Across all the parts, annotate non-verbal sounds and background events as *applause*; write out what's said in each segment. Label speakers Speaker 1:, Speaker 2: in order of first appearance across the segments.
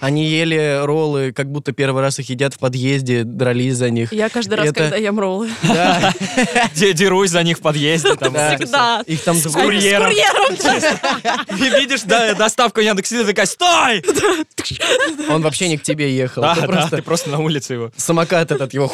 Speaker 1: Они ели роллы, как будто первый раз их едят в подъезде, дрались за них.
Speaker 2: Я каждый раз,
Speaker 1: Это-
Speaker 2: когда ем роллы.
Speaker 1: Да,
Speaker 3: Де- Дерусь за них в подъезде. там.
Speaker 1: да.
Speaker 2: Всегда.
Speaker 1: Их там
Speaker 2: *laughs* С
Speaker 1: дв-
Speaker 3: курьером.
Speaker 2: курьером.
Speaker 3: И видишь, да, доставку Яндекс.Еды, такая, стой!
Speaker 1: Он вообще не к тебе ехал.
Speaker 3: Да,
Speaker 1: Ты
Speaker 3: да,
Speaker 1: просто
Speaker 3: ты просто на улице его
Speaker 1: самокат этот его.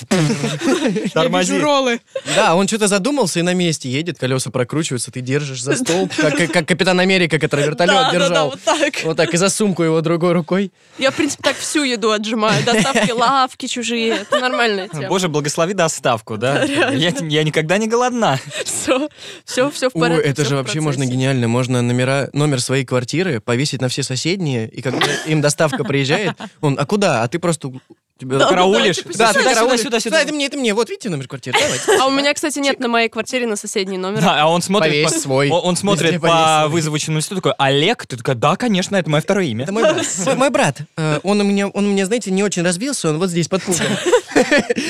Speaker 3: тормози.
Speaker 4: роллы.
Speaker 1: Да, он что-то задумался и на месте едет, колеса прокручиваются, ты держишь за
Speaker 2: *laughs*
Speaker 1: столб, как, как Капитан Америка, который
Speaker 2: Да,
Speaker 1: вертолет
Speaker 2: да, да,
Speaker 1: держал.
Speaker 2: вот так.
Speaker 1: Вот так, и за сумку его другой рукой.
Speaker 2: Я, в принципе, так всю еду отжимаю.
Speaker 1: *laughs*
Speaker 2: Доставки, лавки чужие. Это нормальная тема.
Speaker 3: Боже, благослови доставку, да? Я, я никогда не голодна.
Speaker 2: Все, все, все в
Speaker 1: Ой,
Speaker 2: порядке.
Speaker 1: это
Speaker 2: всё
Speaker 1: же
Speaker 2: в
Speaker 1: вообще
Speaker 2: процессе.
Speaker 1: можно гениально. Можно номера, номер своей квартиры повесить на все соседние, и когда им доставка приезжает, он, а куда? А ты просто... у- Тебя...
Speaker 2: Да,
Speaker 3: Караулишь?
Speaker 1: Да, типа, ты караулишь.
Speaker 3: сюда, сюда.
Speaker 1: Да, это мне, это мне. Вот, видите номер квартиры? Давайте.
Speaker 2: А у меня, кстати, нет на моей квартире на соседний номер.
Speaker 3: Да, а он смотрит,
Speaker 1: Повесь
Speaker 3: по-
Speaker 1: свой.
Speaker 3: Он, он
Speaker 1: Везде повесь
Speaker 3: смотрит по
Speaker 1: свой.
Speaker 3: вызвученному листу, такой, Олег? Ты такая, да, конечно, это мое второе имя.
Speaker 1: Это мой брат.
Speaker 3: *laughs*
Speaker 1: Мой- Мой брат. Э, Он у меня, он у меня, знаете, не очень развился, он вот здесь под
Speaker 3: *laughs*
Speaker 1: пузом.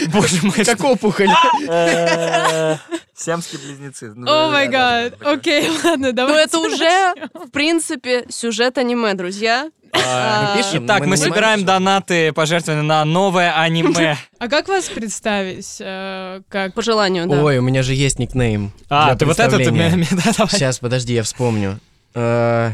Speaker 3: Боже мой,
Speaker 1: Как опухоль. *laughs*
Speaker 3: Сиамские близнецы.
Speaker 1: Ну,
Speaker 4: О май гад. Окей, ладно,
Speaker 2: Ну,
Speaker 4: давай.
Speaker 2: это уже, в принципе, сюжет аниме, друзья. А,
Speaker 1: пишем.
Speaker 3: Итак, мы
Speaker 1: Мы
Speaker 3: собираем
Speaker 1: понимаем,
Speaker 3: донаты, пожертвования на новое аниме.
Speaker 4: А как вас представить? э, Как...
Speaker 2: По желанию, да.
Speaker 1: Ой, у меня же есть никнейм.
Speaker 3: А,
Speaker 1: для
Speaker 3: ты вот этот...
Speaker 1: представления.
Speaker 3: *laughs* У
Speaker 1: Сейчас, подожди, я вспомню. Э,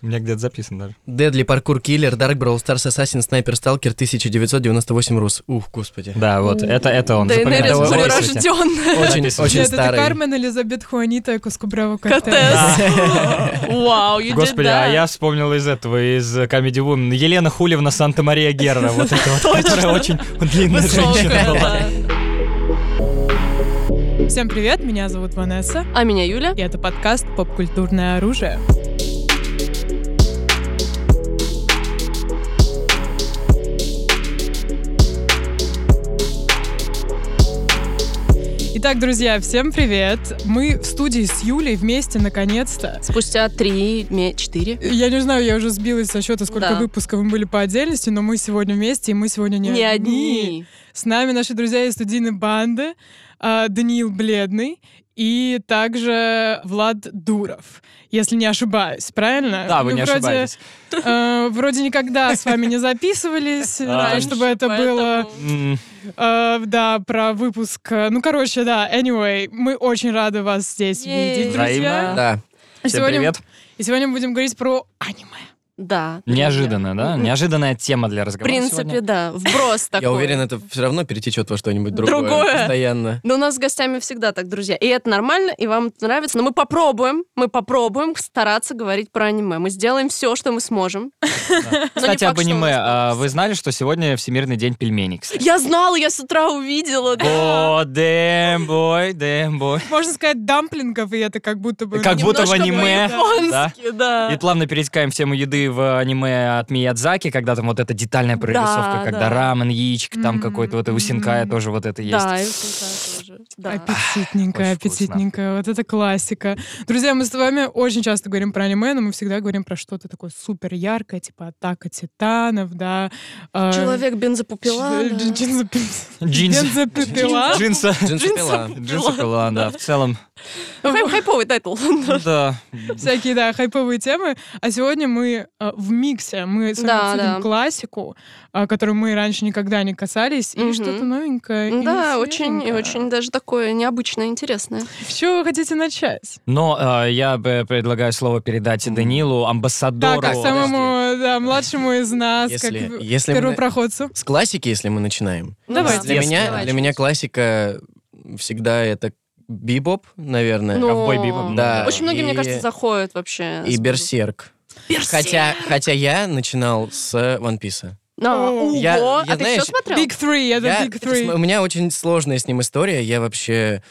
Speaker 3: меня где-то записан даже.
Speaker 1: Дедли, паркур, киллер, Дарк, Браул Старс, Ассасин, Снайпер, Сталкер, 1998 рус. Ух,
Speaker 3: *laughs*
Speaker 1: господи.
Speaker 3: Да, вот, это, это он.
Speaker 1: запоминаю.
Speaker 2: Дейенерис
Speaker 1: Давай,
Speaker 3: Запоминайте.
Speaker 4: *laughs*
Speaker 2: прирожденная.
Speaker 1: Очень,
Speaker 3: Записывайте.
Speaker 1: очень
Speaker 4: Нет, это
Speaker 1: старый.
Speaker 4: Кармен, Элизабет, Хуанита, Кускубрава, Кортес.
Speaker 2: Котес. Вау, you did
Speaker 3: Господи, а
Speaker 2: that.
Speaker 3: я вспомнил из этого, из э, Comedy Woman. Елена Хулевна Санта-Мария Герра, вот эта вот, которая очень
Speaker 1: *laughs*
Speaker 3: длинная женщина
Speaker 2: Высокая,
Speaker 3: была.
Speaker 2: да.
Speaker 4: Всем привет, меня зовут Ванесса.
Speaker 2: А меня Юля.
Speaker 4: И это подкаст «Поп-культурное оружие». Итак, друзья, всем привет! Мы в студии с Юлей вместе, наконец-то.
Speaker 2: Спустя три, ме- четыре.
Speaker 4: Я не знаю, я уже сбилась со счета, сколько
Speaker 2: Да.
Speaker 4: выпусков мы были по отдельности, но мы сегодня вместе, и мы сегодня не,
Speaker 2: Не одни.
Speaker 4: С нами наши друзья из студийной банды а, Даниил Бледный и также Влад Дуров, если не ошибаюсь, правильно?
Speaker 3: Да, вы
Speaker 4: Ну,
Speaker 3: не
Speaker 4: вроде,
Speaker 3: ошибаетесь.
Speaker 4: э, вроде никогда с вами не записывались,
Speaker 3: Да.
Speaker 4: э, чтобы это было...
Speaker 2: Поэтому-
Speaker 3: М,
Speaker 4: э, Да, про выпуск. э, Ну, короче, да, anyway, мы очень рады вас здесь
Speaker 2: Ей.
Speaker 4: видеть, друзья.
Speaker 3: Взаимно.
Speaker 1: Да.
Speaker 4: И
Speaker 3: Всем
Speaker 4: сегодня-
Speaker 3: привет.
Speaker 4: И сегодня мы будем говорить про аниме.
Speaker 2: Да.
Speaker 3: Неожиданно, да?
Speaker 2: М,
Speaker 3: Неожиданная тема для
Speaker 2: В
Speaker 3: разговора
Speaker 2: принципе, да. Вброс такой.
Speaker 1: Я уверен, это все равно перетечет во что-нибудь другое.
Speaker 2: Другое.
Speaker 1: Постоянно.
Speaker 2: Но у нас с гостями всегда так, друзья. И это нормально, и вам это нравится. Но мы попробуем, мы попробуем стараться говорить про аниме. Мы сделаем все, что мы сможем.
Speaker 3: сегодня.
Speaker 2: не
Speaker 3: Кстати,
Speaker 2: факт, что у
Speaker 3: об аниме.
Speaker 2: нас
Speaker 3: а,
Speaker 2: получится.
Speaker 3: Вы знали, что сегодня Всемирный день пельменей, кстати?
Speaker 2: Я знала, я с утра увидела. *laughs* да.
Speaker 3: О, дэм, бой, дэм, бой.
Speaker 4: Можно сказать, дамплингов, и это как будто бы...
Speaker 3: Как
Speaker 4: ну,
Speaker 3: будто в
Speaker 2: Немножко
Speaker 3: аниме,
Speaker 2: по-японски, да.
Speaker 3: И плавно перетекаем в тему еды в аниме от Миядзаки, когда там вот эта детальная прорисовка,
Speaker 2: Да,
Speaker 3: когда
Speaker 2: да.
Speaker 3: рамен, яичко, там
Speaker 4: М,
Speaker 3: какой-то вот и у
Speaker 4: м.
Speaker 3: Синкая тоже вот это есть.
Speaker 2: Да, и вот это тоже. Да.
Speaker 4: Аппетитненькая,
Speaker 3: Очень вкусно.
Speaker 4: аппетитненькая. Вот это классика. Друзья, мы с вами очень часто говорим про аниме, но мы всегда говорим про что-то такое супер яркое, типа атака титанов, да. э,
Speaker 2: Человек бензопупила.
Speaker 4: дж- дж-
Speaker 2: да.
Speaker 4: джинзапи-
Speaker 3: Джинс.
Speaker 4: Бензопила.
Speaker 3: Джинса.
Speaker 1: Джинсы пила.
Speaker 3: Джинса пила, да.
Speaker 2: *laughs*
Speaker 3: В целом,
Speaker 2: Хай- Хайповый тайтл.
Speaker 3: ну да.
Speaker 4: Всякие, да, хайповые темы. А сегодня мы э, в миксе. Мы с вами
Speaker 2: Да,
Speaker 4: обсудим
Speaker 2: да.
Speaker 4: классику, э, которую мы раньше никогда не касались, и
Speaker 2: Мгм.
Speaker 4: что-то новенькое.
Speaker 2: Да, очень и очень даже такое необычное, интересное.
Speaker 4: С чего вы хотите начать?
Speaker 3: Но э, я бы предлагаю слово передать Данилу,
Speaker 4: Да,
Speaker 3: амбассадору.
Speaker 2: а
Speaker 4: как самому да, младшему из нас,
Speaker 1: Если-
Speaker 4: как
Speaker 1: если мы-
Speaker 4: первопроходцу.
Speaker 1: С классики, если мы начинаем.
Speaker 2: Ну,
Speaker 4: Давайте.
Speaker 2: да.
Speaker 1: Для меня,
Speaker 3: Давай,
Speaker 1: для меня классика всегда это бибоп, наверное.
Speaker 2: Ну,
Speaker 3: Ковбой Бибоп, ну
Speaker 1: да.
Speaker 2: Очень многие, мне
Speaker 1: И-
Speaker 2: кажется, заходят вообще.
Speaker 1: И
Speaker 2: с-
Speaker 1: берсерк.
Speaker 2: Берсерк.
Speaker 1: Хотя, хотя я начинал с One Piece.
Speaker 2: Да.
Speaker 4: О.
Speaker 2: Ого,
Speaker 1: ну, Я- я,
Speaker 2: а ты
Speaker 1: знаешь,
Speaker 2: все смотрел?
Speaker 4: Big Three, это
Speaker 1: Я-
Speaker 4: Big
Speaker 1: это см- У
Speaker 4: Three.
Speaker 1: меня очень сложная с ним история. Я вообще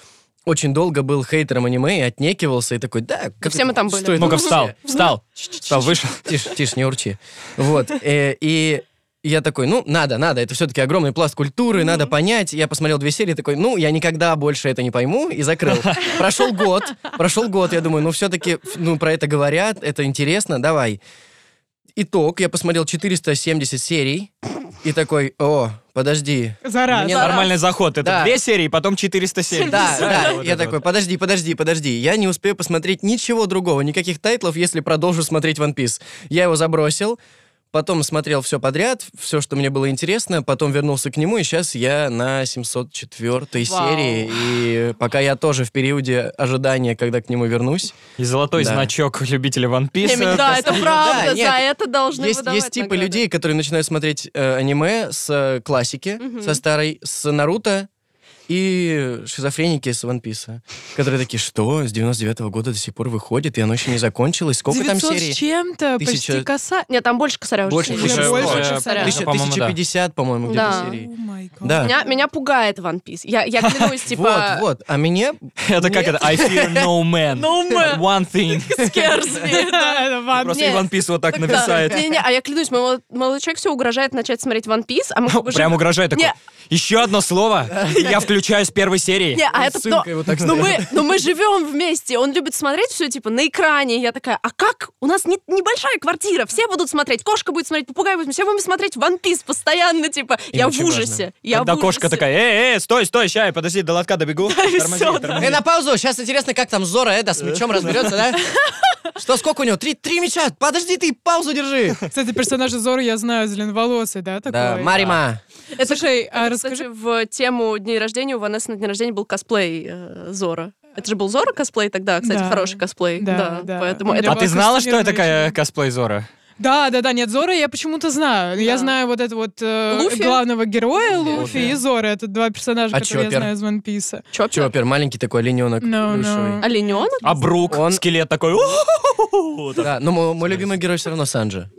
Speaker 1: очень долго был хейтером аниме и отнекивался, и такой, да, как
Speaker 2: все мы там были.
Speaker 1: *laughs* что это
Speaker 3: Ну-ка,
Speaker 1: вообще?»
Speaker 3: встал, встал, встал, вышел.
Speaker 1: *laughs* Тише, тише, не урчи. Вот. э, И я такой, ну, надо, надо, это все-таки огромный пласт культуры, надо понять. Я посмотрел две серии, такой, ну, я никогда больше это не пойму, и закрыл. Прошел год, прошел год, я думаю, ну, все-таки, ну, про это говорят, это интересно, давай. Итог, я посмотрел 470 серий, и такой, о, подожди,
Speaker 4: За раз.
Speaker 1: Мне
Speaker 2: Да.
Speaker 3: Нормальный заход. Это
Speaker 1: Да.
Speaker 3: две серии, потом 407. *laughs*
Speaker 1: Да, да,
Speaker 3: вот
Speaker 1: я
Speaker 3: это
Speaker 1: такой,
Speaker 3: вот.
Speaker 1: подожди, подожди, подожди, я не успею посмотреть ничего другого, никаких тайтлов, если продолжу смотреть One Piece. Я его забросил, Потом смотрел все подряд, все, что мне было интересно, потом вернулся к нему, и сейчас я на 704
Speaker 2: Вау.
Speaker 1: серии. И пока я тоже в периоде ожидания, когда к нему вернусь.
Speaker 3: И золотой
Speaker 1: Да.
Speaker 3: значок любителя One
Speaker 2: Не,
Speaker 3: Piece.
Speaker 2: Да, а это
Speaker 1: Да,
Speaker 2: правда,
Speaker 1: нет.
Speaker 2: за это должны
Speaker 1: Есть,
Speaker 2: выдавать
Speaker 1: есть типы
Speaker 2: награды.
Speaker 1: людей, которые начинают смотреть э, аниме с э, классики,
Speaker 2: Мгм.
Speaker 1: со старой, с Наруто и шизофреники с One Piece, которые такие, что с 99-го года до сих пор выходит, и оно еще не закончилось. Сколько
Speaker 4: 900
Speaker 1: там
Speaker 4: с
Speaker 1: серий?
Speaker 4: чем-то,
Speaker 1: Тысяча-
Speaker 4: почти коса.
Speaker 2: Нет, там больше косаря уже.
Speaker 1: Больше,
Speaker 2: сильно.
Speaker 1: больше,
Speaker 2: Уже
Speaker 1: больше,
Speaker 2: косаря.
Speaker 3: больше.
Speaker 1: Тысяча-
Speaker 3: по-моему, да.
Speaker 1: 1050, по-моему,
Speaker 2: Да.
Speaker 1: где-то
Speaker 4: О
Speaker 1: серий.
Speaker 4: май гад.
Speaker 1: Да.
Speaker 2: Меня, меня пугает One Piece. Я, я
Speaker 1: *laughs*
Speaker 2: клянусь, типа...
Speaker 1: Вот, вот. А меня
Speaker 3: Это как это? I fear no
Speaker 2: *laughs*
Speaker 3: man.
Speaker 2: No man.
Speaker 3: One
Speaker 2: *laughs*
Speaker 3: thing.
Speaker 2: Scares me,
Speaker 1: *laughs*
Speaker 2: да.
Speaker 4: *laughs* Это ван-
Speaker 3: Просто и
Speaker 2: Нет.
Speaker 3: One Piece вот так
Speaker 2: Да.
Speaker 3: нависает.
Speaker 2: Не-не, а я клянусь, мой молод- молодой человек все угрожает начать смотреть One Piece, а мы
Speaker 1: Ну,
Speaker 2: как бы
Speaker 3: Прям
Speaker 2: живем-
Speaker 3: угрожает такой.
Speaker 2: Не.
Speaker 3: Еще одно
Speaker 2: *laughs*
Speaker 3: слово, и я включаю с первой серии.
Speaker 2: Не, а это...
Speaker 1: ссылкой
Speaker 2: но-
Speaker 1: вот так
Speaker 2: но мы, но мы живем вместе. Он любит смотреть все типа на экране. Я такая, а как? У нас не- небольшая квартира. Все будут смотреть. Кошка будет смотреть, попугай будет смотреть. Все будем смотреть One Piece постоянно, типа. я в
Speaker 1: очень
Speaker 2: ужасе. Я
Speaker 3: Когда
Speaker 2: в
Speaker 3: кошка
Speaker 2: ужасе.
Speaker 3: такая, эй, эй, стой, стой, ща, я подожди, до лотка добегу.
Speaker 2: и
Speaker 3: Тормози,
Speaker 2: всё, *laughs* да.
Speaker 1: Э,
Speaker 3: тормози.
Speaker 1: на паузу. Сейчас интересно, как там Зора Эда с мечом разберется,
Speaker 2: *laughs*
Speaker 1: да? Что, сколько у него? Три, три мяча. Подожди ты, паузу держи.
Speaker 4: Кстати, персонажа Зору я знаю, зеленоволосый, да, такой?
Speaker 1: Да, Марима.
Speaker 2: Это,
Speaker 4: Слушай, а
Speaker 2: это,
Speaker 4: расскажи-
Speaker 2: кстати, в тему дней рождения у Ванессы на день рождения был косплей э, Зора. Это же был Зора косплей тогда, кстати,
Speaker 4: Да.
Speaker 2: хороший косплей.
Speaker 4: Да,
Speaker 2: Да,
Speaker 4: да.
Speaker 2: поэтому это
Speaker 3: А
Speaker 4: Давай,
Speaker 3: ты знала, что я
Speaker 4: Кристина
Speaker 3: такая
Speaker 4: Ричи.
Speaker 3: косплей Зора?
Speaker 4: Да, да, да, нет, Зора я почему-то знаю. Я
Speaker 2: Да.
Speaker 4: знаю вот это вот э,
Speaker 2: Луфи.
Speaker 4: главного героя
Speaker 1: Луфи.
Speaker 4: Луфи и Зора. Это два персонажа,
Speaker 1: А
Speaker 4: которые я
Speaker 1: Чоппер?
Speaker 4: знаю из One Piece.
Speaker 2: Чоппер?
Speaker 1: Чоппер, маленький такой олененок.
Speaker 3: Ну,
Speaker 4: No,
Speaker 1: плюшевый.
Speaker 4: no.
Speaker 2: Олененок?
Speaker 3: А Брук,
Speaker 1: Он-
Speaker 3: скелет такой. «У-ху-ху-ху-ху».
Speaker 1: Да, но мой, мой любимый герой все равно Санджа.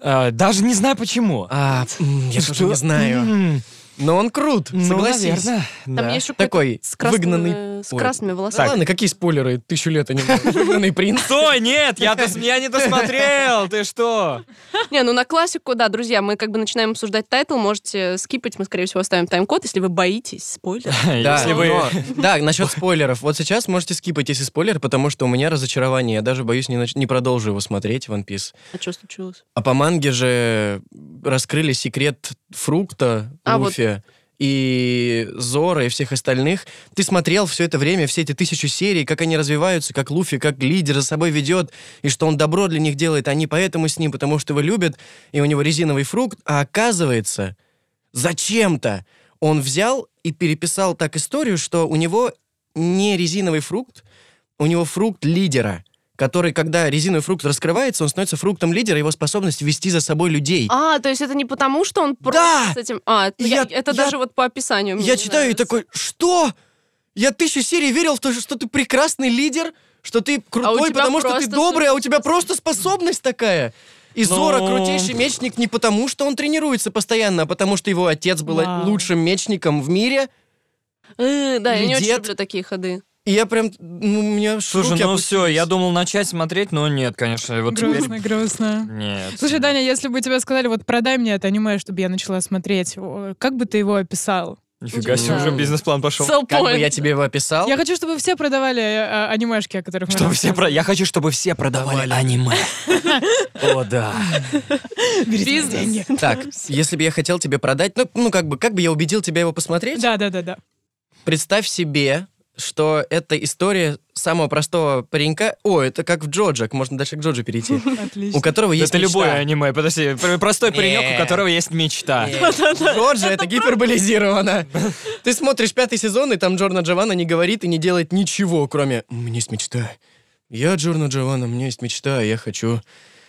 Speaker 3: Э, Даже не знаю почему.
Speaker 1: А, м, я тоже не знаю.
Speaker 3: М,
Speaker 1: Но он крут,
Speaker 3: ну,
Speaker 1: согласись.
Speaker 3: наверное,
Speaker 2: Там
Speaker 3: да.
Speaker 2: есть еще
Speaker 1: Такой
Speaker 2: какой-то с красными-
Speaker 1: выгнанный-
Speaker 2: С
Speaker 1: Ой.
Speaker 2: красными
Speaker 1: Да
Speaker 2: волосами.
Speaker 1: Ну ладно, какие спойлеры? Тысячу лет они Выгнанный принц.
Speaker 3: Стой, нет, я, дос- я не досмотрел, ты что?
Speaker 2: Не, ну на классику, да, друзья, мы как бы начинаем обсуждать тайтл, можете скипать, мы, скорее всего, оставим тайм-код, если вы боитесь спойлер. *laughs*
Speaker 1: Да,
Speaker 3: Если вы...
Speaker 1: но- да, насчет спойлеров. Вот сейчас можете скипать, если спойлер, потому что у меня разочарование. Я даже боюсь, не, нач- не продолжу его смотреть, One Piece.
Speaker 2: А что случилось?
Speaker 1: А по манге же раскрыли секрет фрукта
Speaker 2: А, вот.
Speaker 1: Луфи и Зора и всех остальных. Ты смотрел все это время, все эти тысячу серий, как они развиваются, как Луфи, как лидер за собой ведет, и что он добро для них делает, они поэтому с ним, потому что его любят, и у него резиновый фрукт. А оказывается, зачем-то он взял и переписал так историю, что у него не резиновый фрукт, у него фрукт лидера, который, когда резиновый фрукт раскрывается, он становится фруктом лидера, его способность вести за собой людей.
Speaker 2: А, то есть это не потому, что он просто
Speaker 1: Да!
Speaker 2: с этим... А, это-
Speaker 1: Я-
Speaker 2: я- это
Speaker 1: я-
Speaker 2: даже вот по описанию. мне
Speaker 1: Я
Speaker 2: не
Speaker 1: читаю и
Speaker 2: нравится.
Speaker 1: такой, что? Я тысячу серий верил в то, что ты прекрасный лидер, что ты крутой,
Speaker 2: А тебя
Speaker 1: потому что ты
Speaker 2: просто
Speaker 1: добрый, а у тебя просто способность такая. И
Speaker 3: Ну.
Speaker 1: Зора крутейший мечник не потому, что он тренируется постоянно, а потому что его отец был
Speaker 4: Вау.
Speaker 1: лучшим мечником в мире.
Speaker 2: Э, Да, я не очень
Speaker 1: Дед.
Speaker 2: люблю такие ходы.
Speaker 1: И я прям, ну, у меня
Speaker 3: Слушай,
Speaker 1: руки
Speaker 3: ну все, я
Speaker 1: опустились.
Speaker 3: думал начать смотреть, но нет, конечно, вот
Speaker 4: Грустно,
Speaker 3: теперь...
Speaker 4: грустно.
Speaker 3: Нет.
Speaker 4: Слушай, Даня, если бы тебе сказали, вот продай мне это аниме, чтобы я начала смотреть, о, как бы ты его описал?
Speaker 3: Нифига
Speaker 2: Да.
Speaker 3: себе, уже бизнес-план пошел.
Speaker 2: Sell
Speaker 1: Как бы
Speaker 2: point.
Speaker 1: я
Speaker 2: *laughs*
Speaker 1: тебе его описал?
Speaker 4: Я хочу, чтобы все продавали э, анимешки, о которых мы
Speaker 3: Чтобы все про...
Speaker 4: рассказывали.
Speaker 3: Я хочу, чтобы все продавали аниме. О,
Speaker 4: *laughs*
Speaker 3: да.
Speaker 4: Берите мои
Speaker 2: Бизнес.
Speaker 4: деньги.
Speaker 1: Так, если бы я хотел тебе продать, ну, ну как бы, как бы я убедил тебя его посмотреть?
Speaker 4: Да, да, да, да.
Speaker 1: Представь себе, что это история самого простого паренька. О, это как в Джоджак, можно дальше к Джоджу перейти.
Speaker 4: *laughs*
Speaker 1: У
Speaker 4: Отлично.
Speaker 1: которого есть
Speaker 3: Это
Speaker 1: мечта.
Speaker 3: любое аниме, подожди. пр- Простой
Speaker 1: Не.
Speaker 3: паренек, у которого есть мечта.
Speaker 1: Джорджа Э, это гиперболизировано. *laughs* Ты смотришь пятый сезон, и там Джорна Джованна не говорит и не делает ничего, кроме «У меня есть мечта». Я Джорна Джованна, у меня есть мечта, и я хочу...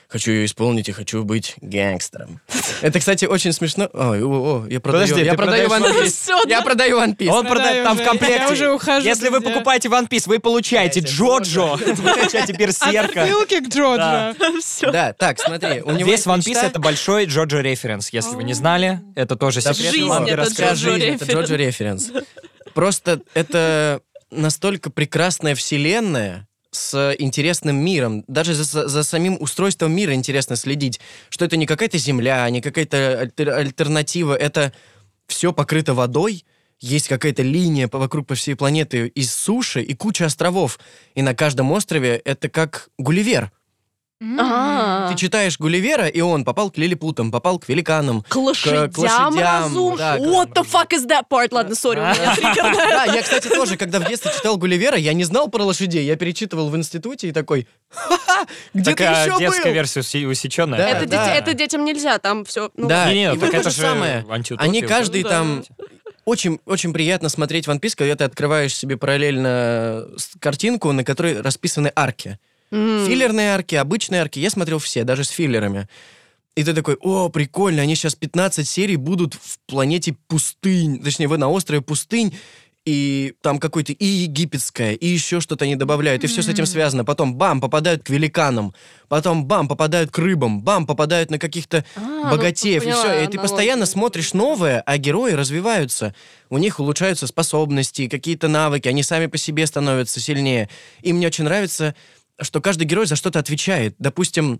Speaker 1: Хочу ее исполнить и хочу быть гэнгстером. Это, кстати, очень смешно. Ой, о, о, я продаю,
Speaker 3: Подожди,
Speaker 1: я
Speaker 3: ты
Speaker 1: продаю
Speaker 3: продаешь
Speaker 1: One
Speaker 3: One
Speaker 1: Piece.
Speaker 2: Все,
Speaker 1: Я продаю One Piece.
Speaker 3: Он продает
Speaker 4: Продаю
Speaker 3: там в
Speaker 4: уже.
Speaker 3: комплекте.
Speaker 4: Я уже ухожу,
Speaker 3: Если вы
Speaker 4: друзья.
Speaker 3: покупаете One Piece, вы получаете
Speaker 1: Блядь,
Speaker 3: Джоджо, *laughs* вы получаете
Speaker 1: *laughs*
Speaker 3: Берсерка.
Speaker 4: Отсылки к Джоджо.
Speaker 3: Да.
Speaker 2: все.
Speaker 1: Да, так, смотри, у него
Speaker 3: Весь
Speaker 1: есть
Speaker 3: One Piece
Speaker 1: мечта.
Speaker 3: это большой Джоджо референс. Если вы не знали, это тоже
Speaker 1: Да
Speaker 3: секрет
Speaker 2: Жизнь
Speaker 3: манги
Speaker 2: это
Speaker 3: раскрыт.
Speaker 2: Джоджо
Speaker 1: Жизнь, это Джоджо референс. Просто это настолько прекрасная вселенная с интересным миром. Даже за, за самим устройством мира интересно следить, что это не какая-то земля, не какая-то альтер- альтернатива, это все покрыто водой, есть какая-то линия по- вокруг по всей планеты из суши и куча островов. И на каждом острове это как Гулливер.
Speaker 4: М.
Speaker 2: А.
Speaker 1: Ты читаешь Гулливера, и он попал к лилипутам, попал к великанам.
Speaker 2: К лошадям,
Speaker 1: к лошадям,
Speaker 2: разум.
Speaker 1: да, к-
Speaker 2: What the fuck is that part? Ладно,
Speaker 1: *laughs*
Speaker 2: сори, у меня триггер на
Speaker 1: Да,
Speaker 2: это.
Speaker 1: А я, кстати, тоже, когда в детстве читал Гулливера, я не знал про лошадей. Я перечитывал в институте и такой, ха-ха, где
Speaker 3: Так
Speaker 1: ты
Speaker 3: а,
Speaker 1: еще
Speaker 3: детская
Speaker 1: был?
Speaker 3: версия уси- усеченная.
Speaker 1: Да,
Speaker 2: Это,
Speaker 1: да.
Speaker 2: дете- это детям нельзя, там ну, все.
Speaker 1: Да,
Speaker 3: Не, не,
Speaker 1: и
Speaker 3: так
Speaker 1: Ну, вот
Speaker 3: это
Speaker 1: же
Speaker 3: же
Speaker 1: самое.
Speaker 3: антиутопия Ну
Speaker 1: Они
Speaker 3: вот
Speaker 1: каждый
Speaker 2: эта.
Speaker 1: там... Очень, очень приятно смотреть One Piece, когда ты открываешь себе параллельно с- картинку, на которой расписаны арки. Филлерные арки, обычные арки. Я смотрел все, даже с филлерами. И ты такой, о, прикольно, они сейчас 15 серий будут в планете пустынь, точнее, вы на острове пустынь, и там какой-то и египетское, и еще что-то они добавляют, и все с этим
Speaker 4: М.
Speaker 1: связано. Потом, бам, попадают к великанам, потом, бам, попадают к рыбам, бам, попадают на каких-то
Speaker 2: А, ну,
Speaker 1: богатеев, и все. И ты постоянно смотришь новое, а герои развиваются. У них улучшаются способности, какие-то навыки, они сами по себе становятся сильнее. И мне очень нравится, что каждый герой за что-то отвечает. Допустим,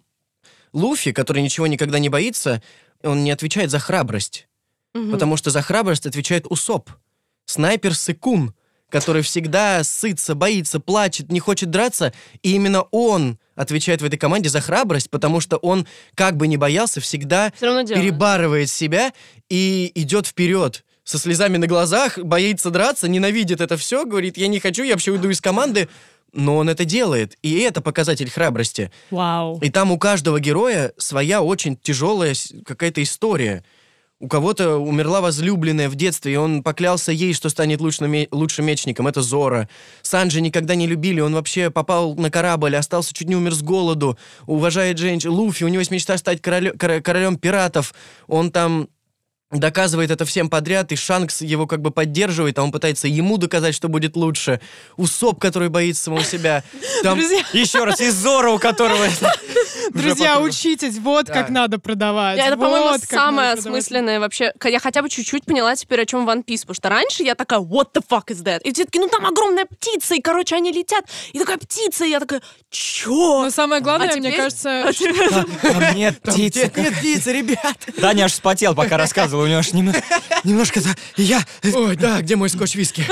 Speaker 1: Луфи, который ничего никогда не боится, он не отвечает за храбрость, потому что за храбрость отвечает Усоп, снайпер Сыкун, который всегда сытся, боится, плачет, не хочет драться, и именно он отвечает в этой команде за храбрость, потому что он, как бы ни боялся, всегда
Speaker 2: Все равно дело.
Speaker 1: перебарывает себя и идет вперед. Со слезами на глазах, боится драться, ненавидит это все, говорит, я не хочу, я вообще уйду из команды. Но он это делает, и это показатель храбрости.
Speaker 4: Вау.
Speaker 1: И там у каждого героя своя очень тяжелая с- какая-то история. У кого-то умерла возлюбленная в детстве, и он поклялся ей, что станет лучшим, ме- лучшим мечником. Это Зора. Санджи никогда не любили, он вообще попал на корабль, остался, чуть не умер с голоду. Уважает женщин. Луфи, у него есть мечта стать королё- коро- королем пиратов. Он там доказывает это всем подряд, и Шанкс его как бы поддерживает, а он пытается ему доказать, что будет лучше. Усоп, который боится самого себя. Там-
Speaker 4: Друзья,
Speaker 3: *laughs* Еще раз, из Зора, у которого...
Speaker 4: друзья,
Speaker 3: потом.
Speaker 4: учитесь, вот
Speaker 1: Да.
Speaker 4: как надо продавать.
Speaker 2: Это, по-моему,
Speaker 4: вот как
Speaker 2: самое
Speaker 4: надо продавать.
Speaker 2: осмысленное вообще. Я хотя бы чуть-чуть поняла теперь, о чем One Piece, потому что раньше я такая, what the fuck is that? И все таки ну там огромная птица, и, короче, они летят. И такая птица, и я такая, чё? *laughs*
Speaker 4: Но самое главное,
Speaker 2: А
Speaker 4: мне
Speaker 2: теперь-
Speaker 4: кажется, что-
Speaker 3: Нет, птица.
Speaker 1: Нет, нет, птица, ребят!
Speaker 3: Даня аж вспотел, пока рассказывал. У него аж немного... Немножко... за- и Я... э,
Speaker 1: Ой, да, где мой *laughs* скотч-виски?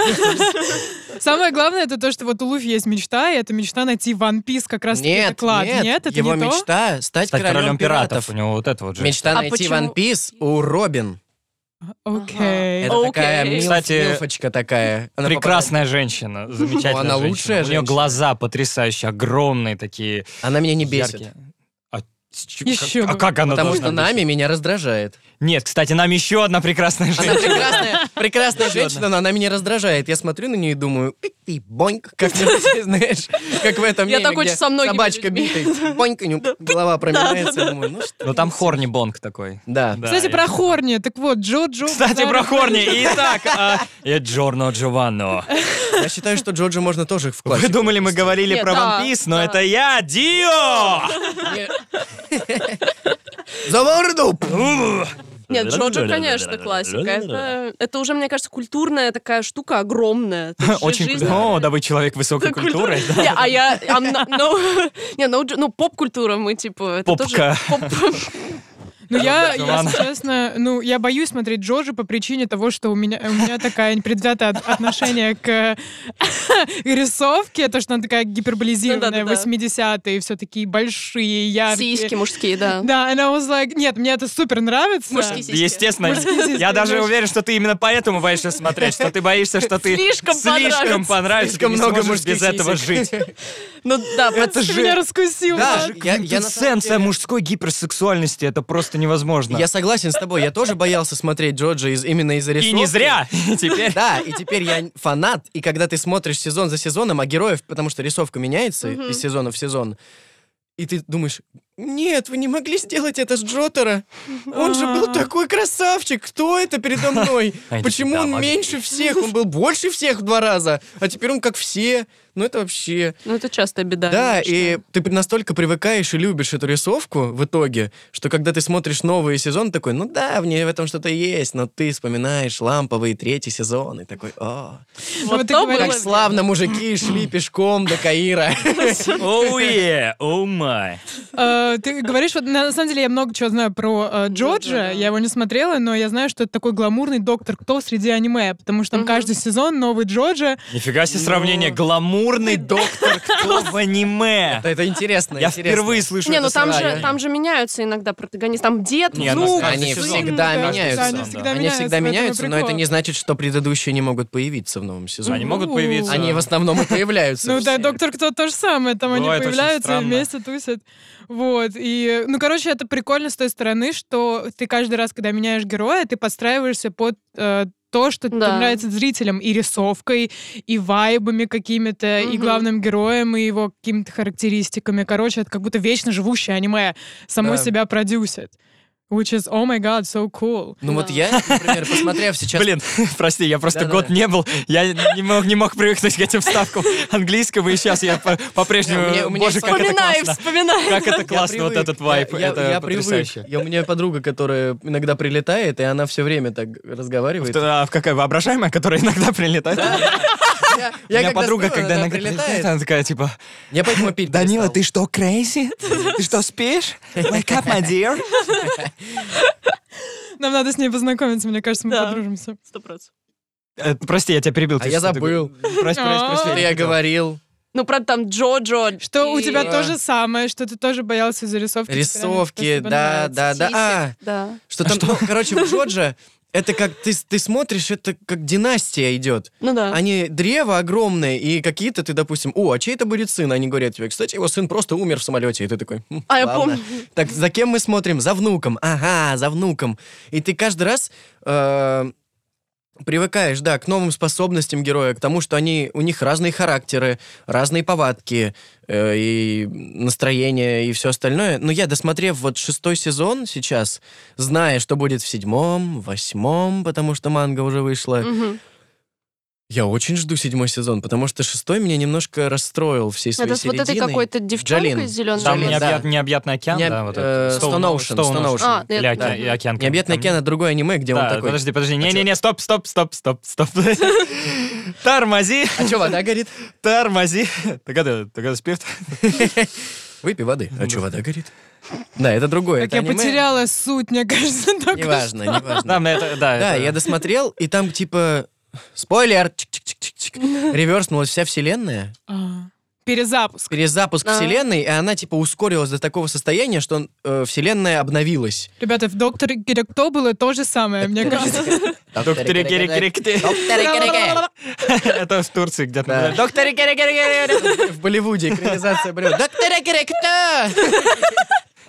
Speaker 4: самое главное это то, что вот у Луфи есть мечта, и эта мечта найти One Piece как раз
Speaker 1: Нет,
Speaker 4: клад. Нет, это
Speaker 1: его
Speaker 4: не то.
Speaker 1: мечта стать,
Speaker 3: Стать королем пиратов. У
Speaker 1: пиратов.
Speaker 3: него вот это вот же.
Speaker 1: Мечта
Speaker 2: А
Speaker 1: найти
Speaker 2: почему-
Speaker 1: One Piece у Робин.
Speaker 4: Окей.
Speaker 1: Это такая
Speaker 2: Э, Окей.
Speaker 1: милф-
Speaker 3: Кстати,
Speaker 1: милфочка такая. Она
Speaker 3: Прекрасная женщина, замечательная
Speaker 1: Она
Speaker 3: женщина.
Speaker 1: лучшая
Speaker 3: У нее
Speaker 1: женщина.
Speaker 3: глаза потрясающие, огромные такие,
Speaker 1: попадает- Она меня не бесит.
Speaker 3: яркие. А, с чё-
Speaker 4: Ещё
Speaker 3: как, а
Speaker 4: бы.
Speaker 3: как она
Speaker 1: Потому
Speaker 3: должна
Speaker 1: что
Speaker 3: бесить?
Speaker 1: нами меня раздражает.
Speaker 3: Нет, кстати, нам еще одна прекрасная
Speaker 2: *laughs*
Speaker 1: Она
Speaker 3: женщина.
Speaker 1: прекрасная, прекрасная
Speaker 3: Ещё одна.
Speaker 1: женщина, но она меня раздражает. Я смотрю на нее и думаю, «Пик ты,
Speaker 2: *laughs*
Speaker 1: боньк, как ты знаешь, как в этом
Speaker 2: Я
Speaker 1: меме,
Speaker 2: так очень
Speaker 1: где
Speaker 2: со многими
Speaker 1: собачка
Speaker 2: людьми.
Speaker 1: битый, боньк, у
Speaker 2: *laughs*
Speaker 1: неё голова проминается, думаю, ну что.
Speaker 3: Ну там Хорни Бонг такой.
Speaker 1: Да.
Speaker 3: Да,
Speaker 4: Кстати,
Speaker 3: я-
Speaker 4: про Хорни. Так вот, Джо Джо.
Speaker 3: Кстати, про
Speaker 4: Базаров.
Speaker 3: Хорни. Итак, а, э, Джорно Джованно.
Speaker 1: Я считаю, что Джорджа можно тоже в классику.
Speaker 3: Вы думали, мы говорили
Speaker 2: Нет,
Speaker 3: про
Speaker 2: да,
Speaker 3: One Piece, но
Speaker 2: да.
Speaker 3: это я, Дио!
Speaker 1: За морду!
Speaker 2: Нет, Джоджо, конечно, классика. Это, это уже, мне кажется, культурная такая штука огромная. Ты же
Speaker 3: Очень...
Speaker 2: жизнь-
Speaker 3: круто. О, да вы человек высокой
Speaker 2: Да, *laughs* культура.
Speaker 3: культуры.
Speaker 2: Не, а я... I'm not- no. *laughs* Не, no jo- ну, поп-культура мы, типа... это
Speaker 3: Попка.
Speaker 2: тоже поп-
Speaker 4: Ну, я,
Speaker 3: Джо
Speaker 4: если
Speaker 3: Джованна.
Speaker 4: честно, ну, я боюсь смотреть Джоджо по причине того, что у меня, у меня такая непредвзятое от- отношение к *laughs* э, рисовке, то, что она такая гиперболизированная,
Speaker 2: да-да-да.
Speaker 4: 80-е, все такие большие, яркие.
Speaker 2: Сиськи мужские, да.
Speaker 4: Да, and I was like, нет, мне это супер нравится.
Speaker 2: Мужские сиськи.
Speaker 3: Естественно,
Speaker 4: Мужские сиськи,
Speaker 3: я даже
Speaker 4: конечно.
Speaker 3: уверен, что ты именно поэтому боишься смотреть, что ты боишься, что ты
Speaker 2: Слишком
Speaker 3: слишком
Speaker 2: понравится.
Speaker 3: понравится, ты
Speaker 1: Слишком
Speaker 3: не
Speaker 1: много
Speaker 3: сможешь
Speaker 1: мужских
Speaker 3: без этого
Speaker 1: сисек.
Speaker 3: жить.
Speaker 2: Ну да,
Speaker 4: Ты
Speaker 2: под-
Speaker 4: меня раскусил.
Speaker 1: Да,
Speaker 4: Влад.
Speaker 1: А, я, я на самом
Speaker 3: Эссенция
Speaker 1: деле-
Speaker 3: мужской гиперсексуальности, это просто невозможно.
Speaker 1: Я согласен с тобой, я тоже боялся смотреть Джорджа из, именно из-за
Speaker 3: И
Speaker 1: рисунка.
Speaker 3: не зря. Теперь
Speaker 1: Да, *laughs* и теперь я фанат, и когда ты смотришь сезон за сезоном, а героев, потому что рисовка меняется
Speaker 2: Мгм.
Speaker 1: из сезона в сезон, и ты думаешь, нет, вы не могли сделать это с Джотера. Он же был
Speaker 4: А.
Speaker 1: такой красавчик. Кто это передо мной?
Speaker 3: *laughs* Они
Speaker 1: Почему
Speaker 3: всегда
Speaker 1: он
Speaker 3: могли.
Speaker 1: меньше всех? Он был больше всех в два раза. А теперь он как все. Ну это вообще...
Speaker 2: Ну это частая беда.
Speaker 1: Да,
Speaker 2: конечно.
Speaker 1: и ты при- настолько привыкаешь и любишь эту рисовку в итоге, что когда ты смотришь новый сезон, такой, ну да, в ней в этом что-то есть, но ты вспоминаешь ламповый третий сезон и такой, о,
Speaker 4: Вот
Speaker 2: Вот
Speaker 4: ты
Speaker 2: то
Speaker 4: говоришь,
Speaker 1: как
Speaker 2: было
Speaker 1: славно
Speaker 4: *clears throat* *laughs*
Speaker 1: мужики шли пешком до Каира.
Speaker 3: Оу, е, оу май.
Speaker 4: Э, э, ты говоришь, вот на на самом деле я много чего знаю про э,
Speaker 2: Ну да,
Speaker 4: Джорджа,
Speaker 2: да.
Speaker 4: я его не смотрела, но я знаю, что это такой гламурный доктор кто среди аниме, потому что там
Speaker 2: Мгм.
Speaker 4: каждый сезон новый Джорджа.
Speaker 3: Нифига себе
Speaker 1: Ну.
Speaker 3: сравнение. Гламурный доктор кто в аниме?
Speaker 1: Да, *laughs* Это интересно,
Speaker 3: Я
Speaker 1: интересно.
Speaker 3: впервые слышу
Speaker 2: Не,
Speaker 3: это
Speaker 2: ну там же,
Speaker 3: сравнение.
Speaker 2: там же меняются иногда протагонисты. Там дед,
Speaker 3: Не, ну,
Speaker 2: внук.
Speaker 3: каждый
Speaker 1: Они
Speaker 3: сезон.
Speaker 1: всегда
Speaker 4: Да,
Speaker 1: меняются.
Speaker 4: Они всегда
Speaker 1: Они
Speaker 4: меняются, в
Speaker 1: всегда
Speaker 4: этом и
Speaker 1: меняются, но это
Speaker 4: прикол.
Speaker 1: не значит, что предыдущие не могут появиться в новом сезоне.
Speaker 3: Они могут появиться.
Speaker 1: Они в основном и появляются.
Speaker 4: Ну да,
Speaker 1: все.
Speaker 4: доктор кто то же самое, там они
Speaker 3: Бывает очень
Speaker 4: появляются и
Speaker 3: странно.
Speaker 4: вместе тусят. Вот, и, ну, короче, это прикольно с той стороны, что ты каждый раз, когда меняешь героя, ты подстраиваешься под э, то, что
Speaker 2: Да.
Speaker 4: нравится зрителям, и рисовкой, и вайбами какими-то, и
Speaker 2: Мгм.
Speaker 4: главным героем, и его какими-то характеристиками. Короче, это как будто вечно живущее аниме само
Speaker 1: Да.
Speaker 4: себя продюсит. Which is, oh my god, so cool.
Speaker 1: Ну вот
Speaker 2: Да.
Speaker 1: я, например, посмотрев
Speaker 3: *laughs*
Speaker 1: сейчас...
Speaker 3: Блин, прости, я просто
Speaker 1: Да-да-да.
Speaker 3: год не был, я не мог, не мог привыкнуть к этим вставкам английского, и сейчас я по- по-прежнему...
Speaker 1: Не, у меня- у меня
Speaker 3: Боже,
Speaker 1: есть-
Speaker 3: как это
Speaker 2: Вспоминаю,
Speaker 3: классно.
Speaker 2: вспоминаю.
Speaker 3: Как это
Speaker 1: я
Speaker 3: классно, вот
Speaker 1: привык.
Speaker 3: этот вайп,
Speaker 1: Я- я-
Speaker 3: это
Speaker 1: я привык.
Speaker 3: потрясающе.
Speaker 1: Я- У меня подруга, которая иногда прилетает, и она все время так разговаривает.
Speaker 3: А в какая воображаемая, которая иногда *laughs* прилетает?
Speaker 1: Я-
Speaker 3: У меня
Speaker 1: когда
Speaker 3: подруга,
Speaker 1: сплю,
Speaker 3: когда
Speaker 1: она
Speaker 3: иногда прилетает, она такая типа,
Speaker 1: Я поэтому пить
Speaker 3: Данила,
Speaker 1: перестал.
Speaker 3: ты что, crazy? Ты что, спишь? Wake up, my dear.
Speaker 4: Нам надо с ней познакомиться, мне кажется, мы
Speaker 2: Да.
Speaker 4: подружимся.
Speaker 2: Сто процентов.
Speaker 3: Э, Прости, я тебя перебил.
Speaker 1: А
Speaker 3: ты
Speaker 1: я
Speaker 3: что-то
Speaker 1: забыл.
Speaker 3: г- Прости, прости, прости.
Speaker 1: Что
Speaker 3: не
Speaker 1: я
Speaker 3: хотел.
Speaker 1: говорил?
Speaker 2: Ну, правда, там Джо-Джо.
Speaker 4: Что у
Speaker 2: и-
Speaker 4: тебя
Speaker 1: Да.
Speaker 4: то же самое, что ты тоже боялся из-за рисовки.
Speaker 1: э, Рисовки, да, да, да. А,
Speaker 2: Да.
Speaker 1: что там, ну, короче, в Джорджа это как ты, ты смотришь, это как династия идет.
Speaker 2: Ну да.
Speaker 1: Они древо огромное, и какие-то ты, допустим, о, а чей это будет сын? Они говорят тебе, кстати, его сын просто умер в самолете. И ты такой, «Хм,
Speaker 2: А, я
Speaker 1: ладно».
Speaker 2: помню.
Speaker 1: Так, за кем мы смотрим? За внуком. Ага, за внуком. И ты каждый раз э, привыкаешь, да, к новым способностям героя, к тому, что они, у них разные характеры, разные повадки э, и настроение и все остальное. Но я, досмотрев вот шестой сезон сейчас, зная, что будет в седьмом, восьмом, потому что манга уже вышла,
Speaker 2: Мгм.
Speaker 1: я очень жду седьмой сезон, потому что шестой меня немножко расстроил всей своей
Speaker 2: Это с вот этой
Speaker 1: серединой.
Speaker 2: какой-то девчонкой
Speaker 1: Джолин.
Speaker 2: с зеленым
Speaker 3: Там
Speaker 1: Блин,
Speaker 2: волосом.
Speaker 1: да.
Speaker 3: необъят- необъятный океан,
Speaker 1: Необ-
Speaker 3: да, вот
Speaker 1: э,
Speaker 3: этот.
Speaker 1: Stone Ocean, Stone Ocean.
Speaker 2: А,
Speaker 3: Или
Speaker 2: я-
Speaker 3: океан,
Speaker 2: да.
Speaker 3: или океан. Ким.
Speaker 1: Необъятный
Speaker 3: Там-
Speaker 1: океан это другое аниме, где он
Speaker 3: Да,
Speaker 1: такой.
Speaker 3: подожди, подожди,
Speaker 1: чё?
Speaker 3: не-не-не, стоп, стоп, стоп, стоп, стоп, *laughs* стоп. Тормози,
Speaker 1: А что, вода горит?
Speaker 3: тормози. Так это, так это спирт.
Speaker 1: Выпей воды. А что, вода горит? Да, это другое.
Speaker 4: Как
Speaker 1: это
Speaker 4: я
Speaker 1: аниме.
Speaker 4: потеряла суть, мне *laughs* кажется, только
Speaker 1: Неважно,
Speaker 3: Да,
Speaker 1: неважно.
Speaker 3: мне это, да,
Speaker 1: Да,
Speaker 3: *laughs* это-
Speaker 1: я досмотрел, и там типа... Спойлер! Чик-чик-чик-чик-чик. Реверснулась вся вселенная.
Speaker 4: что. А, Перезапуск.
Speaker 1: Перезапуск
Speaker 2: Да.
Speaker 1: вселенной, и она типа ускорилась до такого состояния, что э, вселенная обновилась.
Speaker 4: Ребята, в «Докторе Геракто» было то же самое, мне кажется.
Speaker 3: Докторе Кирик-Кирик-Кирик. Это в Турции где-то.
Speaker 1: Доктор В Болливуде экранизация бред. Доктор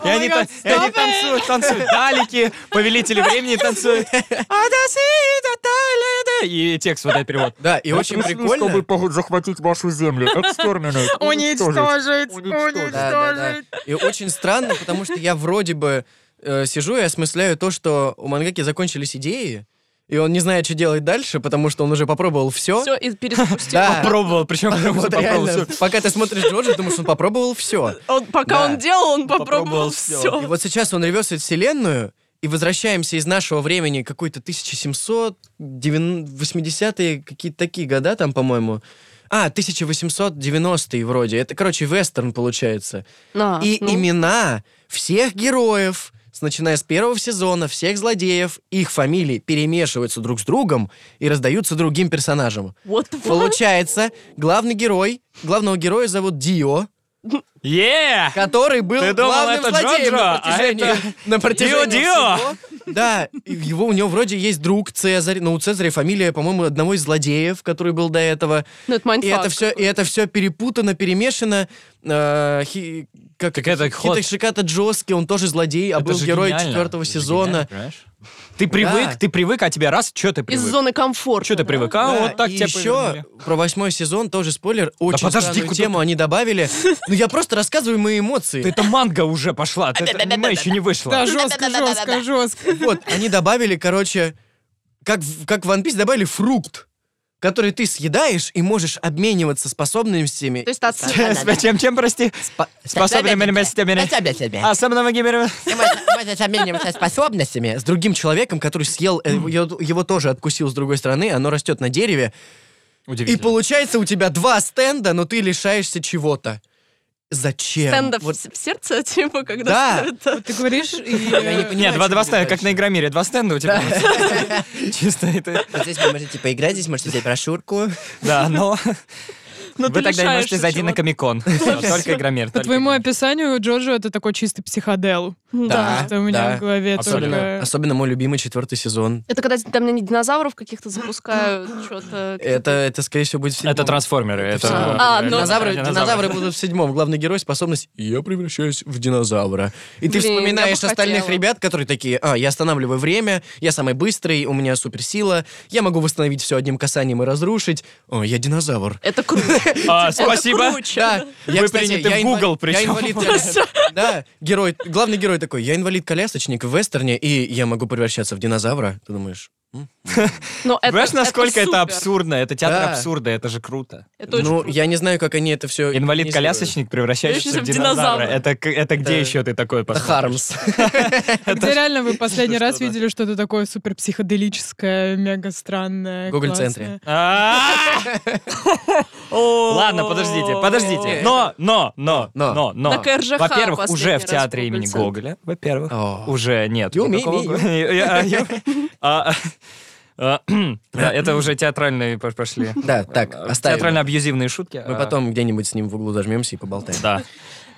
Speaker 3: И они
Speaker 4: Oh my
Speaker 3: та- и
Speaker 4: God,
Speaker 3: они
Speaker 4: stop it!
Speaker 3: танцуют, танцуют. Далики, повелители времени танцуют. И текст вот этот перевод.
Speaker 1: Да, и очень прикольно.
Speaker 5: Чтобы захватить вашу землю, экстерминать,
Speaker 4: Уничтожить,
Speaker 5: Уничтожить.
Speaker 1: Да, да, да.
Speaker 4: уничтожить.
Speaker 1: И очень странно, потому что я вроде бы э, сижу и осмысляю то, что у мангаки закончились идеи, и он не знает, что делать дальше, потому что он уже попробовал все.
Speaker 2: Все,
Speaker 1: *laughs*
Speaker 2: и перезапустил.
Speaker 1: Да.
Speaker 3: Попробовал, причем
Speaker 1: Вот
Speaker 3: попробовал
Speaker 1: реально,
Speaker 3: всё.
Speaker 1: пока ты смотришь Джорджа, думаешь, он попробовал все.
Speaker 2: Он- Пока
Speaker 1: Да.
Speaker 2: он делал, он попробовал
Speaker 3: Попробовал всё.
Speaker 1: И
Speaker 2: все.
Speaker 1: вот сейчас он реверсит вселенную, и возвращаемся из нашего времени какой-то 1700, 80-е, какие-то такие года там, по-моему. А, 1890-е вроде. Это, короче, вестерн получается. И имена всех героев, с- начиная с первого сезона, всех злодеев, их фамилии перемешиваются друг с другом и раздаются другим персонажам.
Speaker 2: Вот
Speaker 1: Получается, главный герой, главного героя зовут Дио,
Speaker 3: Yeah!
Speaker 1: который был
Speaker 3: Ты думал,
Speaker 1: главным
Speaker 3: это
Speaker 1: злодеем на
Speaker 3: Джоджо, а
Speaker 1: протяжении,
Speaker 3: это
Speaker 1: на протяжении
Speaker 3: Дио-Дио.
Speaker 1: всего. Да, и его, у него вроде есть друг Цезарь, но у Цезаря фамилия, по-моему, одного из злодеев, который был до этого.
Speaker 2: Ну, это
Speaker 1: И это,
Speaker 2: майнфак.
Speaker 1: все, и это все перепутано, перемешано. Э, хи- как
Speaker 3: Так это ход.
Speaker 1: Шиката Джоски, он тоже злодей, а
Speaker 3: Это
Speaker 1: был
Speaker 3: же
Speaker 1: герой
Speaker 3: гениально.
Speaker 1: четвертого
Speaker 3: Это же
Speaker 1: сезона.
Speaker 3: гениально, понимаешь? Ты привык, ты привык, а тебе раз, что ты
Speaker 2: Из
Speaker 3: привык?
Speaker 2: зоны комфорта.
Speaker 3: Что ты
Speaker 2: да?
Speaker 3: привык? А,
Speaker 1: Да,
Speaker 3: вот так
Speaker 1: и
Speaker 3: тебя
Speaker 1: еще
Speaker 3: повернули.
Speaker 1: про восьмой сезон тоже спойлер. Очень
Speaker 3: подожди,
Speaker 1: странную
Speaker 3: куда
Speaker 1: тему они добавили. Ну я просто рассказываю мои эмоции.
Speaker 3: Ты это манга уже пошла, ты- это аниме еще не
Speaker 4: Да,
Speaker 3: вышло.
Speaker 4: жестко, жестко, жестко.
Speaker 1: Вот, они добавили, короче, как, в- как в One Piece добавили фрукт, который ты съедаешь и можешь обмениваться способностями.
Speaker 2: То есть от...
Speaker 3: Чем, чем, чем, прости?
Speaker 1: Спа-
Speaker 3: Способными А, мастями. Особенного геймера.
Speaker 1: Ты можешь- можешь обмениваться способностями с другим человеком, который съел, э, его, его тоже откусил с другой стороны, оно растет на дереве. И
Speaker 3: Удивительно.
Speaker 1: получается у тебя два стенда, но ты лишаешься чего-то. зачем?
Speaker 2: Стендов
Speaker 1: Вот,
Speaker 2: в сердце, *laughs* типа,
Speaker 1: Да.
Speaker 2: когда ставят, э,
Speaker 4: Ты говоришь, и...
Speaker 1: Я не
Speaker 4: э,
Speaker 1: понимаю.
Speaker 3: Нет, два, два
Speaker 1: что
Speaker 3: стенда,
Speaker 1: дальше.
Speaker 3: как на Игромире. Два стенда у тебя. *laughs* Чисто это...
Speaker 1: вот здесь вы можете поиграть, здесь можете взять брошюрку.
Speaker 3: Да, но
Speaker 2: ну, ты
Speaker 3: вы тогда можете
Speaker 2: лишаешься
Speaker 3: зайти на
Speaker 2: чего-то.
Speaker 3: Комикон. Всё, Только Игромир.
Speaker 4: По
Speaker 3: только
Speaker 4: твоему
Speaker 3: Игромир.
Speaker 4: описанию, Джорджо — это такой чистый психодел.
Speaker 1: Да.
Speaker 4: Это у меня
Speaker 1: да.
Speaker 4: в голове *laughs*
Speaker 1: Особенно,
Speaker 4: только...
Speaker 1: особенно мой любимый четвертый сезон.
Speaker 2: Это когда там не динозавров каких-то
Speaker 4: *gasps*
Speaker 2: запускают, что-то.
Speaker 4: Э,
Speaker 1: Это, это скорее всего, будет в седьмом.
Speaker 3: Это трансформеры.
Speaker 1: Это
Speaker 3: Это
Speaker 1: всё.
Speaker 2: А, ну-
Speaker 1: Динозавры, динозавры будут в седьмом. Главный герой способность «Я превращаюсь в динозавра». И ты
Speaker 2: Блин, я бы
Speaker 1: вспоминаешь остальных
Speaker 2: хотела.
Speaker 1: ребят, которые такие «А, я останавливаю время, я самый быстрый, у меня суперсила, я могу восстановить все одним касанием и разрушить. О, я динозавр».
Speaker 2: Это круто.
Speaker 3: А,
Speaker 2: Это
Speaker 3: Спасибо.
Speaker 2: круче.
Speaker 1: Да, я,
Speaker 3: Вы
Speaker 1: кстати,
Speaker 3: приняты
Speaker 1: я
Speaker 3: в
Speaker 1: инва-
Speaker 3: Google,
Speaker 1: я
Speaker 2: *laughs*
Speaker 3: причем.
Speaker 1: инвалид колясочник. Да, герой, главный герой такой, я инвалид-колясочник в вестерне, и я могу превращаться в динозавра. Ты думаешь, «М,
Speaker 4: *laughs*
Speaker 2: Но это-
Speaker 3: Понимаешь, насколько это
Speaker 2: супер.
Speaker 3: абсурдно? Это театр
Speaker 1: Да.
Speaker 3: абсурда, это же круто.
Speaker 2: Это очень
Speaker 1: ну,
Speaker 2: круто.
Speaker 1: я не знаю, как они это все...
Speaker 3: Инвалид-колясочник, превращающийся в
Speaker 2: Превращаешься в
Speaker 3: динозавра.
Speaker 2: динозавра.
Speaker 3: Это, к- это где
Speaker 1: Это-
Speaker 3: еще ты такое
Speaker 1: Это
Speaker 3: посмотришь?
Speaker 1: Хармс.
Speaker 4: Где реально вы
Speaker 1: *laughs*
Speaker 4: последний
Speaker 3: что
Speaker 4: раз
Speaker 3: да.
Speaker 4: видели что-то такое супер психоделическое, мега странное,
Speaker 1: В Google
Speaker 4: классное?
Speaker 1: центре.
Speaker 3: А-а-а! А! Ладно, подождите, подождите. Но, но, но,
Speaker 1: Но.
Speaker 3: но, но.
Speaker 2: На КРЖХ
Speaker 3: Во-первых, уже в
Speaker 2: последний раз
Speaker 3: театре
Speaker 2: был
Speaker 3: имени
Speaker 2: концерт.
Speaker 3: Гоголя. Во-первых,
Speaker 1: О.
Speaker 3: уже нет.
Speaker 1: You, me,
Speaker 3: никакого
Speaker 1: me,
Speaker 3: Го- Я- а, я- а, а, *clears throat* Да, это уже театральные пош- пошли.
Speaker 1: Да, так,
Speaker 3: А,
Speaker 1: оставим.
Speaker 3: Театрально-абьюзивные шутки.
Speaker 1: Мы
Speaker 3: А,
Speaker 1: потом где-нибудь с ним в углу зажмемся и поболтаем.
Speaker 3: Да,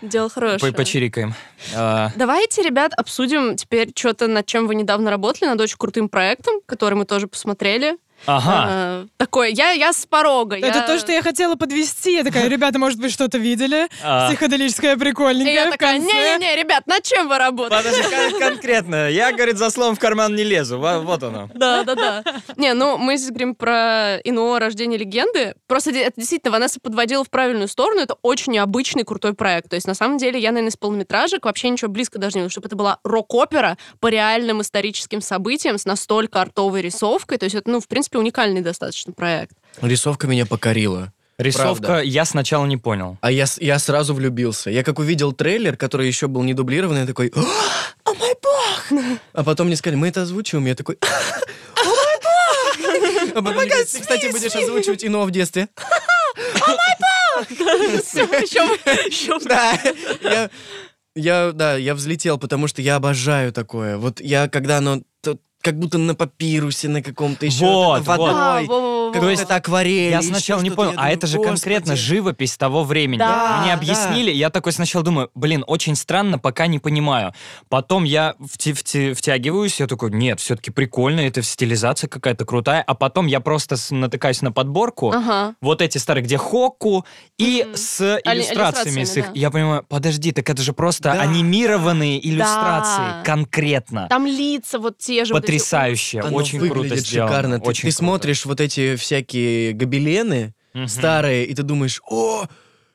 Speaker 2: Дело
Speaker 3: по-
Speaker 2: хорошее.
Speaker 3: почирикаем. А,
Speaker 2: Давайте, ребят, обсудим теперь что-то, над чем вы недавно работали, над очень крутым проектом, который мы тоже посмотрели.
Speaker 3: Ага.
Speaker 2: Э, такое, я, я с порога.
Speaker 4: Это
Speaker 2: я-
Speaker 4: то, что я хотела подвести. Я такая, ребята, может, вы что-то видели?
Speaker 3: А.
Speaker 4: Психоделическое
Speaker 2: И
Speaker 4: прикольненькое
Speaker 2: я
Speaker 4: в
Speaker 2: такая,
Speaker 4: конце».
Speaker 2: не-не-не, ребят, над чем вы работаете?
Speaker 3: Подожди, кон- конкретно. Я, говорит, за словом в карман не лезу. Во- Вот оно.
Speaker 2: Да, да, да. Не, ну мы здесь говорим про ИНО рождение легенды. Просто де- это действительно Ванесса подводила в правильную сторону. Это очень необычный крутой проект. То есть на самом деле я, наверное, из полнометражек вообще ничего близко даже не было, чтобы это была рок-опера по реальным историческим событиям с настолько артовой рисовкой. То есть это, ну, в принципе, уникальный достаточно проект.
Speaker 1: Рисовка меня покорила.
Speaker 3: Рисовка
Speaker 1: Правда.
Speaker 3: я сначала не понял.
Speaker 1: А я, с- я сразу влюбился. Я как увидел трейлер, который еще был не дублированный, я такой, о мой бог! А потом мне сказали, мы это озвучиваем, я такой, о мой бог! А потом мне говорят, ты, кстати, будешь озвучивать Ино в детстве.
Speaker 2: *laughs* Всё, ещё бы- ещё бы.
Speaker 1: Да, я, я, да, я взлетел, потому что я обожаю такое. Вот я, когда оно то- как будто на папирусе на каком-то еще
Speaker 3: Вот,
Speaker 1: это
Speaker 3: вот.
Speaker 2: А,
Speaker 1: водой,
Speaker 2: во-во-во-во.
Speaker 1: как будто это акварель.
Speaker 3: Я
Speaker 1: еще
Speaker 3: сначала не
Speaker 1: что-то.
Speaker 3: понял,
Speaker 1: Я
Speaker 3: а
Speaker 1: думаю,
Speaker 3: это же
Speaker 1: «Господи».
Speaker 3: конкретно живопись того времени.
Speaker 2: Да,
Speaker 3: Мне
Speaker 1: да.
Speaker 3: объяснили, я такой сначала думаю, блин, очень странно, пока не понимаю. Потом я вти- вти- втягиваюсь, я такой, нет, все-таки прикольно, это стилизация какая-то крутая. А потом я просто с- натыкаюсь на подборку,
Speaker 2: Ага.
Speaker 3: вот эти старые, где Хокку, и
Speaker 2: Мгм.
Speaker 3: с
Speaker 2: Али-
Speaker 3: иллюстрациями с их.
Speaker 2: иллюстрациями, да.
Speaker 3: Я понимаю, подожди, так это же просто
Speaker 1: Да.
Speaker 3: анимированные иллюстрации,
Speaker 2: Да.
Speaker 3: конкретно.
Speaker 2: Там лица вот те же. вот эти-
Speaker 3: Потрясающе,
Speaker 1: Оно
Speaker 3: очень круто
Speaker 1: выглядит
Speaker 3: сделано.
Speaker 1: шикарно. Ты- ты
Speaker 3: очень круто.
Speaker 1: смотришь вот эти всякие гобелены,
Speaker 3: Мгм.
Speaker 1: старые, и ты думаешь, о,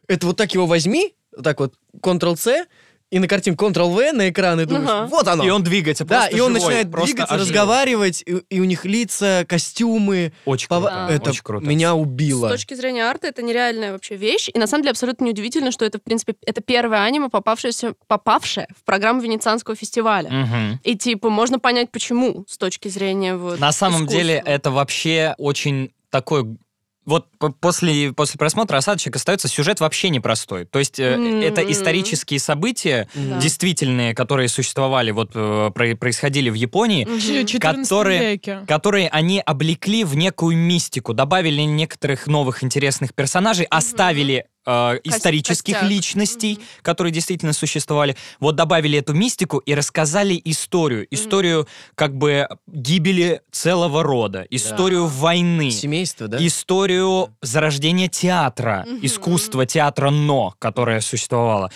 Speaker 1: это вот так его возьми, вот так вот, Ctrl-C, и на картинке Ctrl-V на экран, и думаешь,
Speaker 2: Ага.
Speaker 1: вот оно.
Speaker 3: И он двигается
Speaker 1: да,
Speaker 3: просто
Speaker 1: и он
Speaker 3: живой,
Speaker 1: начинает
Speaker 3: просто
Speaker 1: двигаться,
Speaker 3: ожил.
Speaker 1: разговаривать, и, и у них лица, костюмы.
Speaker 3: Очень
Speaker 1: пов-
Speaker 3: круто,
Speaker 2: Да.
Speaker 1: это
Speaker 3: очень круто.
Speaker 1: меня
Speaker 2: С
Speaker 1: убило.
Speaker 2: точки зрения арта это нереальная вообще вещь. И на самом деле абсолютно неудивительно, что это, в принципе, это первое аниме, попавшееся, попавшее в программу Венецианского фестиваля.
Speaker 3: Мгм.
Speaker 2: И типа можно понять, почему с точки зрения вот
Speaker 3: На самом
Speaker 2: искусства.
Speaker 3: деле э, это вообще очень такой... Вот п- после, после просмотра «Осадочек» остается сюжет вообще непростой. То есть э,
Speaker 2: М.
Speaker 3: это исторические события,
Speaker 1: М.
Speaker 2: Да.
Speaker 3: действительные, которые существовали, вот э, про- происходили в Японии,
Speaker 2: Мгм.
Speaker 4: Ч- 14
Speaker 3: Которые-
Speaker 4: веке.
Speaker 3: которые они облекли в некую мистику, добавили некоторых новых интересных персонажей, оставили э, исторических
Speaker 2: костяк.
Speaker 3: личностей,
Speaker 2: Мгм.
Speaker 3: которые действительно существовали, вот добавили эту мистику и рассказали историю, историю как бы гибели целого рода, историю войны.
Speaker 1: Семейство, да?
Speaker 3: Историю зарождения театра,
Speaker 2: Мгм.
Speaker 3: искусства театра «но», которое существовало.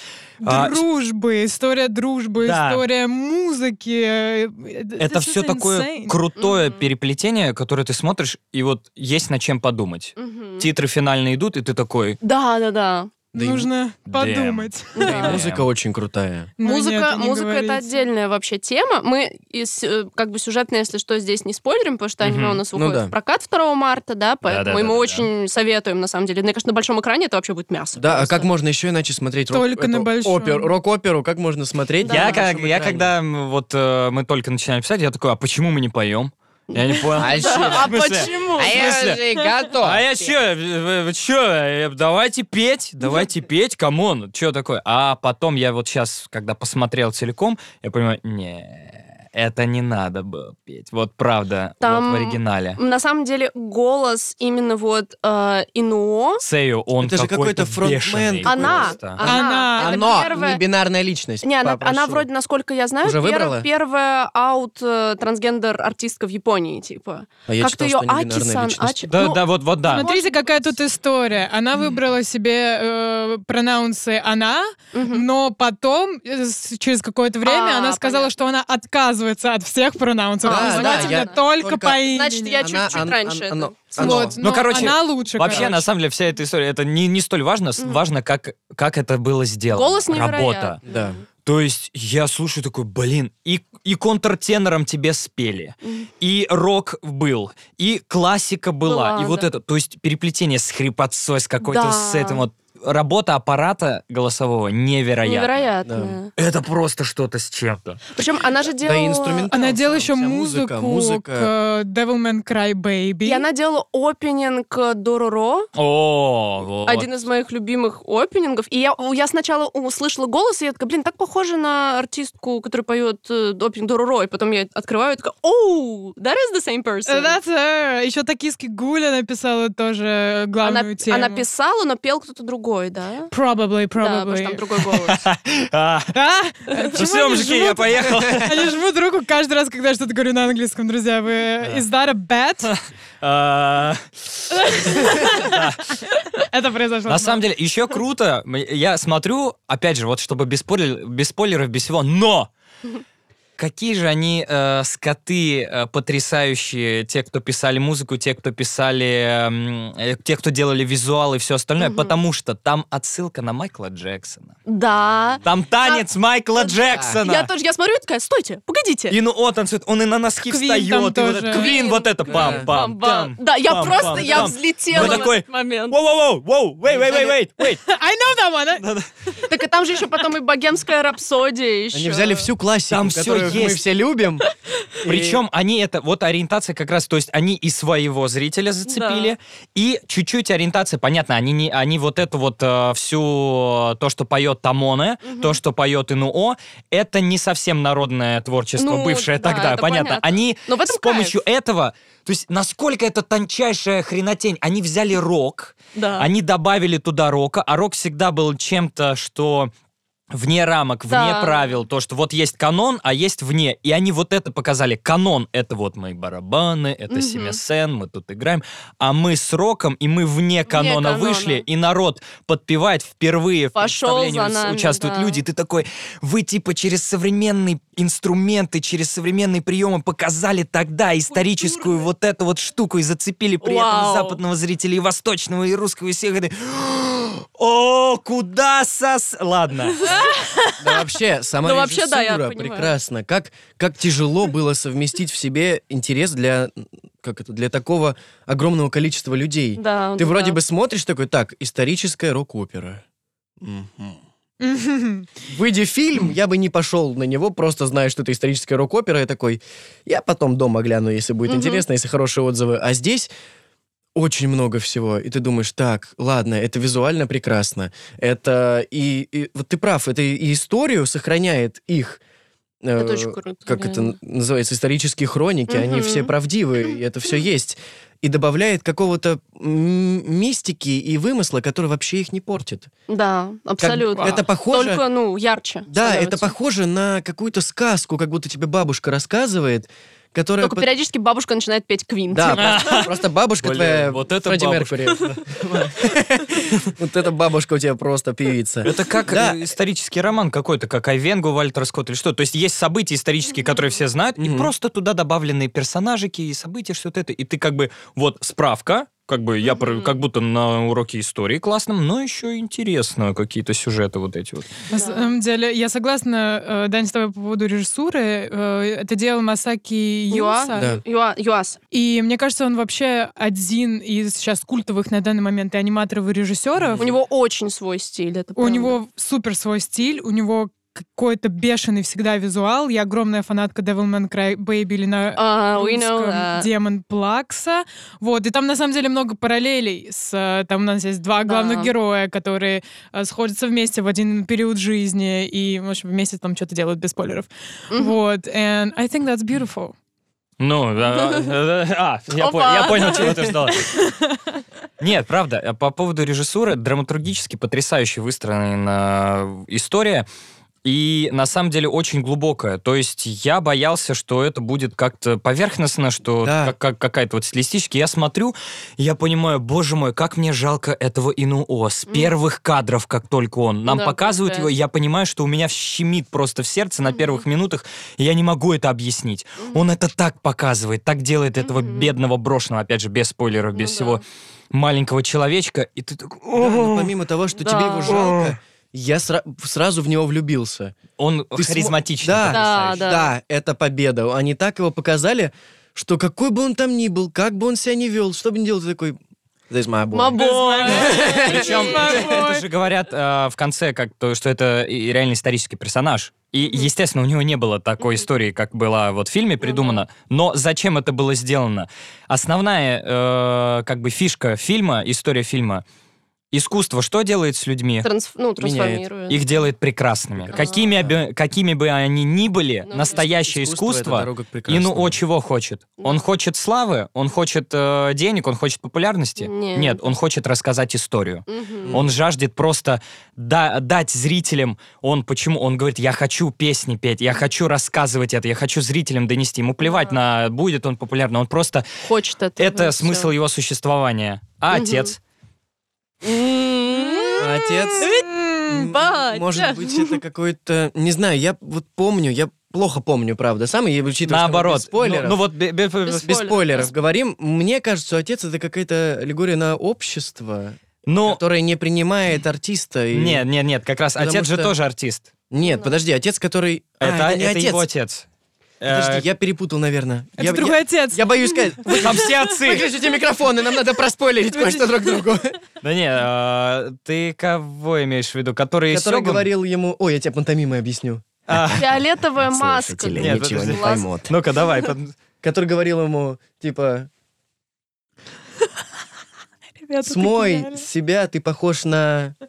Speaker 3: А,
Speaker 4: Дружбы, история дружбы,
Speaker 3: Да.
Speaker 4: история музыки. э, Это,
Speaker 3: это все
Speaker 4: just
Speaker 3: такое
Speaker 4: insane.
Speaker 3: крутое
Speaker 2: Мгм.
Speaker 3: переплетение, которое ты смотришь, и вот есть над чем подумать.
Speaker 2: Мгм.
Speaker 3: Титры финальные идут, и ты такой...
Speaker 2: Да, да, да.
Speaker 1: Да и
Speaker 4: Нужно
Speaker 3: м-
Speaker 4: подумать.
Speaker 1: Да и
Speaker 2: Да.
Speaker 1: музыка очень крутая.
Speaker 4: Ну нет,
Speaker 2: музыка
Speaker 4: не
Speaker 2: музыка это
Speaker 4: говорите.
Speaker 2: отдельная вообще тема. Мы из, э, как бы сюжетно, если что, здесь не спойлерим, потому что аниме
Speaker 3: Мгм.
Speaker 2: у нас
Speaker 1: Ну
Speaker 2: выходит
Speaker 1: да.
Speaker 2: в прокат 2 марта, да, поэтому
Speaker 3: да,
Speaker 2: и мы
Speaker 3: да, да.
Speaker 2: очень советуем, на самом деле. Мне кажется, на большом экране это вообще будет мясо.
Speaker 1: Да, а
Speaker 2: просто.
Speaker 1: как можно еще иначе смотреть рок-
Speaker 4: Только на
Speaker 1: эту
Speaker 4: большом.
Speaker 1: опер- рок-оперу? Как можно смотреть?
Speaker 2: Да.
Speaker 3: Я,
Speaker 1: на
Speaker 3: как,
Speaker 1: большом
Speaker 3: я
Speaker 1: экране?
Speaker 3: когда м, вот э, мы только начинали писать, я такой, а почему мы не поем? Я не понял. *laughs*
Speaker 1: А чё?
Speaker 2: А
Speaker 3: В смысле?
Speaker 2: почему?
Speaker 1: А я
Speaker 3: *laughs*
Speaker 1: же готов.
Speaker 3: А я чё, вы- вы чё, э, давайте петь, давайте петь, камон, чё такое? А потом я вот сейчас, когда посмотрел целиком, я понимаю, не, это не надо было петь, вот правда,
Speaker 2: Там-
Speaker 3: вот в оригинале.
Speaker 2: На самом деле голос именно вот э, ИНО,
Speaker 3: Сэйо, он
Speaker 1: Это же какой-то
Speaker 3: какой-то
Speaker 1: фронтмен
Speaker 3: бешеный
Speaker 1: такой.
Speaker 2: она, А,
Speaker 3: просто.
Speaker 2: она,
Speaker 4: Она.
Speaker 2: это
Speaker 1: Оно,
Speaker 2: первая-
Speaker 1: не бинарная А, личность.
Speaker 2: Не, она,
Speaker 1: попрошу.
Speaker 2: она вроде, насколько я знаю,
Speaker 1: Уже
Speaker 2: пер-
Speaker 1: выбрала?
Speaker 2: первая аут э, трансгендер артистка в Японии, типа.
Speaker 1: А я
Speaker 2: Как
Speaker 1: читал,
Speaker 2: ты её,
Speaker 1: что не бинарная
Speaker 2: Аки-сан,
Speaker 1: личность.
Speaker 2: Ачи-
Speaker 3: Да,
Speaker 2: ну,
Speaker 3: да, вот, вот, да.
Speaker 4: Смотрите, какая тут история. Она выбрала себе э, пронаунсы «она»,
Speaker 2: мгм.
Speaker 4: но потом, э, с- через какое-то время,
Speaker 2: А,
Speaker 4: она сказала,
Speaker 2: понятно. А,
Speaker 4: что она отказывается от всех пронаунсов.
Speaker 2: Да,
Speaker 4: Она
Speaker 2: да,
Speaker 4: называет себя
Speaker 2: я
Speaker 4: только,
Speaker 1: только-
Speaker 4: по имени.
Speaker 2: Значит, я
Speaker 1: Она-
Speaker 2: чуть-чуть
Speaker 1: она-
Speaker 2: раньше.
Speaker 1: она-
Speaker 2: это.
Speaker 1: оно.
Speaker 4: Вот,
Speaker 3: Ну,
Speaker 4: но
Speaker 3: короче,
Speaker 4: она лучше,
Speaker 3: Вообще,
Speaker 4: короче.
Speaker 3: на самом деле, вся эта история, это не, не столь важно, с-
Speaker 2: Мгм.
Speaker 3: важно, как, как это было сделано.
Speaker 2: Голос
Speaker 3: Работа.
Speaker 2: невероятный.
Speaker 1: Да.
Speaker 3: То есть я слушаю такой, блин, и, и контртенором тебе спели,
Speaker 2: Мгм.
Speaker 3: и рок был, и классика была,
Speaker 2: Была,
Speaker 3: и вот
Speaker 2: да.
Speaker 3: это, то есть переплетение с хрипотцой, с какой-то,
Speaker 2: Да.
Speaker 3: с этим вот. Работа аппарата голосового невероятная.
Speaker 2: Невероятная.
Speaker 3: Это просто что-то с чем-то.
Speaker 2: Причем она же делала...
Speaker 1: Да и инструментал.
Speaker 4: Она
Speaker 1: сам,
Speaker 4: делала
Speaker 1: вся
Speaker 4: еще музыку,
Speaker 1: музыка.
Speaker 4: к э, Devilman Crybaby.
Speaker 2: И она делала опенинг э, Дороро,
Speaker 3: О, вот.
Speaker 2: один из моих любимых опенингов. И я, я сначала услышала голос, и я такая, блин, так похоже на артистку, которая поет э, опенинг Дороро. И потом я открываю, и такая, оу, that is the same
Speaker 4: Э,
Speaker 2: person.
Speaker 4: Еще токийский Гуля написала тоже главную
Speaker 2: она,
Speaker 4: тему.
Speaker 2: она писала, но пел кто-то другой, да?
Speaker 4: Probably,
Speaker 2: Да, потому что там
Speaker 4: probably.
Speaker 2: другой голос.
Speaker 3: А,
Speaker 4: *laughs* А?
Speaker 3: ну
Speaker 4: Почему
Speaker 3: всё,
Speaker 4: они
Speaker 3: мужики, я
Speaker 4: жмут-
Speaker 3: поехал.
Speaker 4: *laughs* Они жмут руку каждый раз, когда я что-то говорю на английском, друзья. Вы... Is that
Speaker 3: *laughs*
Speaker 4: a bet?
Speaker 3: А,
Speaker 4: Это
Speaker 2: Ну,
Speaker 4: произошло.
Speaker 3: На самом деле, еще круто. М- Я смотрю, опять же, вот чтобы без, спойлер- без спойлеров, без всего, но! Какие же они э, скоты э, потрясающие, те, кто писали музыку, те, кто писали, эм, э, те, кто делали визуал и все остальное,
Speaker 2: Мгм.
Speaker 3: потому что там отсылка на Майкла Джексона.
Speaker 2: Да.
Speaker 3: Там танец Майкла Джексона!
Speaker 2: Я тоже, я смотрю, и такая, стойте, погодите.
Speaker 3: И ну о танцует, он и на носки
Speaker 4: Queen
Speaker 3: встает.
Speaker 4: там
Speaker 3: и вот
Speaker 4: тоже.
Speaker 3: это- Queen, вот это
Speaker 1: Да.
Speaker 3: пам-пам.
Speaker 2: Бам-бам. Да, я
Speaker 3: пам,
Speaker 2: просто,
Speaker 3: пам,
Speaker 2: я
Speaker 3: пам.
Speaker 2: взлетела
Speaker 3: Ну,
Speaker 2: в
Speaker 3: такой,
Speaker 2: этот момент.
Speaker 3: Воу-воу-воу, воу, wait, wait, wait, wait, wait.
Speaker 4: I know that one.
Speaker 2: Так и там же еще потом и богемская рапсодия еще.
Speaker 1: Они взяли всю классику,
Speaker 3: Там всё
Speaker 1: которую
Speaker 3: есть.
Speaker 1: мы все любим. и-
Speaker 3: Причем они это, вот ориентация как раз, то есть они и своего зрителя зацепили, и чуть-чуть ориентация, понятно, они, не, они вот эту вот э, всю, э, то, что поет Тамоне, то, что поет Инуо, это не совсем народное творчество,
Speaker 2: Ну,
Speaker 3: бывшее
Speaker 2: да,
Speaker 3: тогда,
Speaker 2: это
Speaker 3: понятно.
Speaker 2: понятно.
Speaker 3: Они
Speaker 2: Но в этом
Speaker 3: с помощью
Speaker 2: кайф.
Speaker 3: этого, то есть насколько это тончайшая хренотень, они взяли рок,
Speaker 2: Да.
Speaker 3: они добавили туда рока, а рок всегда был чем-то, что вне рамок, вне
Speaker 2: Да.
Speaker 3: правил, то, что вот есть канон, а есть вне. И они вот это показали. Канон — это вот мои барабаны, это
Speaker 2: Мгм.
Speaker 3: семисен, мы тут играем. А мы с роком, и мы вне канона
Speaker 2: канона.
Speaker 3: вышли, и народ подпевает впервые. В
Speaker 2: Пошёл за
Speaker 3: представлении
Speaker 2: нами,
Speaker 3: участвуют
Speaker 2: да.
Speaker 3: люди. И ты такой, вы типа через современные инструменты, через современные приемы показали тогда историческую вот эту вот штуку и зацепили при этом
Speaker 2: Вау.
Speaker 3: западного зрителя и восточного, и русского, и всех. И ты, *gasps* О, куда сос... Ладно.
Speaker 1: Да вообще, сама
Speaker 2: Ну, вообще, да, я
Speaker 1: режиссура
Speaker 2: понимаю.
Speaker 1: прекрасна. Как, как тяжело было совместить в себе интерес для, как это, для такого огромного количества людей.
Speaker 2: Да,
Speaker 1: Ты
Speaker 2: да.
Speaker 1: вроде бы смотришь такой, так, историческая рок-опера.
Speaker 4: Мгм.
Speaker 1: Выйдя фильм, я бы не пошел на него, просто зная, что это историческая рок-опера, я такой, я потом дома гляну, если будет
Speaker 2: Мгм.
Speaker 1: интересно, если хорошие отзывы. А здесь очень много всего, и ты думаешь, так, ладно, это визуально прекрасно, это и, и- вот ты прав, это и историю сохраняет их. э,
Speaker 2: Это очень круто.
Speaker 1: как это
Speaker 2: реально.
Speaker 1: н- называется, исторические хроники, они
Speaker 2: Мгм.
Speaker 1: все
Speaker 2: *clears throat*
Speaker 1: правдивы, и это все есть. И добавляет какого-то м, мистики и вымысла, который вообще их не портит.
Speaker 2: Да,
Speaker 1: Как-
Speaker 2: абсолютно.
Speaker 1: это похоже...
Speaker 2: Только, ну, ярче.
Speaker 1: Да, это
Speaker 2: становится.
Speaker 1: похоже на какую-то сказку, как будто тебе бабушка рассказывает, которая...
Speaker 2: Только А.
Speaker 1: по-
Speaker 2: периодически бабушка начинает петь Типа, квин.
Speaker 1: Да,
Speaker 2: *laughs*
Speaker 1: просто- просто бабушка
Speaker 3: Блин,
Speaker 1: твоя
Speaker 3: вот это
Speaker 1: Фредди
Speaker 3: бабушка. *laughs*
Speaker 1: Меркьюри. *laughs* Вот эта бабушка у тебя просто певица.
Speaker 3: Это как
Speaker 1: Да.
Speaker 3: э, исторический роман какой-то, как Айвенгу, Вальтер Скотт или что. То есть есть события исторические, которые все знают, и
Speaker 1: Мгм.
Speaker 3: просто туда добавлены персонажики и события, что-то это. И ты как бы, вот, справка, как бы я про- как будто на уроке истории классном, но еще интересно какие-то сюжеты вот эти вот.
Speaker 4: *laughs* На
Speaker 2: Да.
Speaker 4: самом деле, я согласна, э, Дань, с тобой по поводу режиссуры. Э, Это делал Масаки
Speaker 2: Юа?
Speaker 4: Юса.
Speaker 1: Да.
Speaker 2: Юа- Юас.
Speaker 4: И мне кажется, он вообще один из сейчас культовых на данный момент и аниматоров и режиссеров.
Speaker 2: У него очень свой стиль. это
Speaker 4: У
Speaker 2: правда.
Speaker 4: него супер свой стиль, у него какой-то бешеный всегда визуал. Я огромная фанатка Devilman Crybaby или на
Speaker 2: А, we know
Speaker 4: русском
Speaker 2: that.
Speaker 4: Демон Плакса. Вот, и там на самом деле много параллелей. С, э, там у нас есть два главных
Speaker 2: Да.
Speaker 4: героя, которые э, сходятся вместе в один период жизни и, в общем, вместе там что-то делают без спойлеров.
Speaker 2: Мгм.
Speaker 4: Вот, and I think that's beautiful.
Speaker 3: Ну, да, да, да. а, я,
Speaker 2: Опа.
Speaker 3: понял, я понял, чего ты
Speaker 2: *laughs*
Speaker 3: ждала. Нет, правда, э, по поводу режиссуры, драматургически потрясающе выстроена история. И на самом деле очень глубокая. То есть я боялся, что это будет как-то поверхностно, что
Speaker 1: Да.
Speaker 3: как- как- какая-то вот стилистически. Я смотрю, и я понимаю, боже мой, как мне жалко этого Инуо с
Speaker 2: Мгм.
Speaker 3: первых кадров, как только он. Нам
Speaker 2: Да,
Speaker 3: показывают его, и
Speaker 2: капец.
Speaker 3: я понимаю, что у меня щемит просто в сердце на
Speaker 2: Мгм.
Speaker 3: первых минутах, и я не могу это объяснить.
Speaker 2: Мгм.
Speaker 3: Он это так показывает, так делает этого
Speaker 2: Мгм.
Speaker 3: бедного брошенного, опять же, без спойлеров,
Speaker 2: Ну
Speaker 3: без
Speaker 2: да.
Speaker 3: всего маленького человечка, и ты такой,
Speaker 1: Да, но
Speaker 3: «О!»
Speaker 1: помимо того, что
Speaker 2: Да.
Speaker 1: тебе его жалко, я сра- сразу в него влюбился.
Speaker 3: он
Speaker 1: Ты смо-
Speaker 3: харизматичный,
Speaker 1: Да.
Speaker 3: потрясающий.
Speaker 2: Да.
Speaker 1: Да, это победа. Они так его показали, что какой бы он там ни был, как бы он себя ни вел, что бы ни делал, ты такой... This my boy».
Speaker 2: Мабо- *laughs*
Speaker 3: Причем это же говорят э, в конце, как то, что это и реально исторический персонаж. И, естественно, у него не было такой истории, как была вот в
Speaker 2: Ну
Speaker 3: фильме придумана. Но зачем это было сделано? Основная, э, как бы, фишка фильма, история фильма, искусство что делает с людьми?
Speaker 2: Трансф- Ну, трансформирует.
Speaker 3: их делает прекрасными.
Speaker 1: Прекрасно.
Speaker 3: Какими, обе- какими бы они ни были,
Speaker 2: Ну,
Speaker 3: настоящее
Speaker 1: это
Speaker 3: искусство, ну,
Speaker 1: дорога к прекрасному.
Speaker 3: Ину о чего хочет? Он
Speaker 2: Да.
Speaker 3: хочет славы, он хочет э, денег, он хочет популярности?
Speaker 2: Нет.
Speaker 3: он хочет рассказать историю.
Speaker 2: Мгм.
Speaker 3: Он жаждет просто да- дать зрителям, он почему, он говорит, я хочу песни петь, я хочу рассказывать это, я хочу зрителям донести. Ему плевать на, будет он популярным, он просто,
Speaker 2: Хочет этого.
Speaker 3: это
Speaker 2: и Ну всё.
Speaker 3: смысл его существования. А
Speaker 2: Мгм.
Speaker 3: отец?
Speaker 2: М,
Speaker 1: А Отец...
Speaker 4: М,
Speaker 1: М,
Speaker 2: М-м-м, батя.
Speaker 1: М-м-м, Может быть, это какой-то... Не знаю, я вот помню, я плохо помню, правда, сам, и учитывая, что мы
Speaker 3: Наоборот.
Speaker 1: без спойлеров.
Speaker 3: Ну, ну вот, бе- бе-
Speaker 2: Без
Speaker 1: без
Speaker 2: спойлеров.
Speaker 1: спойлеров говорим, мне кажется, что отец это какая-то аллегория на общество,
Speaker 3: ну,
Speaker 1: которое не принимает артиста. и-
Speaker 3: нет, нет, нет, как раз
Speaker 1: Потому
Speaker 3: отец же
Speaker 1: что-
Speaker 3: тоже артист.
Speaker 1: Нет,
Speaker 2: Ну.
Speaker 1: подожди, отец, который... А,
Speaker 3: Это,
Speaker 1: не
Speaker 3: это
Speaker 1: отец.
Speaker 3: его отец.
Speaker 1: Подожди,
Speaker 3: Э,
Speaker 1: я перепутал, наверное.
Speaker 4: Это
Speaker 1: я, я-
Speaker 4: другой отец.
Speaker 1: я боюсь
Speaker 3: *laughs*
Speaker 1: сказать. Вы-
Speaker 3: Там все отцы.
Speaker 1: Выключите микрофоны, нам надо проспойлерить кое-что друг другу.
Speaker 3: Да не, э, ты кого имеешь в виду?
Speaker 1: *laughs*
Speaker 3: Который
Speaker 1: Который
Speaker 3: Сёгун?
Speaker 1: говорил ему... Ой, я тебе пантомимой объясню.
Speaker 3: А,
Speaker 2: Фиолетовая маска.
Speaker 1: Слушатели
Speaker 3: Нет,
Speaker 1: ничего не
Speaker 2: подожди.
Speaker 1: поймут.
Speaker 3: Ну-ка, давай. под-
Speaker 1: Который говорил ему, типа,
Speaker 4: ребята,
Speaker 1: смой
Speaker 4: такие
Speaker 1: с себя, ты похож на... *laughs*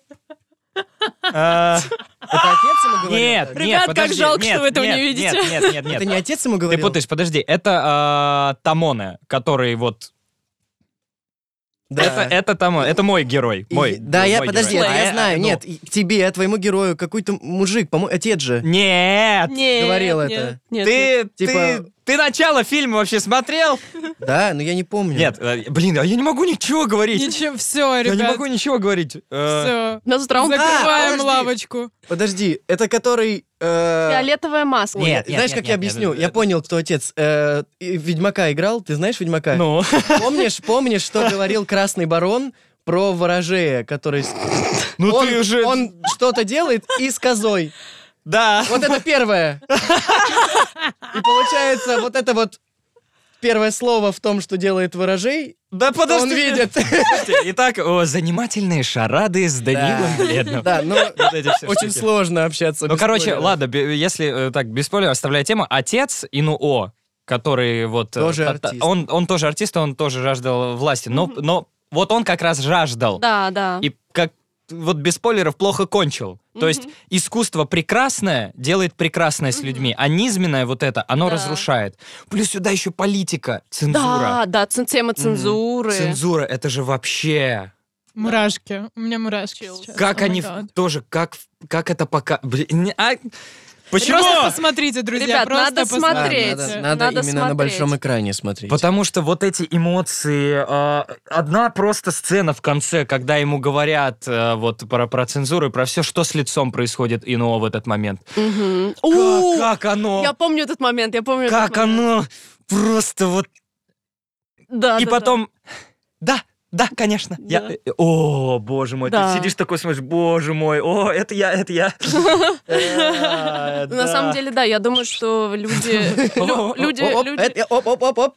Speaker 3: А,
Speaker 1: Это отец ему говорил?
Speaker 3: Нет,
Speaker 1: так?
Speaker 3: нет,
Speaker 4: Ребят, как
Speaker 3: подожди,
Speaker 4: жалко,
Speaker 3: нет,
Speaker 4: что вы этого не
Speaker 3: нет,
Speaker 4: видите.
Speaker 3: Нет, нет,
Speaker 1: *laughs* Это
Speaker 3: нет, нет.
Speaker 1: не отец ему
Speaker 3: Ты
Speaker 1: говорил?
Speaker 3: путаешь, подожди. Это э, Тамоне, который вот...
Speaker 1: Да.
Speaker 3: Это это Тамоне, это мой герой.
Speaker 1: И-
Speaker 3: Мой.
Speaker 1: Да,
Speaker 3: мой
Speaker 1: я,
Speaker 3: герой.
Speaker 1: подожди, это
Speaker 3: А,
Speaker 1: я
Speaker 3: э,
Speaker 1: знаю,
Speaker 3: ну,
Speaker 1: нет, и к тебе, а твоему герою, какой-то мужик, по-моему, отец же
Speaker 3: Нет!
Speaker 2: Нет,
Speaker 1: говорил
Speaker 2: нет,
Speaker 1: это.
Speaker 2: нет, нет.
Speaker 3: Ты,
Speaker 1: типа-
Speaker 3: ты, ты начало фильма вообще смотрел?
Speaker 1: Да, но я не помню.
Speaker 3: Нет, э, блин, а я не могу ничего говорить.
Speaker 4: Ничего, все,
Speaker 3: *laughs* Я не
Speaker 4: ребят,
Speaker 3: могу ничего говорить. Э,
Speaker 4: все.
Speaker 2: У нас травма.
Speaker 4: Закрываем
Speaker 1: подожди.
Speaker 4: лавочку.
Speaker 1: Подожди, это который... э,
Speaker 2: Фиолетовая маска.
Speaker 1: Ой,
Speaker 3: Нет,
Speaker 1: я-
Speaker 3: нет,
Speaker 1: Э, знаешь,
Speaker 3: нет,
Speaker 1: как
Speaker 3: нет,
Speaker 1: я объясню?
Speaker 3: нет,
Speaker 1: я
Speaker 3: нет.
Speaker 1: понял, кто отец. Э, и Ведьмака играл, ты знаешь Ведьмака?
Speaker 3: Ну,
Speaker 1: Помнишь, помнишь, что говорил Красный Барон про ворожея, который... с-
Speaker 3: ну
Speaker 1: он,
Speaker 3: ты уже...
Speaker 1: он что-то делает и с козой.
Speaker 3: Да.
Speaker 1: Вот это первое. И получается, вот это вот первое слово в том, что делает ворожей,
Speaker 3: Да
Speaker 1: он видит.
Speaker 3: Подожди. Итак, о, занимательные шарады с Данилом Бледным.
Speaker 1: Да, ну,
Speaker 3: Вот эти
Speaker 1: *laughs*
Speaker 3: все
Speaker 1: очень
Speaker 3: штуки.
Speaker 1: сложно общаться.
Speaker 3: Ну,
Speaker 1: без
Speaker 3: короче,
Speaker 1: спойлеров.
Speaker 3: ладно, бе- если э, так, без спойлеров, оставляя тему. Отец Инуо, который вот... э,
Speaker 1: Тоже
Speaker 3: та- та-
Speaker 1: артист.
Speaker 3: Он, он тоже артист, он тоже жаждал власти. Но, но вот он как раз жаждал.
Speaker 2: Да, да.
Speaker 3: И как вот без спойлеров плохо кончил. То есть
Speaker 2: Мгм.
Speaker 3: искусство прекрасное делает прекрасное с людьми, а низменное вот это, оно
Speaker 2: Да.
Speaker 3: разрушает. Плюс сюда еще политика, цензура.
Speaker 2: Да, да, цен- тема цензуры.
Speaker 3: Цензура, это же вообще...
Speaker 4: Мурашки. У меня мурашки
Speaker 2: Chills.
Speaker 4: сейчас.
Speaker 3: Как
Speaker 4: Oh my
Speaker 3: они
Speaker 4: God.
Speaker 3: в- тоже, как, в- как это пока... Блин, не- а, почему?
Speaker 4: Просто посмотрите, друзья.
Speaker 2: Ребят,
Speaker 4: просто
Speaker 2: надо
Speaker 4: посмотрите.
Speaker 1: Да,
Speaker 2: смотреть.
Speaker 1: надо,
Speaker 2: Надо
Speaker 1: надо именно на
Speaker 2: смотреть.
Speaker 1: большом экране смотреть.
Speaker 3: Потому что вот эти эмоции, а, одна просто сцена в конце, когда ему говорят а, вот про, про цензуру и про все, что с лицом происходит Ино в этот момент.
Speaker 2: Мгм. У,
Speaker 3: Как, как оно?
Speaker 2: Я помню этот момент, я помню. этот
Speaker 3: Как
Speaker 2: момент.
Speaker 3: оно? Просто вот.
Speaker 2: Да,
Speaker 3: и
Speaker 2: да,
Speaker 3: потом. Да. Да, конечно.
Speaker 2: А Да.
Speaker 3: Я... э, О, боже мой,
Speaker 2: Да.
Speaker 3: ты сидишь такой, смотришь, боже мой, о, это я, это я.
Speaker 1: Э,
Speaker 2: да. На самом деле, да, я думаю, что люди, лю- люди,
Speaker 1: Оп,
Speaker 2: люди,
Speaker 1: это- оп, оп, оп, оп.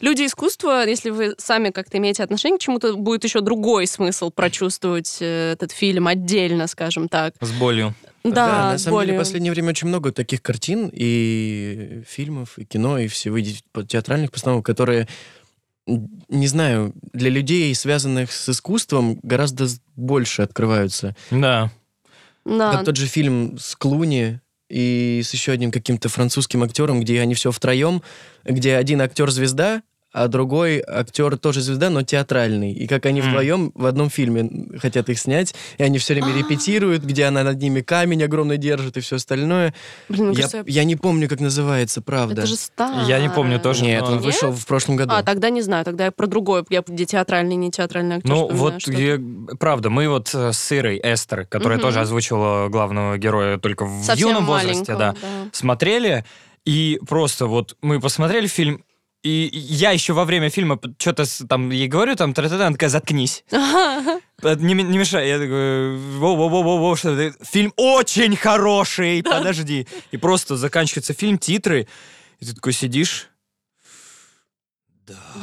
Speaker 2: люди искусства, если вы сами как-то имеете отношение к чему-то, будет еще другой смысл прочувствовать э, этот фильм отдельно, скажем так.
Speaker 3: С болью.
Speaker 2: Да,
Speaker 1: на
Speaker 2: с
Speaker 1: самом деле,
Speaker 2: болью.
Speaker 1: в последнее время очень много таких картин и фильмов, и кино, и всего и театральных постановок, которые, м, не знаю, для людей, связанных с искусством, гораздо с- больше открываются.
Speaker 3: Да.
Speaker 2: Да.
Speaker 1: Как тот же фильм с Клуни и с еще одним каким-то французским актером, где они все втроем, где один актер звезда, а другой актер тоже звезда, но театральный. И как они
Speaker 3: М.
Speaker 1: вдвоем в одном фильме хотят их снять, и они все время
Speaker 2: А.
Speaker 1: репетируют, где она над ними камень огромный держит и все остальное.
Speaker 2: Блин, мне
Speaker 1: Я,
Speaker 2: Ну, кажется, я-
Speaker 1: я не помню, как называется, правда.
Speaker 2: это же старое.
Speaker 3: Я не помню тоже.
Speaker 1: Нет, он
Speaker 3: Нет?
Speaker 1: вышел в прошлом году.
Speaker 2: А, тогда не знаю, тогда я про другое, я где театральный, не театральный актер.
Speaker 3: Ну,
Speaker 2: вспоминаю
Speaker 3: вот,
Speaker 2: что-то.
Speaker 3: я- правда, мы вот э, с Ирой Эстер, которая
Speaker 2: Мгм.
Speaker 3: тоже озвучила главного героя только в
Speaker 2: Совсем
Speaker 3: юном возрасте,
Speaker 2: маленького,
Speaker 3: да, смотрели, и просто вот мы посмотрели фильм, и я еще во время фильма что-то там ей говорю, там, тра она такая, заткнись, Э, не, ми- не мешай. Я такой, во-во-во-во, что ты?» Фильм очень хороший, подожди. И просто заканчивается фильм, титры, и ты такой сидишь,
Speaker 2: *laughs*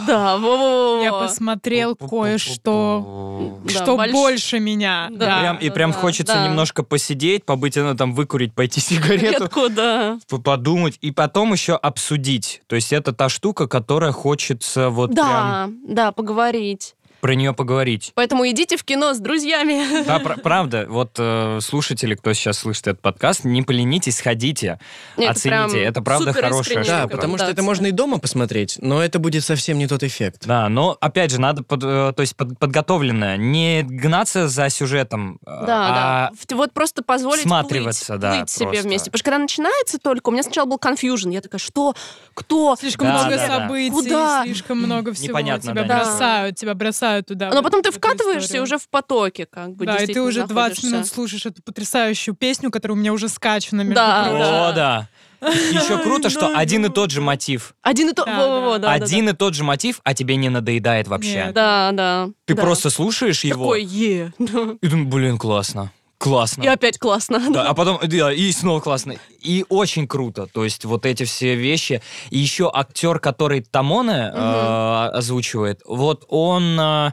Speaker 2: Да, во-во-во.
Speaker 4: Я посмотрел кое-что,
Speaker 2: Да,
Speaker 4: что
Speaker 2: больш-
Speaker 4: больше меня.
Speaker 2: Да.
Speaker 4: Да.
Speaker 3: Прям, и прям
Speaker 2: да,
Speaker 3: хочется
Speaker 2: да.
Speaker 3: немножко посидеть, побыть, ну, там, выкурить, пойти *laughs* сигарету,
Speaker 2: Редко, да.
Speaker 3: п- подумать, и потом еще обсудить. То есть это та штука, которая хочется вот прям
Speaker 2: Да, да, поговорить.
Speaker 3: про нее поговорить.
Speaker 2: Поэтому идите в кино с друзьями. *laughs*
Speaker 3: Да, пр- правда, вот э, слушатели, кто сейчас слышит этот подкаст, не поленитесь, сходите. Оцените, это правда хорошая
Speaker 2: хорошее.
Speaker 3: штука.
Speaker 1: Да, потому что это можно и дома посмотреть, но это будет совсем не тот эффект.
Speaker 3: Да, но опять же, надо под- э, то есть под- подготовленное, не гнаться за сюжетом, э,
Speaker 2: Да,
Speaker 3: а
Speaker 2: да. В- Вот просто позволить
Speaker 3: всматриваться,
Speaker 2: плыть,
Speaker 3: да,
Speaker 2: плыть себе
Speaker 3: просто.
Speaker 2: вместе. Потому что когда начинается только, у меня сначала был confusion. Я такая, что? Кто?
Speaker 4: Слишком
Speaker 3: Да,
Speaker 4: много
Speaker 3: да, да.
Speaker 4: событий,
Speaker 2: Куда?
Speaker 4: слишком много всего.
Speaker 3: Непонятно, да,
Speaker 4: тебя
Speaker 2: непонятно.
Speaker 4: бросают, тебя бросают туда.
Speaker 2: Но
Speaker 4: вот
Speaker 2: потом ты
Speaker 4: в эту
Speaker 2: вкатываешься и
Speaker 4: историю.
Speaker 2: уже в потоке, как бы.
Speaker 4: Да, и ты
Speaker 2: действительно
Speaker 4: уже 20 минут
Speaker 2: находишься.
Speaker 4: слушаешь эту потрясающую песню, которая у меня уже скачана, между
Speaker 2: Да.
Speaker 4: прочим.
Speaker 3: О, да. Еще круто, что один и тот же мотив.
Speaker 2: Один и то...
Speaker 4: Да,
Speaker 2: во-во-во,
Speaker 4: да.
Speaker 2: да, да, да.
Speaker 3: Один и тот же мотив, а тебе не надоедает вообще.
Speaker 4: Нет.
Speaker 2: Да, да.
Speaker 3: Ты
Speaker 2: да.
Speaker 3: просто слушаешь его
Speaker 2: Такой, е.
Speaker 3: и думаешь, блин, классно. Классно.
Speaker 2: И опять классно. *laughs*
Speaker 3: Да, а потом да, и снова классно. И очень круто. То есть вот эти все вещи. И еще актер, который Тамоне э, озвучивает, вот он... э,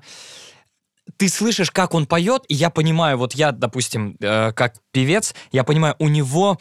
Speaker 3: ты слышишь, как он поет, и я понимаю, вот я, допустим, э, как певец, я понимаю, у него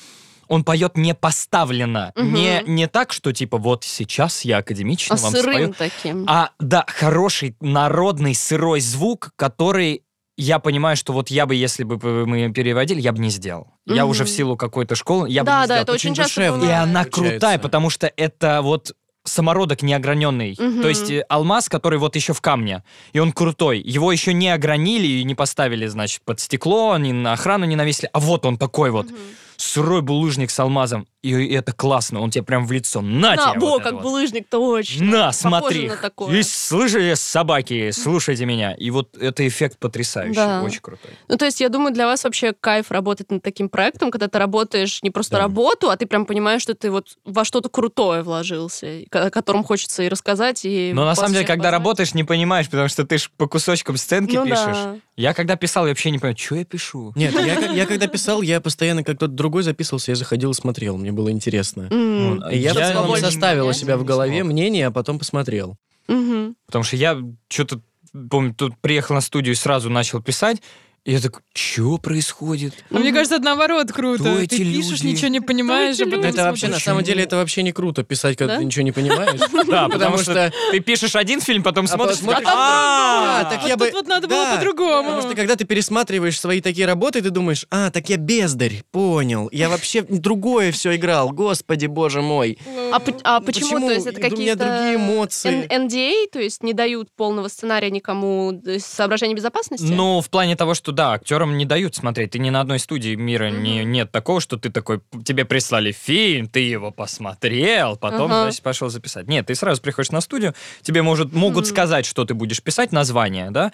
Speaker 3: он поет не поставлено,
Speaker 2: Мгм.
Speaker 3: не, не так, что типа вот сейчас я академично
Speaker 2: А
Speaker 3: вам
Speaker 2: сырым
Speaker 3: спою,
Speaker 2: таким.
Speaker 3: а, да, хороший народный сырой звук, который я понимаю, что вот я бы, если бы мы переводили, я бы не сделал. Я
Speaker 2: Мгм.
Speaker 3: уже в силу какой-то школы, я бы
Speaker 2: Да,
Speaker 3: не
Speaker 2: да,
Speaker 3: сделал.
Speaker 2: это очень
Speaker 1: Очень
Speaker 2: часто
Speaker 1: душевно.
Speaker 3: И
Speaker 2: бывает.
Speaker 3: она
Speaker 1: Получается.
Speaker 3: крутая, потому что это вот самородок неограненный.
Speaker 2: Мгм.
Speaker 3: То есть э, алмаз, который вот еще в камне. И он крутой. Его еще не огранили и не поставили, значит, под стекло, они на охрану не навесили. А вот он такой вот.
Speaker 2: Мгм.
Speaker 3: Сырой булыжник с алмазом. И это классно. Он тебе прям в лицо. На,
Speaker 2: На,
Speaker 3: тебе
Speaker 2: во,
Speaker 3: вот это
Speaker 2: как
Speaker 3: вот.
Speaker 2: булыжник-то очень.
Speaker 3: На,
Speaker 2: Похоже
Speaker 3: смотри.
Speaker 2: на такое.
Speaker 3: И слышали, собаки, слушайте меня. И вот это эффект потрясающий,
Speaker 2: Да.
Speaker 3: очень крутой.
Speaker 2: Ну, то есть, я думаю, для вас вообще кайф работать над таким проектом, когда ты работаешь не просто
Speaker 3: Да.
Speaker 2: работу, а ты прям понимаешь, что ты вот во что-то крутое вложился, и ко- о котором хочется и рассказать, и...
Speaker 3: Но на
Speaker 2: вас
Speaker 3: самом деле,
Speaker 2: всех
Speaker 3: когда
Speaker 2: позвать.
Speaker 3: работаешь, не понимаешь, потому что ты ж по кусочкам сценки
Speaker 2: Ну
Speaker 3: пишешь.
Speaker 2: да.
Speaker 3: Я когда писал, я вообще не понимаю, что я пишу.
Speaker 1: Нет, я, как- я когда писал, я постоянно как кто-то другой записывался, я заходил и смотрел, мне было интересно.
Speaker 2: М,
Speaker 3: Ну,
Speaker 1: И Я,
Speaker 3: Я
Speaker 1: в целом
Speaker 2: не-
Speaker 1: составил у
Speaker 2: я
Speaker 1: себя в
Speaker 3: не
Speaker 1: голове
Speaker 3: смог.
Speaker 1: мнение, а потом посмотрел.
Speaker 2: мгм.
Speaker 3: Потому что я что-то, помню, тут приехал на студию и сразу начал писать. И я такой, что происходит?
Speaker 4: Но мне кажется, это наоборот круто.
Speaker 3: Кто
Speaker 4: Ты
Speaker 3: эти
Speaker 4: пишешь,
Speaker 3: люди?
Speaker 4: ничего не понимаешь,
Speaker 2: эти
Speaker 4: а потом
Speaker 2: люди?
Speaker 1: это вообще, на
Speaker 4: смотришь.
Speaker 1: самом деле, это вообще не круто, писать, когда
Speaker 2: Да?
Speaker 1: ты ничего не
Speaker 4: *laughs*
Speaker 1: понимаешь.
Speaker 3: Да,
Speaker 1: Потому что...
Speaker 3: ты пишешь один фильм, потом
Speaker 1: А
Speaker 3: смотришь...
Speaker 1: потом смотришь,
Speaker 3: «А,
Speaker 1: А, так
Speaker 4: Вот
Speaker 1: я бы...
Speaker 4: тут вот надо
Speaker 1: Да.
Speaker 4: было по-другому.
Speaker 1: Потому что когда ты пересматриваешь свои такие работы, ты думаешь, а, так я бездарь, понял, я вообще другое все играл, господи, боже мой.
Speaker 2: А, п- а почему?
Speaker 1: Ну, Почему?
Speaker 2: То есть это
Speaker 1: Я думаю, у меня
Speaker 2: какие-то...
Speaker 1: другие эмоции.
Speaker 2: Н- NDA, то есть не дают полного сценария никому э, соображений безопасности?
Speaker 3: Ну, в плане того, что да, актерам не дают смотреть. Ты ни на одной студии мира не,
Speaker 2: Мгм.
Speaker 3: нет такого, что ты такой, тебе прислали фильм, ты его посмотрел, потом,
Speaker 2: Ага.
Speaker 3: значит, пошел записать. Нет, ты сразу приходишь на студию, тебе может,
Speaker 2: Мгм.
Speaker 3: могут сказать, что ты будешь писать, название, да,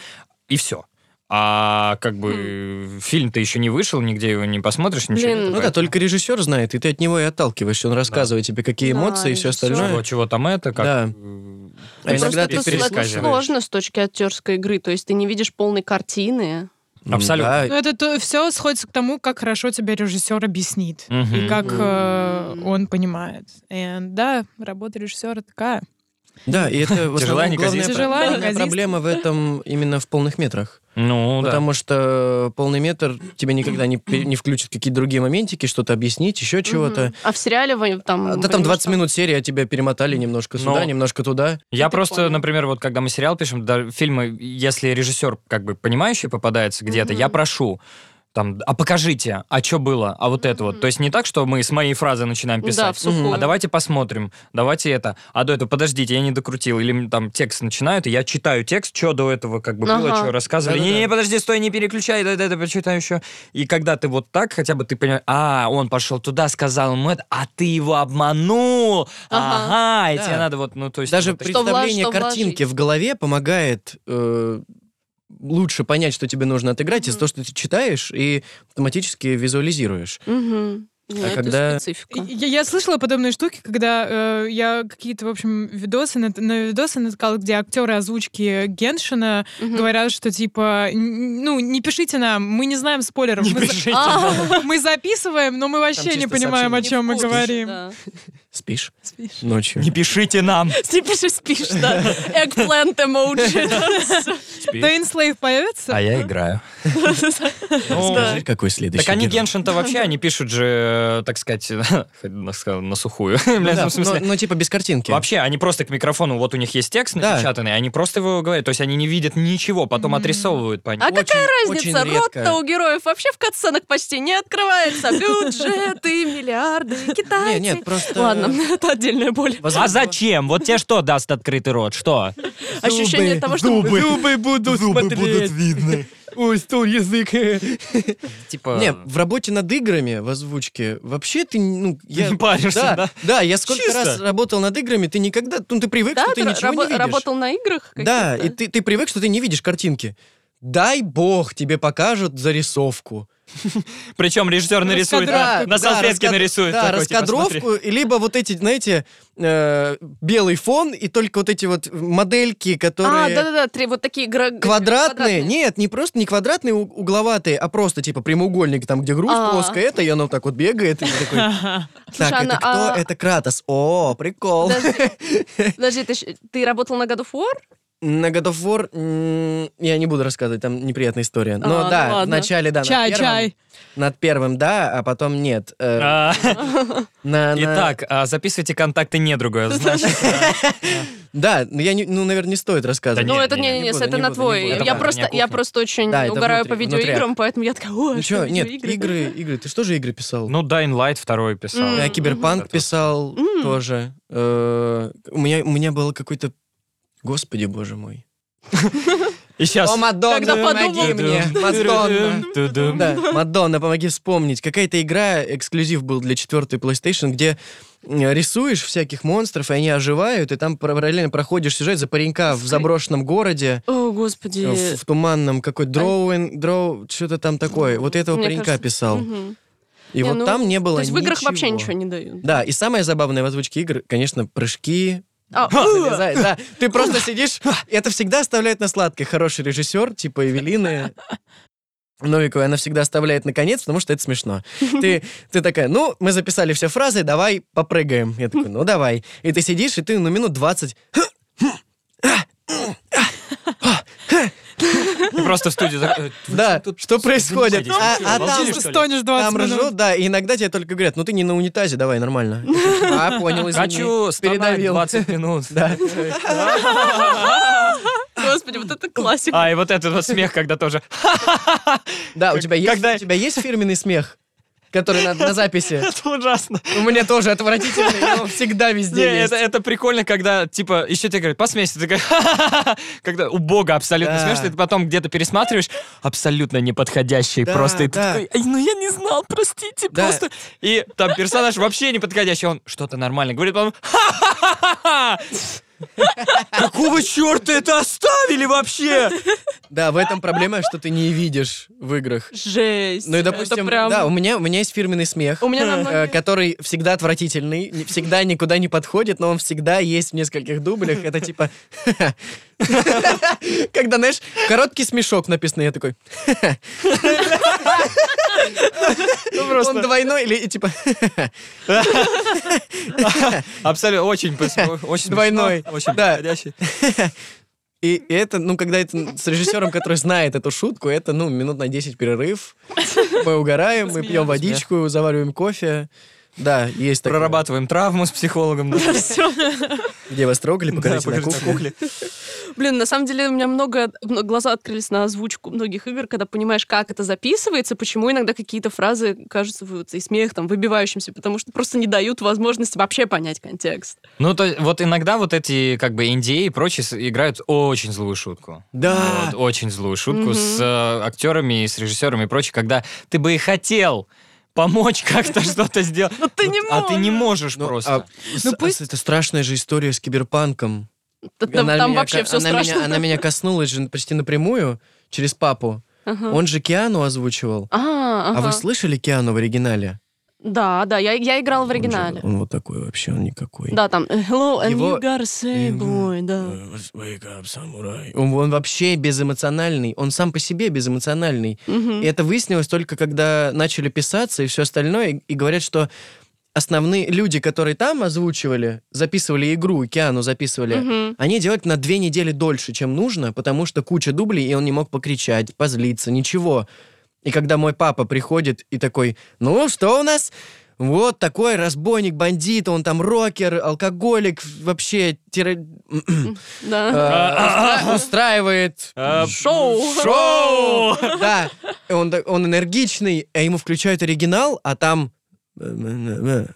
Speaker 3: и все. А как бы фильм-то еще не вышел, нигде его не посмотришь,
Speaker 2: Хм.
Speaker 3: ничего.
Speaker 2: Блин.
Speaker 3: не
Speaker 1: Ну да,
Speaker 3: бывает.
Speaker 1: только режиссер знает, и ты от него и отталкиваешься, он рассказывает тебе, какие
Speaker 2: Да,
Speaker 1: эмоции и все
Speaker 2: режиссер.
Speaker 1: остальное.
Speaker 3: Ну, чего, чего там это, как...
Speaker 1: Да.
Speaker 3: м,
Speaker 1: А иногда
Speaker 2: Просто
Speaker 1: ты
Speaker 2: это, это
Speaker 3: пересказываешь.
Speaker 2: сложно с точки актерской игры, то есть ты не видишь полной картины.
Speaker 1: Да,
Speaker 3: Абсолютно.
Speaker 4: Ну, это все сходится к тому, как хорошо тебе режиссер объяснит.
Speaker 3: Мгм.
Speaker 4: И как э,
Speaker 2: Мгм.
Speaker 4: он понимает. И, да, работа режиссера такая.
Speaker 1: Да, и это в
Speaker 3: Тяжела
Speaker 1: основном главная,
Speaker 3: неказистая.
Speaker 1: про-
Speaker 4: Тяжела
Speaker 1: главная
Speaker 4: неказистая.
Speaker 1: проблема в этом именно в полных метрах.
Speaker 3: Ну, да.
Speaker 1: Потому что полный метр тебе никогда не, пе- не включат какие-то другие моментики, что-то объяснить, еще чего-то.
Speaker 2: Мгм. А в сериале вы там...
Speaker 1: А, Да
Speaker 2: блин,
Speaker 1: там 20
Speaker 2: что?
Speaker 1: минут серии, а тебя перемотали немножко
Speaker 3: Ну, Но-
Speaker 1: сюда, немножко туда.
Speaker 3: Я
Speaker 2: Ты
Speaker 3: просто,
Speaker 2: понял.
Speaker 3: например, вот когда мы сериал пишем, да, фильмы, если режиссер как бы понимающий попадается где-то,
Speaker 2: Мгм.
Speaker 3: я прошу там, а покажите, а что было, а вот это вот.
Speaker 2: Мгм.
Speaker 3: То есть не так, что мы с моей фразы начинаем
Speaker 2: Да,
Speaker 3: писать.
Speaker 2: в сухую.
Speaker 3: А давайте посмотрим, давайте это. А до этого, подождите, я не докрутил. Или м, там текст начинают, и я читаю текст, что до этого как бы было,
Speaker 2: Ага.
Speaker 3: что рассказывали.
Speaker 1: Да-да-да.
Speaker 3: Не-не, подожди, стой, не переключай, да, да, да, почитаю еще. И когда ты вот так, хотя бы ты понимаешь, а, он пошел туда, сказал ему это, а ты его обманул, ага,
Speaker 2: Ага.
Speaker 3: и
Speaker 1: Да.
Speaker 3: тебе надо вот, ну, то есть...
Speaker 1: Даже
Speaker 3: вот такие-
Speaker 2: Что вла-
Speaker 1: представление
Speaker 2: что
Speaker 1: картинки в голове помогает э, лучше понять, что тебе нужно отыграть из-за
Speaker 2: Мгм.
Speaker 1: того, что ты читаешь и автоматически визуализируешь.
Speaker 2: Мгм. Ну,
Speaker 1: А
Speaker 2: это
Speaker 1: когда-
Speaker 2: специфика.
Speaker 4: Я, я слышала подобные штуки, когда э, я какие-то, в общем, видосы на, на видосы натыкала, где актеры озвучки Геншина
Speaker 2: Мгм.
Speaker 4: говорят, что типа, н- ну, не пишите нам, мы не знаем спойлеров.
Speaker 3: Не
Speaker 4: мы, за-
Speaker 3: пишите.
Speaker 2: *laughs* А,
Speaker 4: *laughs* мы записываем, но мы вообще не
Speaker 1: чисто
Speaker 4: понимаем, о
Speaker 1: сообщение.
Speaker 4: чем мы
Speaker 1: Невкусно.
Speaker 4: говорим.
Speaker 2: да.
Speaker 1: Спишь ночью.
Speaker 3: Не пишите нам.
Speaker 2: Ты пишешь, Типа спишь, да.
Speaker 1: *laughs*
Speaker 2: Экплент эмоджи.
Speaker 4: Да Инслейв появится?
Speaker 3: А я играю. Ну,
Speaker 1: Скажи, какой следующий
Speaker 3: Так они
Speaker 1: герой.
Speaker 3: Геншин-то вообще, они пишут же, э, так сказать, *laughs* на с- на сухую. *laughs*
Speaker 1: Ну
Speaker 3: Бля,
Speaker 1: да,
Speaker 3: ну, в смысле,
Speaker 1: но, но типа без картинки.
Speaker 3: Вообще, они просто к микрофону, вот у них есть текст
Speaker 1: Да.
Speaker 3: напечатанный, они просто его говорят, то есть они не видят ничего, потом
Speaker 4: Мгм.
Speaker 3: отрисовывают по ним.
Speaker 2: А какая
Speaker 1: очень
Speaker 2: разница?
Speaker 1: редко.
Speaker 2: Рот-то у героев вообще в катсценах почти
Speaker 1: *laughs*
Speaker 2: не открывается. Бюджеты, миллиарды,
Speaker 1: Не,
Speaker 2: китайцы.
Speaker 1: нет, просто... э,
Speaker 2: Ладно, *laughs* это отдельная боль.
Speaker 3: А зачем? Вот тебе что даст открытый рот? Что?
Speaker 2: Ощущение того, что... мы-
Speaker 1: Зубы будут смотреть.
Speaker 5: видны.
Speaker 1: *laughs* Ой, стол язык.
Speaker 3: Типа...
Speaker 1: Не, в работе над играми в озвучке вообще ты, ну, я...
Speaker 3: Не *laughs* паришься, да?
Speaker 1: Да, я сколько
Speaker 3: Чисто.
Speaker 1: раз работал над играми, ты никогда, ну, ты привык,
Speaker 2: Да,
Speaker 1: что ты
Speaker 2: ты
Speaker 1: ничего не
Speaker 2: рабо-
Speaker 1: видишь.
Speaker 2: работал на играх?
Speaker 1: Да, и
Speaker 2: каких-то? А,
Speaker 1: ты, ты привык, что ты не видишь картинки. Дай бог тебе покажут зарисовку.
Speaker 3: Причем режиссер нарисует,
Speaker 1: Раскадровку,
Speaker 3: а? на
Speaker 1: Ну, да,
Speaker 3: салфетке
Speaker 1: раскад-
Speaker 3: нарисует.
Speaker 1: Да,
Speaker 3: такой, типа,
Speaker 1: раскадровку,
Speaker 3: смотри.
Speaker 1: и либо вот эти, знаете, э, белый фон, и только вот эти вот модельки,
Speaker 2: А,
Speaker 1: которые...
Speaker 2: да-да-да, три вот такие гра-
Speaker 1: Квадратные? Нет, не просто не квадратные, у- угловатые, а просто типа прямоугольник, там, где грудь
Speaker 2: А.
Speaker 1: плоская, это, и оно так вот бегает, и ты такой,
Speaker 4: Ага.
Speaker 1: так,
Speaker 2: Слушай,
Speaker 1: это
Speaker 2: Анна,
Speaker 1: кто?
Speaker 2: а-
Speaker 1: Это Кратос. О, прикол.
Speaker 2: Подожди, Подожди, ты, щ- ты работал на God of War?
Speaker 1: На God of War м, я не буду рассказывать, там неприятная история.
Speaker 2: А,
Speaker 1: Но
Speaker 2: ну
Speaker 1: да,
Speaker 2: ладно.
Speaker 1: вначале, да, над
Speaker 4: Чай,
Speaker 1: первым-
Speaker 4: чай.
Speaker 1: Над первым, да, а потом нет. Э,
Speaker 3: А,
Speaker 1: на- на-
Speaker 3: Итак, а, записывайте контакты недруга. Значит,
Speaker 1: Да, ну, я, не- ну, наверное, не стоит рассказывать.
Speaker 3: Да
Speaker 2: ну,
Speaker 3: не,
Speaker 2: это
Speaker 3: не,
Speaker 2: не,
Speaker 1: не
Speaker 2: не,
Speaker 1: буду,
Speaker 2: это
Speaker 1: не
Speaker 2: на
Speaker 1: буду, не
Speaker 2: твой.
Speaker 1: буду.
Speaker 3: Это
Speaker 2: я
Speaker 3: правда,
Speaker 2: просто,
Speaker 3: не
Speaker 2: я
Speaker 3: кухня.
Speaker 2: просто очень
Speaker 1: Да, это
Speaker 2: угораю
Speaker 1: внутри-
Speaker 2: по видеоиграм,
Speaker 1: внутряк.
Speaker 2: поэтому я такая, о,
Speaker 1: Ну
Speaker 2: что,
Speaker 1: что, нет,
Speaker 2: видеоигры?»
Speaker 1: игры, игры. Ты что же игры писал?
Speaker 3: ну, Dying Light второй писал.
Speaker 1: Я
Speaker 2: М,
Speaker 1: Э, Киберпанк
Speaker 3: мгм.
Speaker 1: писал
Speaker 2: М.
Speaker 1: тоже. Э, У меня, у меня был какой-то... Господи, боже мой.
Speaker 3: И сейчас...
Speaker 1: О, Мадонна,
Speaker 2: Когда
Speaker 1: помоги
Speaker 2: подумал.
Speaker 1: мне. *laughs* Мадонна. Да, Мадонна, помоги вспомнить. Какая-то игра, эксклюзив был для четвертой PlayStation, где э, рисуешь всяких монстров, и они оживают, и там параллельно проходишь сюжет за паренька в заброшенном городе,
Speaker 2: О,
Speaker 1: э,
Speaker 2: господи.
Speaker 1: в, в туманном какой дроуинг, дроу, что-то там такое. Вот этого
Speaker 2: а Мне
Speaker 1: паренька
Speaker 2: кажется,
Speaker 1: писал.
Speaker 2: Мгм.
Speaker 1: И
Speaker 2: Не,
Speaker 1: вот
Speaker 2: ну,
Speaker 1: там не было
Speaker 2: То есть в играх
Speaker 1: ничего.
Speaker 2: вообще ничего не дают.
Speaker 1: Да, и самое забавное в озвучке игр, конечно, прыжки.
Speaker 2: А,
Speaker 1: залезай- да, ты просто сидишь. Это всегда оставляет на сладкое. Хороший режиссер, типа Эвелины Новиковой, она всегда оставляет на конец, потому что это смешно. Ты, ты такая, ну, мы записали все фразы, давай попрыгаем. Я такой, ну, давай. И ты сидишь, и ты ну минут 20
Speaker 3: И просто в студии... так, э, вы
Speaker 1: Да,
Speaker 3: чё тут
Speaker 1: что происходит?
Speaker 3: занимаетесь? Вы
Speaker 1: А-
Speaker 3: чё,
Speaker 1: а там
Speaker 3: обалдели,
Speaker 1: же
Speaker 3: что ли?
Speaker 4: Стонешь 20
Speaker 1: там
Speaker 4: минут.
Speaker 1: ржут, да, и иногда тебе только говорят, ну, ты не на унитазе, давай, нормально. Я такой, А, понял, извини.
Speaker 3: Хочу стонать
Speaker 1: Передавил.
Speaker 3: 20 минут.
Speaker 1: Да.
Speaker 2: Господи, вот это классика.
Speaker 3: А, и вот этот вот смех, когда тоже...
Speaker 1: Да, у тебя есть-
Speaker 3: Когда-
Speaker 1: у тебя есть фирменный смех, который на- на записи?
Speaker 3: Это ужасно.
Speaker 1: У меня тоже отвратительный, я его всегда
Speaker 3: Не,
Speaker 1: везде есть.
Speaker 3: это, это прикольно, когда, типа, еще тебе говорят, посмейся, ты такой, «Ха-ха-ха-ха». когда у бога абсолютно
Speaker 1: Да.
Speaker 3: смешно, и ты потом где-то пересматриваешь, абсолютно неподходящий
Speaker 1: Да,
Speaker 3: просто, и ты
Speaker 1: да.
Speaker 3: такой, «Ай, ну я не знал, простите,
Speaker 1: Да.
Speaker 3: просто. И там персонаж вообще неподходящий, он что-то нормально говорит, потом, «Ха-ха-ха-ха-ха». Какого черта это оставили вообще?
Speaker 1: Да, в этом проблема, что ты не видишь в играх.
Speaker 2: Жесть.
Speaker 1: Ну и,
Speaker 2: Это
Speaker 1: допустим,
Speaker 2: прям-
Speaker 1: да, у меня, у меня есть фирменный смех,
Speaker 2: У меня на
Speaker 1: э,
Speaker 2: многие-
Speaker 1: который всегда отвратительный, не- всегда никуда не подходит, но он всегда есть в нескольких дублях. Это типа... Когда, знаешь, короткий смешок написанный, я такой...
Speaker 3: Ну, просто-
Speaker 1: Он двойной или типа...
Speaker 3: Абсолютно, очень, пос- очень
Speaker 1: Двойной.
Speaker 3: смешно, Очень
Speaker 1: Да.
Speaker 3: подходящий.
Speaker 1: И это, ну, когда это с режиссером, который знает эту шутку, это, ну, минут на 10 перерыв. Мы угораем, мы пьем
Speaker 4: Смеемся.
Speaker 1: водичку, завариваем кофе. Да, есть такое.
Speaker 3: Прорабатываем травму с психологом. да.
Speaker 2: *laughs* Всё.
Speaker 1: Где вас трогали, покажите
Speaker 3: Да,
Speaker 1: на
Speaker 3: покажите
Speaker 1: кухне.
Speaker 3: кухне.
Speaker 2: Блин, на самом деле у меня много мно- глаза открылись на озвучку многих игр, когда понимаешь, как это записывается, почему иногда какие-то фразы кажутся вот, и смех там выбивающимся, потому что просто не дают возможности вообще понять контекст.
Speaker 3: Ну, то есть вот иногда вот эти, как бы, NDA и прочие с- играют очень злую шутку.
Speaker 1: Да.
Speaker 3: Вот, очень злую шутку
Speaker 2: А. Мгм.
Speaker 3: с э, актерами и с режиссерами и прочее, когда ты бы и хотел помочь *laughs* как-то что-то сделать.
Speaker 2: Но Ну, ты не
Speaker 3: А ты не можешь
Speaker 1: Ну,
Speaker 3: просто.
Speaker 1: а с-
Speaker 4: Ну, пусть-
Speaker 1: а с- Это страшная же история с киберпанком.
Speaker 2: Т- Там,
Speaker 1: Она
Speaker 2: Ну, там
Speaker 1: меня
Speaker 2: вообще
Speaker 1: ко-
Speaker 2: все
Speaker 1: она
Speaker 2: страшно.
Speaker 1: Меня, она меня коснулась же почти напрямую через папу.
Speaker 2: Ага.
Speaker 1: Он же Киану озвучивал.
Speaker 2: А,
Speaker 1: А вы
Speaker 2: ага.
Speaker 1: слышали Киану в оригинале?
Speaker 2: Да, да, я, я играла А
Speaker 1: Он
Speaker 2: в
Speaker 1: же-
Speaker 2: оригинале.
Speaker 1: Он, вот такой вообще, он никакой.
Speaker 2: Да, там э, Hello, and
Speaker 1: Его-
Speaker 2: you gotta say, boy, да.
Speaker 1: Wake up, samurai. Э. Он, он вообще безэмоциональный. Он сам по себе безэмоциональный.
Speaker 2: Мгм.
Speaker 1: И это выяснилось только когда начали писаться и все остальное, и, и говорят, что основные люди, которые там озвучивали, записывали игру, Киану записывали,
Speaker 2: Мгм.
Speaker 1: они делают на две недели дольше, чем нужно, потому что куча дублей, и он не мог покричать, позлиться, ничего. И когда мой папа приходит и такой, ну, что у нас? Вот такой разбойник, бандит, он там рокер, алкоголик, вообще терро-
Speaker 2: Да.
Speaker 1: э, устра- устраивает
Speaker 3: А,
Speaker 2: Шоу.
Speaker 3: Шоу!
Speaker 1: да, он, так- он энергичный, а ему включают оригинал, а там...
Speaker 2: Да,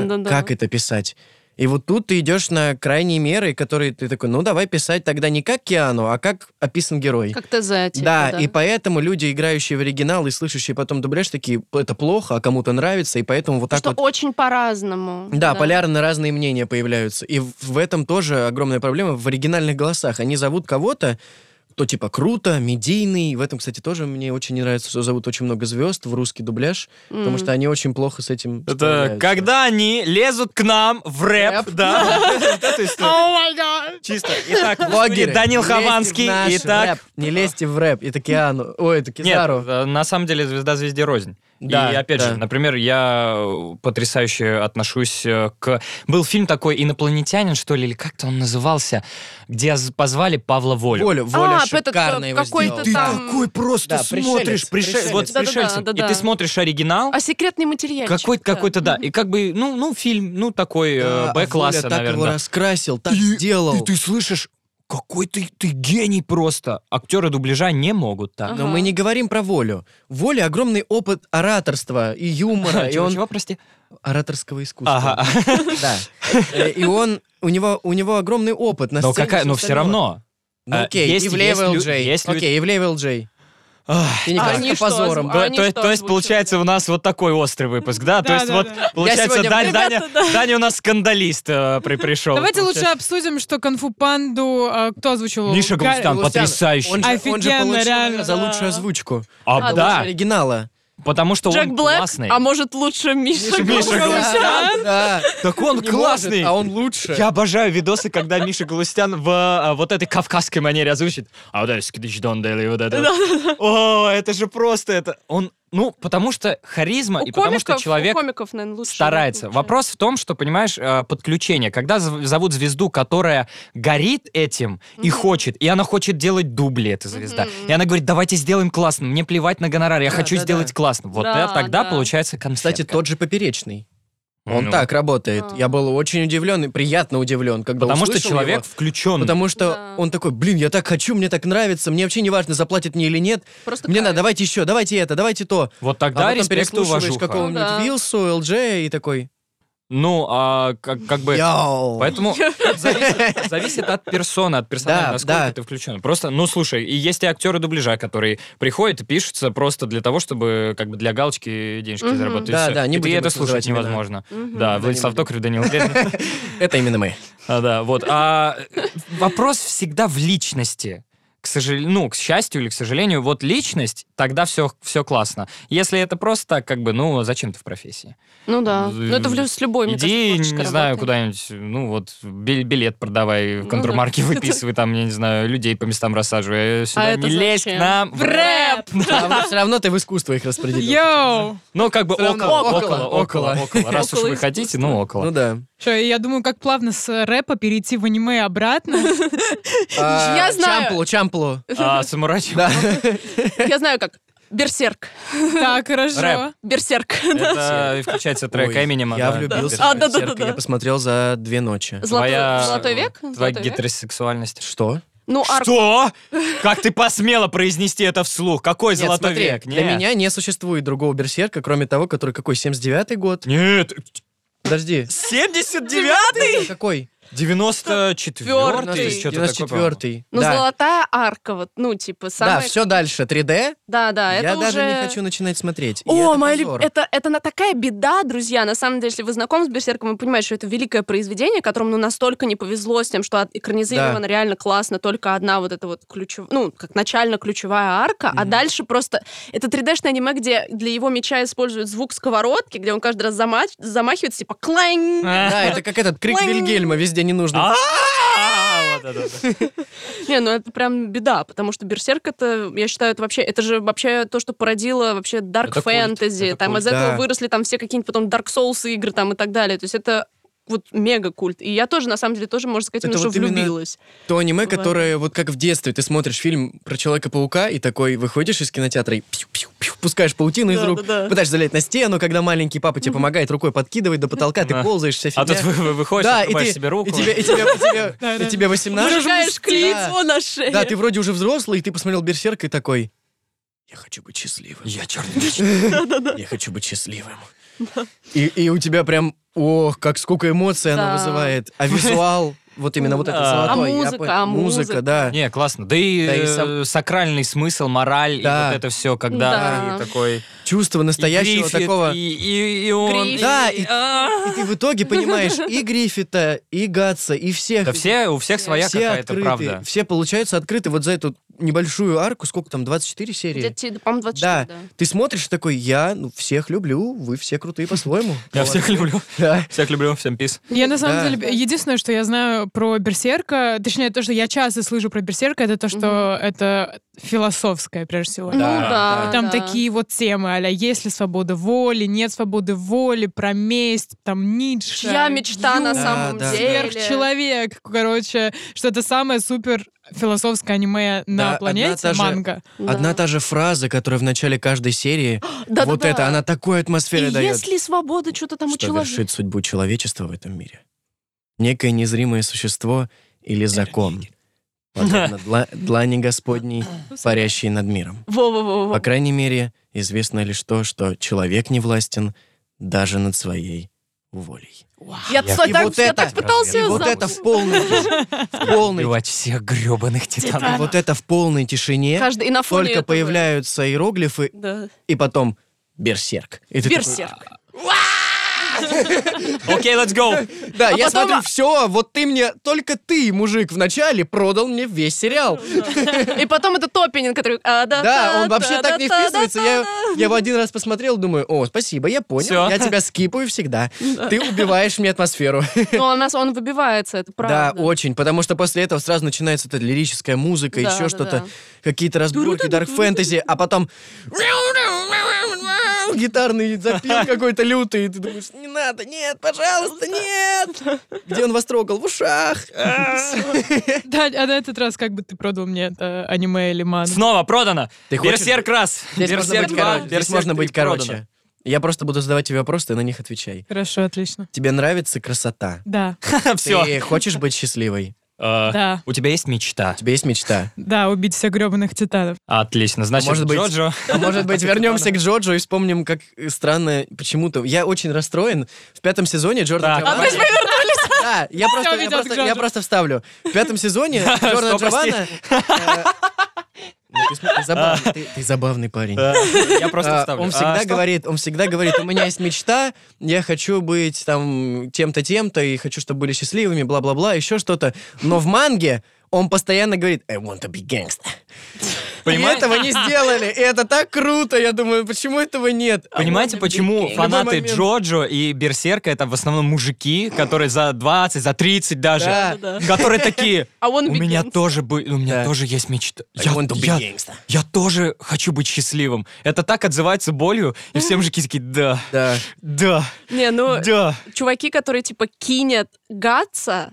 Speaker 2: да, да.
Speaker 1: Как это писать? И вот тут ты идешь на крайние меры, которые ты такой, ну давай писать тогда не как Киану, а как описан герой.
Speaker 2: Как ТЗ, типа,
Speaker 1: да, и поэтому люди, играющие в оригинал и слышащие потом дубляж, такие, это плохо, а кому-то нравится, и поэтому вот так
Speaker 2: Что
Speaker 1: вот...
Speaker 2: очень по-разному.
Speaker 1: Да, полярно разные мнения появляются. И в в этом тоже огромная проблема в оригинальных голосах. Они зовут кого-то, кто типа круто, медийный. В этом, кстати, тоже мне очень не нравится, что зовут очень много звезд в русский дубляж, потому
Speaker 2: М.
Speaker 1: что они очень плохо с этим
Speaker 3: Это
Speaker 1: справляются.
Speaker 3: когда они лезут к нам в рэп,
Speaker 1: Рэп.
Speaker 3: да. *laughs* Вот эта история.
Speaker 2: Oh
Speaker 3: Чисто. Итак,
Speaker 1: Блогеры,
Speaker 3: Данил
Speaker 1: не лезьте в
Speaker 3: Хованский.
Speaker 1: наш
Speaker 3: Итак,
Speaker 1: рэп, не лезьте в рэп. Это Киану. Ой, это
Speaker 3: Нет,
Speaker 1: Кизару.
Speaker 3: э, на самом деле звезда звезде рознь.
Speaker 1: Да,
Speaker 3: и опять
Speaker 1: да.
Speaker 3: же, например, я э, потрясающе отношусь э, к... Был фильм такой «Инопланетянин», что ли, или как-то он назывался, где з- позвали Павла Волю.
Speaker 1: Воля, Воля
Speaker 2: А, этот,
Speaker 1: шикарно
Speaker 2: э,
Speaker 1: его
Speaker 2: какой-то
Speaker 1: сделал.
Speaker 2: там-
Speaker 3: просто
Speaker 1: Да, «Пришелец», «Пришелец».
Speaker 3: Вот с
Speaker 2: Да-да-да,
Speaker 3: «Пришельцем». И
Speaker 2: да-да.
Speaker 3: ты смотришь оригинал,
Speaker 2: А секретный материальчик.
Speaker 3: какой-то,
Speaker 2: да.
Speaker 3: какой-то, да. И как бы, ну, ну, фильм, ну, такой э,
Speaker 1: Да, а
Speaker 3: Б-класса,
Speaker 1: Воля так его
Speaker 3: наверное.
Speaker 1: раскрасил, так
Speaker 3: И-
Speaker 1: сделал.
Speaker 3: И ты слышишь, какой ты, ты гений просто. Актеры дубляжа не могут так.
Speaker 2: Ага.
Speaker 1: Но мы не говорим про волю. Воля огромный опыт ораторства и
Speaker 3: *laughs*
Speaker 1: юмора, и
Speaker 3: А Чего,
Speaker 1: он
Speaker 3: чего, прости?
Speaker 1: ораторского искусства.
Speaker 3: Ага.
Speaker 1: *laughs* Да. Э, И он, у него, у него огромный опыт на
Speaker 3: Но
Speaker 1: сцене,
Speaker 3: ну, какая,
Speaker 1: всё
Speaker 3: но все
Speaker 1: остальное.
Speaker 3: равно.
Speaker 1: Ну,
Speaker 3: а,
Speaker 1: окей,
Speaker 3: есть-
Speaker 1: и в Левел
Speaker 3: есть лю-
Speaker 1: Джей.
Speaker 3: есть лю-
Speaker 1: Окей, и в Левел Джей.
Speaker 3: Ах,
Speaker 1: И не
Speaker 2: А
Speaker 1: кажется
Speaker 2: они что,
Speaker 1: позором.
Speaker 2: озв-
Speaker 1: Да,
Speaker 2: они
Speaker 3: то, есть-
Speaker 2: что
Speaker 3: то есть
Speaker 2: озвучивали?
Speaker 3: получается у нас вот такой острый выпуск, да? То есть вот
Speaker 4: Да-да-да.
Speaker 3: получается
Speaker 1: сегодня-
Speaker 3: Дань- Даня, Даня у нас скандалист э, пришел.
Speaker 4: Давайте лучше обсудим, что Конфу Панду, э, кто озвучил?
Speaker 3: Миша
Speaker 4: Га-
Speaker 3: Галустян,
Speaker 1: Галустян,
Speaker 3: потрясающий.
Speaker 1: Он же, он же
Speaker 4: Офигенно,
Speaker 1: получил
Speaker 4: реально,
Speaker 1: за
Speaker 4: да.
Speaker 1: лучшую озвучку.
Speaker 3: А,
Speaker 2: А,
Speaker 3: да,
Speaker 1: Оригинала.
Speaker 3: потому что
Speaker 2: Джек
Speaker 3: он
Speaker 2: Блэк,
Speaker 3: классный.
Speaker 2: а может лучше Миша,
Speaker 3: Миша
Speaker 2: Галустян?
Speaker 4: Галустян?
Speaker 1: Да.
Speaker 3: Так он
Speaker 1: Не
Speaker 3: классный.
Speaker 1: может, А он лучше.
Speaker 3: Я обожаю видосы, когда Миша Галустян в а, вот этой кавказской манере озвучит. А вот это скидыч Дон Дели, вот это. вот». О, это же просто это. Он, ну, потому что харизма
Speaker 2: У
Speaker 3: и потому что
Speaker 2: комиков-
Speaker 3: человек
Speaker 2: у комиков, наверное, лучше.
Speaker 3: старается.
Speaker 2: получается.
Speaker 3: Вопрос в том, что, понимаешь, э, подключение. Когда зв- зовут звезду, которая горит этим и
Speaker 2: Мгм.
Speaker 3: хочет, и она хочет делать дубли, эта звезда.
Speaker 2: Мгм.
Speaker 3: И она говорит, давайте сделаем классно, мне плевать на гонорар, я
Speaker 1: Да,
Speaker 3: хочу
Speaker 1: да,
Speaker 3: сделать
Speaker 1: да.
Speaker 3: классно. Вот
Speaker 2: Да,
Speaker 3: это тогда
Speaker 2: да.
Speaker 3: получается конфетка.
Speaker 1: Кстати, тот же поперечный. Он
Speaker 3: Ну,
Speaker 1: так работает.
Speaker 2: А.
Speaker 1: Я был очень удивлен и приятно удивлен, когда
Speaker 3: Потому что
Speaker 1: услышал
Speaker 3: человек
Speaker 1: его.
Speaker 3: включен.
Speaker 1: Потому что
Speaker 2: Да.
Speaker 1: он такой, блин, я так хочу, мне так нравится, мне вообще не важно, заплатят мне или нет.
Speaker 2: Просто
Speaker 1: Мне
Speaker 2: кайф.
Speaker 1: надо, давайте еще, давайте это, давайте то.
Speaker 3: Вот тогда
Speaker 1: а потом
Speaker 3: респект и
Speaker 1: переслушиваешь
Speaker 3: уважуха.
Speaker 1: какого-нибудь
Speaker 2: Ну да.
Speaker 1: Вилсу, ЛДЖ и такой,
Speaker 3: Ну, а как, как бы...
Speaker 1: «Яу». *laughs*
Speaker 3: Поэтому зависит, зависит от персоны, от персонажа,
Speaker 1: Да,
Speaker 3: насколько
Speaker 1: да.
Speaker 3: ты включен. Просто, ну слушай, и есть и актеры дубляжа, которые приходят и пишутся просто для того, чтобы как бы для галочки денежки
Speaker 2: Мгм.
Speaker 3: заработать. и
Speaker 1: Да,
Speaker 3: всё.
Speaker 1: да, не
Speaker 3: и ты
Speaker 1: будем
Speaker 3: это
Speaker 1: их
Speaker 3: слушать
Speaker 1: называть имена.
Speaker 3: невозможно.
Speaker 2: Мгм.
Speaker 3: Да, Владислав
Speaker 1: будем. *laughs*
Speaker 3: Токарев, Данил Лезин.
Speaker 2: *laughs*
Speaker 1: Это именно мы.
Speaker 3: А, Да, вот. А, э, Вопрос всегда в личности. к сожалению, ну, к счастью или к сожалению, вот личность, тогда все, все классно. Если это просто так, как бы, ну, зачем ты в профессии?
Speaker 2: Ну да. Ну это в лю- с любой, мне
Speaker 3: Иди,
Speaker 2: кажется,
Speaker 3: не
Speaker 2: творческой
Speaker 3: знаю,
Speaker 2: работой.
Speaker 3: куда-нибудь, ну, вот, бил- билет продавай,
Speaker 2: Ну да. *laughs*
Speaker 3: контрмарки выписывай, там, я не знаю, людей по местам рассаживай. э, Сюда
Speaker 2: А это
Speaker 3: не лезь к
Speaker 2: зачем?
Speaker 3: нам.
Speaker 2: В
Speaker 3: *laughs*
Speaker 2: рэп!
Speaker 1: Все равно ты в искусство их распределил.
Speaker 4: Йоу!
Speaker 3: Ну, как бы
Speaker 1: Всё
Speaker 3: около,
Speaker 1: равно
Speaker 3: около, около,
Speaker 1: около,
Speaker 3: около. Раз уж
Speaker 2: Около
Speaker 3: вы хотите,
Speaker 2: искусства.
Speaker 3: ну,
Speaker 1: Ну
Speaker 3: около.
Speaker 1: да.
Speaker 4: Что, я думаю, как плавно с рэпа перейти в аниме обратно.
Speaker 3: *laughs*
Speaker 1: А,
Speaker 2: Я знаю.
Speaker 1: Чамплу, чамплу.
Speaker 3: А, самурай чамплу.
Speaker 1: Да.
Speaker 2: Я знаю как. Берсерк.
Speaker 4: Так, хорошо.
Speaker 3: Рэп.
Speaker 2: Берсерк.
Speaker 3: *laughs* Это включается трек
Speaker 1: Ой,
Speaker 3: Эминема.
Speaker 1: Я
Speaker 3: да.
Speaker 1: влюбился.
Speaker 2: Да.
Speaker 1: в
Speaker 2: А, да-да-да-да.
Speaker 1: «Берсерка». Я посмотрел за две ночи.
Speaker 2: Золотой
Speaker 3: Твоя-
Speaker 2: золотой век?
Speaker 3: Твоя
Speaker 2: Золотой век?
Speaker 3: гетеросексуальность.
Speaker 1: Что?
Speaker 2: Ну, арк.
Speaker 3: Что? Как ты посмела произнести это вслух? Какой
Speaker 1: Нет,
Speaker 3: золотой
Speaker 1: смотри,
Speaker 3: век?
Speaker 1: Для
Speaker 3: Нет.
Speaker 1: меня не существует другого берсерка, кроме того, который какой, 79-й год?
Speaker 3: Нет.
Speaker 1: Подожди.
Speaker 3: 79
Speaker 1: Какой?
Speaker 3: 94
Speaker 2: Четвёртый.
Speaker 3: что-то такое.
Speaker 1: 94-й.
Speaker 2: Ну,
Speaker 1: да.
Speaker 2: золотая арка, вот, ну, типа,
Speaker 1: Да,
Speaker 2: самая...
Speaker 1: все дальше. 3D.
Speaker 2: Да, да, А это
Speaker 1: я
Speaker 2: уже...
Speaker 1: даже не хочу начинать смотреть. И
Speaker 2: О,
Speaker 1: это
Speaker 2: моя люб-
Speaker 1: позор.
Speaker 2: это, это на такая беда, друзья. На самом деле, если вы знакомы с Берсерком, вы понимаете, что это великое произведение, которому ну, настолько не повезло с тем, что от- экранизировано реально классно только одна вот эта вот ключевая, ну, как начально-ключевая арка, а
Speaker 1: Мгм.
Speaker 2: дальше просто... Это 3D-шное аниме, где для его меча используют звук сковородки, где он каждый раз замач- замахивается, типа клань.
Speaker 1: Да, это как этот крик
Speaker 2: Ой.
Speaker 1: Вильгельма везде не нужно.
Speaker 3: *laughs* А, вот это да.
Speaker 2: Не, ну это прям беда, потому что Берсерк это, я считаю, это вообще, это же вообще то, что породило вообще Dark
Speaker 3: Это культ,
Speaker 2: Fantasy.
Speaker 3: это
Speaker 2: Там
Speaker 3: культ,
Speaker 2: из этого
Speaker 1: да.
Speaker 2: выросли там все какие-нибудь потом Dark Souls игры там и так далее. То есть это вот мега культ. И я тоже, на самом деле, тоже, можно сказать,
Speaker 1: Это
Speaker 2: немножко
Speaker 1: вот именно-
Speaker 2: влюбилась.
Speaker 1: То аниме,
Speaker 2: Бывает.
Speaker 1: которое вот как в детстве, ты смотришь фильм про Человека-паука и такой выходишь из кинотеатра и пью-пью-пью, пускаешь паутину из
Speaker 2: Да,
Speaker 1: рук,
Speaker 2: да, да.
Speaker 1: пытаешься залезть на стену, когда маленький папа тебе помогает, рукой подкидывает до потолка, ты
Speaker 3: Да.
Speaker 1: ползаешь, вся
Speaker 3: А
Speaker 1: фигня.
Speaker 3: тут вы- вы- выходишь,
Speaker 1: да, и
Speaker 3: открываешь
Speaker 1: ты,
Speaker 3: себе руку.
Speaker 1: и тебе, и тебе, и тебе-
Speaker 3: *laughs*
Speaker 4: Да,
Speaker 1: и
Speaker 4: да.
Speaker 1: тебе 18.
Speaker 2: Выжигаешь клиц
Speaker 1: Да.
Speaker 2: вон на шее.
Speaker 1: Да, ты вроде уже взрослый, и ты посмотрел Берсерк и такой, я хочу быть счастливым. *laughs*
Speaker 3: Я черт.
Speaker 1: Я хочу быть счастливым. И, и у тебя прям, ох, как сколько эмоций
Speaker 2: Да.
Speaker 1: она вызывает. А визуал, вот именно вот это
Speaker 3: Да.
Speaker 2: А
Speaker 1: золотой. я
Speaker 2: музыка,
Speaker 1: пон-
Speaker 2: а музыка.
Speaker 1: Музыка, да.
Speaker 3: Не, классно. Да и,
Speaker 1: Да и сам-
Speaker 3: э, сакральный смысл, мораль,
Speaker 1: Да.
Speaker 3: и вот это все, когда
Speaker 2: Да.
Speaker 3: и такой... и
Speaker 1: Чувство настоящего
Speaker 3: Гриффит,
Speaker 1: такого.
Speaker 3: И, и- и он...
Speaker 2: Гриффит.
Speaker 1: Да, и,
Speaker 3: А.
Speaker 1: и ты в итоге понимаешь и Гриффита, и Гатса, и всех.
Speaker 3: Да все, у всех своя
Speaker 1: все
Speaker 3: какая-то
Speaker 1: открыты,
Speaker 3: правда.
Speaker 1: Все, получается, открыты вот за эту небольшую арку, сколько там, 24 серии?
Speaker 2: Где-то, тебе, по-моему, 24, да.
Speaker 1: Да. Ты смотришь и такой, я ну, всех люблю, вы все крутые *laughs* по-своему.
Speaker 3: Я всех люблю.
Speaker 1: Да.
Speaker 3: Всех люблю, всем пис.
Speaker 4: Я на самом
Speaker 1: Да.
Speaker 4: деле единственное, что я знаю про берсерка, точнее то, что я часто слышу про берсерка, это то, что это философское прежде всего.
Speaker 2: Ну
Speaker 3: Да,
Speaker 2: да,
Speaker 3: да.
Speaker 4: Там
Speaker 2: да.
Speaker 4: такие вот темы, а есть ли свобода воли, нет свободы воли, про месть, там Ницше.
Speaker 2: Чья мечта на
Speaker 4: Юнг,
Speaker 2: самом
Speaker 1: да, да.
Speaker 2: деле?
Speaker 4: Сверхчеловек, короче, что это самое супер философское аниме
Speaker 1: Да,
Speaker 4: на
Speaker 1: одна
Speaker 4: планете,
Speaker 1: та же-
Speaker 4: манга. *laughs*
Speaker 2: Да.
Speaker 1: Одна та же фраза, которая в начале каждой
Speaker 2: *gasps*
Speaker 1: серии,
Speaker 2: Да,
Speaker 1: вот
Speaker 2: да,
Speaker 1: это,
Speaker 2: да.
Speaker 1: она такой
Speaker 2: И
Speaker 1: атмосферы дает.
Speaker 2: если свобода что-то там у
Speaker 1: что
Speaker 2: человека...
Speaker 1: вершит судьбу человечества в этом мире. Некое незримое существо или закон, *laughs*
Speaker 2: *laughs*
Speaker 1: подобно дла- длани Господней,
Speaker 2: Ну,
Speaker 1: парящей над миром. По
Speaker 2: Во-во-во.
Speaker 1: крайней мере, известно лишь то, что человек не властен даже над своей волей.
Speaker 2: Я,
Speaker 3: Я-
Speaker 2: так-
Speaker 1: И вот
Speaker 2: я
Speaker 1: это-
Speaker 2: так пытался
Speaker 1: И
Speaker 2: её
Speaker 1: вот
Speaker 2: зап-
Speaker 1: это в
Speaker 2: *laughs*
Speaker 1: полной, в полной,
Speaker 3: Убивать всех гребаных
Speaker 1: и
Speaker 3: титанов.
Speaker 1: вот это в полной тишине
Speaker 2: Каждый и на фоне
Speaker 1: только
Speaker 2: этого-
Speaker 1: появляются иероглифы,
Speaker 2: Да.
Speaker 1: и потом берсерк. И ты такой,
Speaker 2: Берсерк.
Speaker 3: Окей,
Speaker 1: *laughs*
Speaker 3: let's go.
Speaker 1: Да,
Speaker 2: А
Speaker 1: я
Speaker 2: потом-
Speaker 1: смотрю, все, вот ты мне, только ты, мужик, вначале продал мне весь сериал.
Speaker 2: И потом это топинин, который... а,
Speaker 1: Да, он
Speaker 2: та,
Speaker 1: вообще
Speaker 2: та,
Speaker 1: так не
Speaker 2: та, та,
Speaker 1: вписывается.
Speaker 2: та,
Speaker 1: Я,
Speaker 2: та.
Speaker 1: я его один раз посмотрел, думаю, о, спасибо, я понял.
Speaker 3: Всё.
Speaker 1: Я тебя скипаю всегда. Ты убиваешь мне атмосферу.
Speaker 2: Ну, у нас он выбивается, это
Speaker 1: Да,
Speaker 2: правда.
Speaker 1: очень, потому что после этого сразу начинается эта лирическая музыка,
Speaker 2: Да,
Speaker 1: еще
Speaker 2: да,
Speaker 1: что-то,
Speaker 2: да.
Speaker 1: какие-то разборки дарк фэнтези, а потом гитарный запил какой-то лютый, и ты думаешь, не надо, нет, пожалуйста, нет. Где он вас трогал? В ушах. А,
Speaker 4: Да, а на этот раз как бы ты продал мне это аниме или мангу?
Speaker 3: Снова продано.
Speaker 1: Ты хочешь-
Speaker 3: Берсерк раз.
Speaker 1: Здесь можно
Speaker 3: Берсерк
Speaker 1: быть
Speaker 3: два.
Speaker 1: короче. Здесь
Speaker 3: Берсерк
Speaker 1: можно
Speaker 3: три
Speaker 1: быть
Speaker 3: продано.
Speaker 1: короче. Я просто буду задавать тебе вопросы, ты на них отвечай.
Speaker 4: Хорошо, отлично.
Speaker 1: Тебе нравится красота?
Speaker 4: Да,
Speaker 3: Все.
Speaker 1: Ты хочешь быть счастливой?
Speaker 4: да,
Speaker 3: А, У тебя есть мечта?
Speaker 1: У тебя есть мечта.
Speaker 4: да, убить всех гребаных титанов.
Speaker 3: Отлично. Значит,
Speaker 1: Может быть-
Speaker 3: Джоджо.
Speaker 1: А
Speaker 3: *laughs*
Speaker 1: может быть, вернемся к Джорджу и вспомним, как странно почему-то. Я очень расстроен. В пятом сезоне Джордан
Speaker 3: Так.
Speaker 1: Джованна...
Speaker 3: А мы же
Speaker 1: *laughs* Да, я просто, я
Speaker 4: ведёт к
Speaker 1: просто, я
Speaker 4: Джорджу.
Speaker 1: просто вставлю. В пятом сезоне
Speaker 3: *laughs* Да,
Speaker 1: Джордан
Speaker 3: что, прости?
Speaker 1: Джованна... э, Ну, ты, см- ты забавный, ты- ты забавный парень.
Speaker 3: Э, *laughs* Я
Speaker 1: А,
Speaker 3: просто вставлю.
Speaker 1: Он
Speaker 3: А,
Speaker 1: всегда
Speaker 3: что?
Speaker 1: говорит, он всегда говорит, у меня есть мечта, я хочу быть там тем-то, тем-то, и хочу, чтобы были счастливыми, бла-бла-бла, еще что-то. Но в манге он постоянно говорит, I want to be gangster. И
Speaker 3: Понимаете?
Speaker 1: этого не сделали, и это так круто, я думаю, почему этого нет? I
Speaker 3: Понимаете,
Speaker 1: want to be
Speaker 3: почему
Speaker 1: gangster.
Speaker 3: фанаты
Speaker 1: Любой момент.
Speaker 3: Джоджо и Берсерка это в основном мужики, которые за 20, за 30 даже,
Speaker 1: Да.
Speaker 2: Да.
Speaker 3: которые такие,
Speaker 1: *laughs*
Speaker 2: А он
Speaker 3: у меня тоже бы- у меня
Speaker 1: Да.
Speaker 3: тоже есть мечта.
Speaker 1: I
Speaker 3: Я-
Speaker 1: want to be
Speaker 3: я-
Speaker 1: gangster.
Speaker 3: Я тоже хочу быть счастливым. Это так отзывается болью, и все мужики такие, да,
Speaker 1: Да.
Speaker 3: да,
Speaker 2: Не, ну,
Speaker 3: да.
Speaker 2: чуваки, которые, типа, кинет гатса,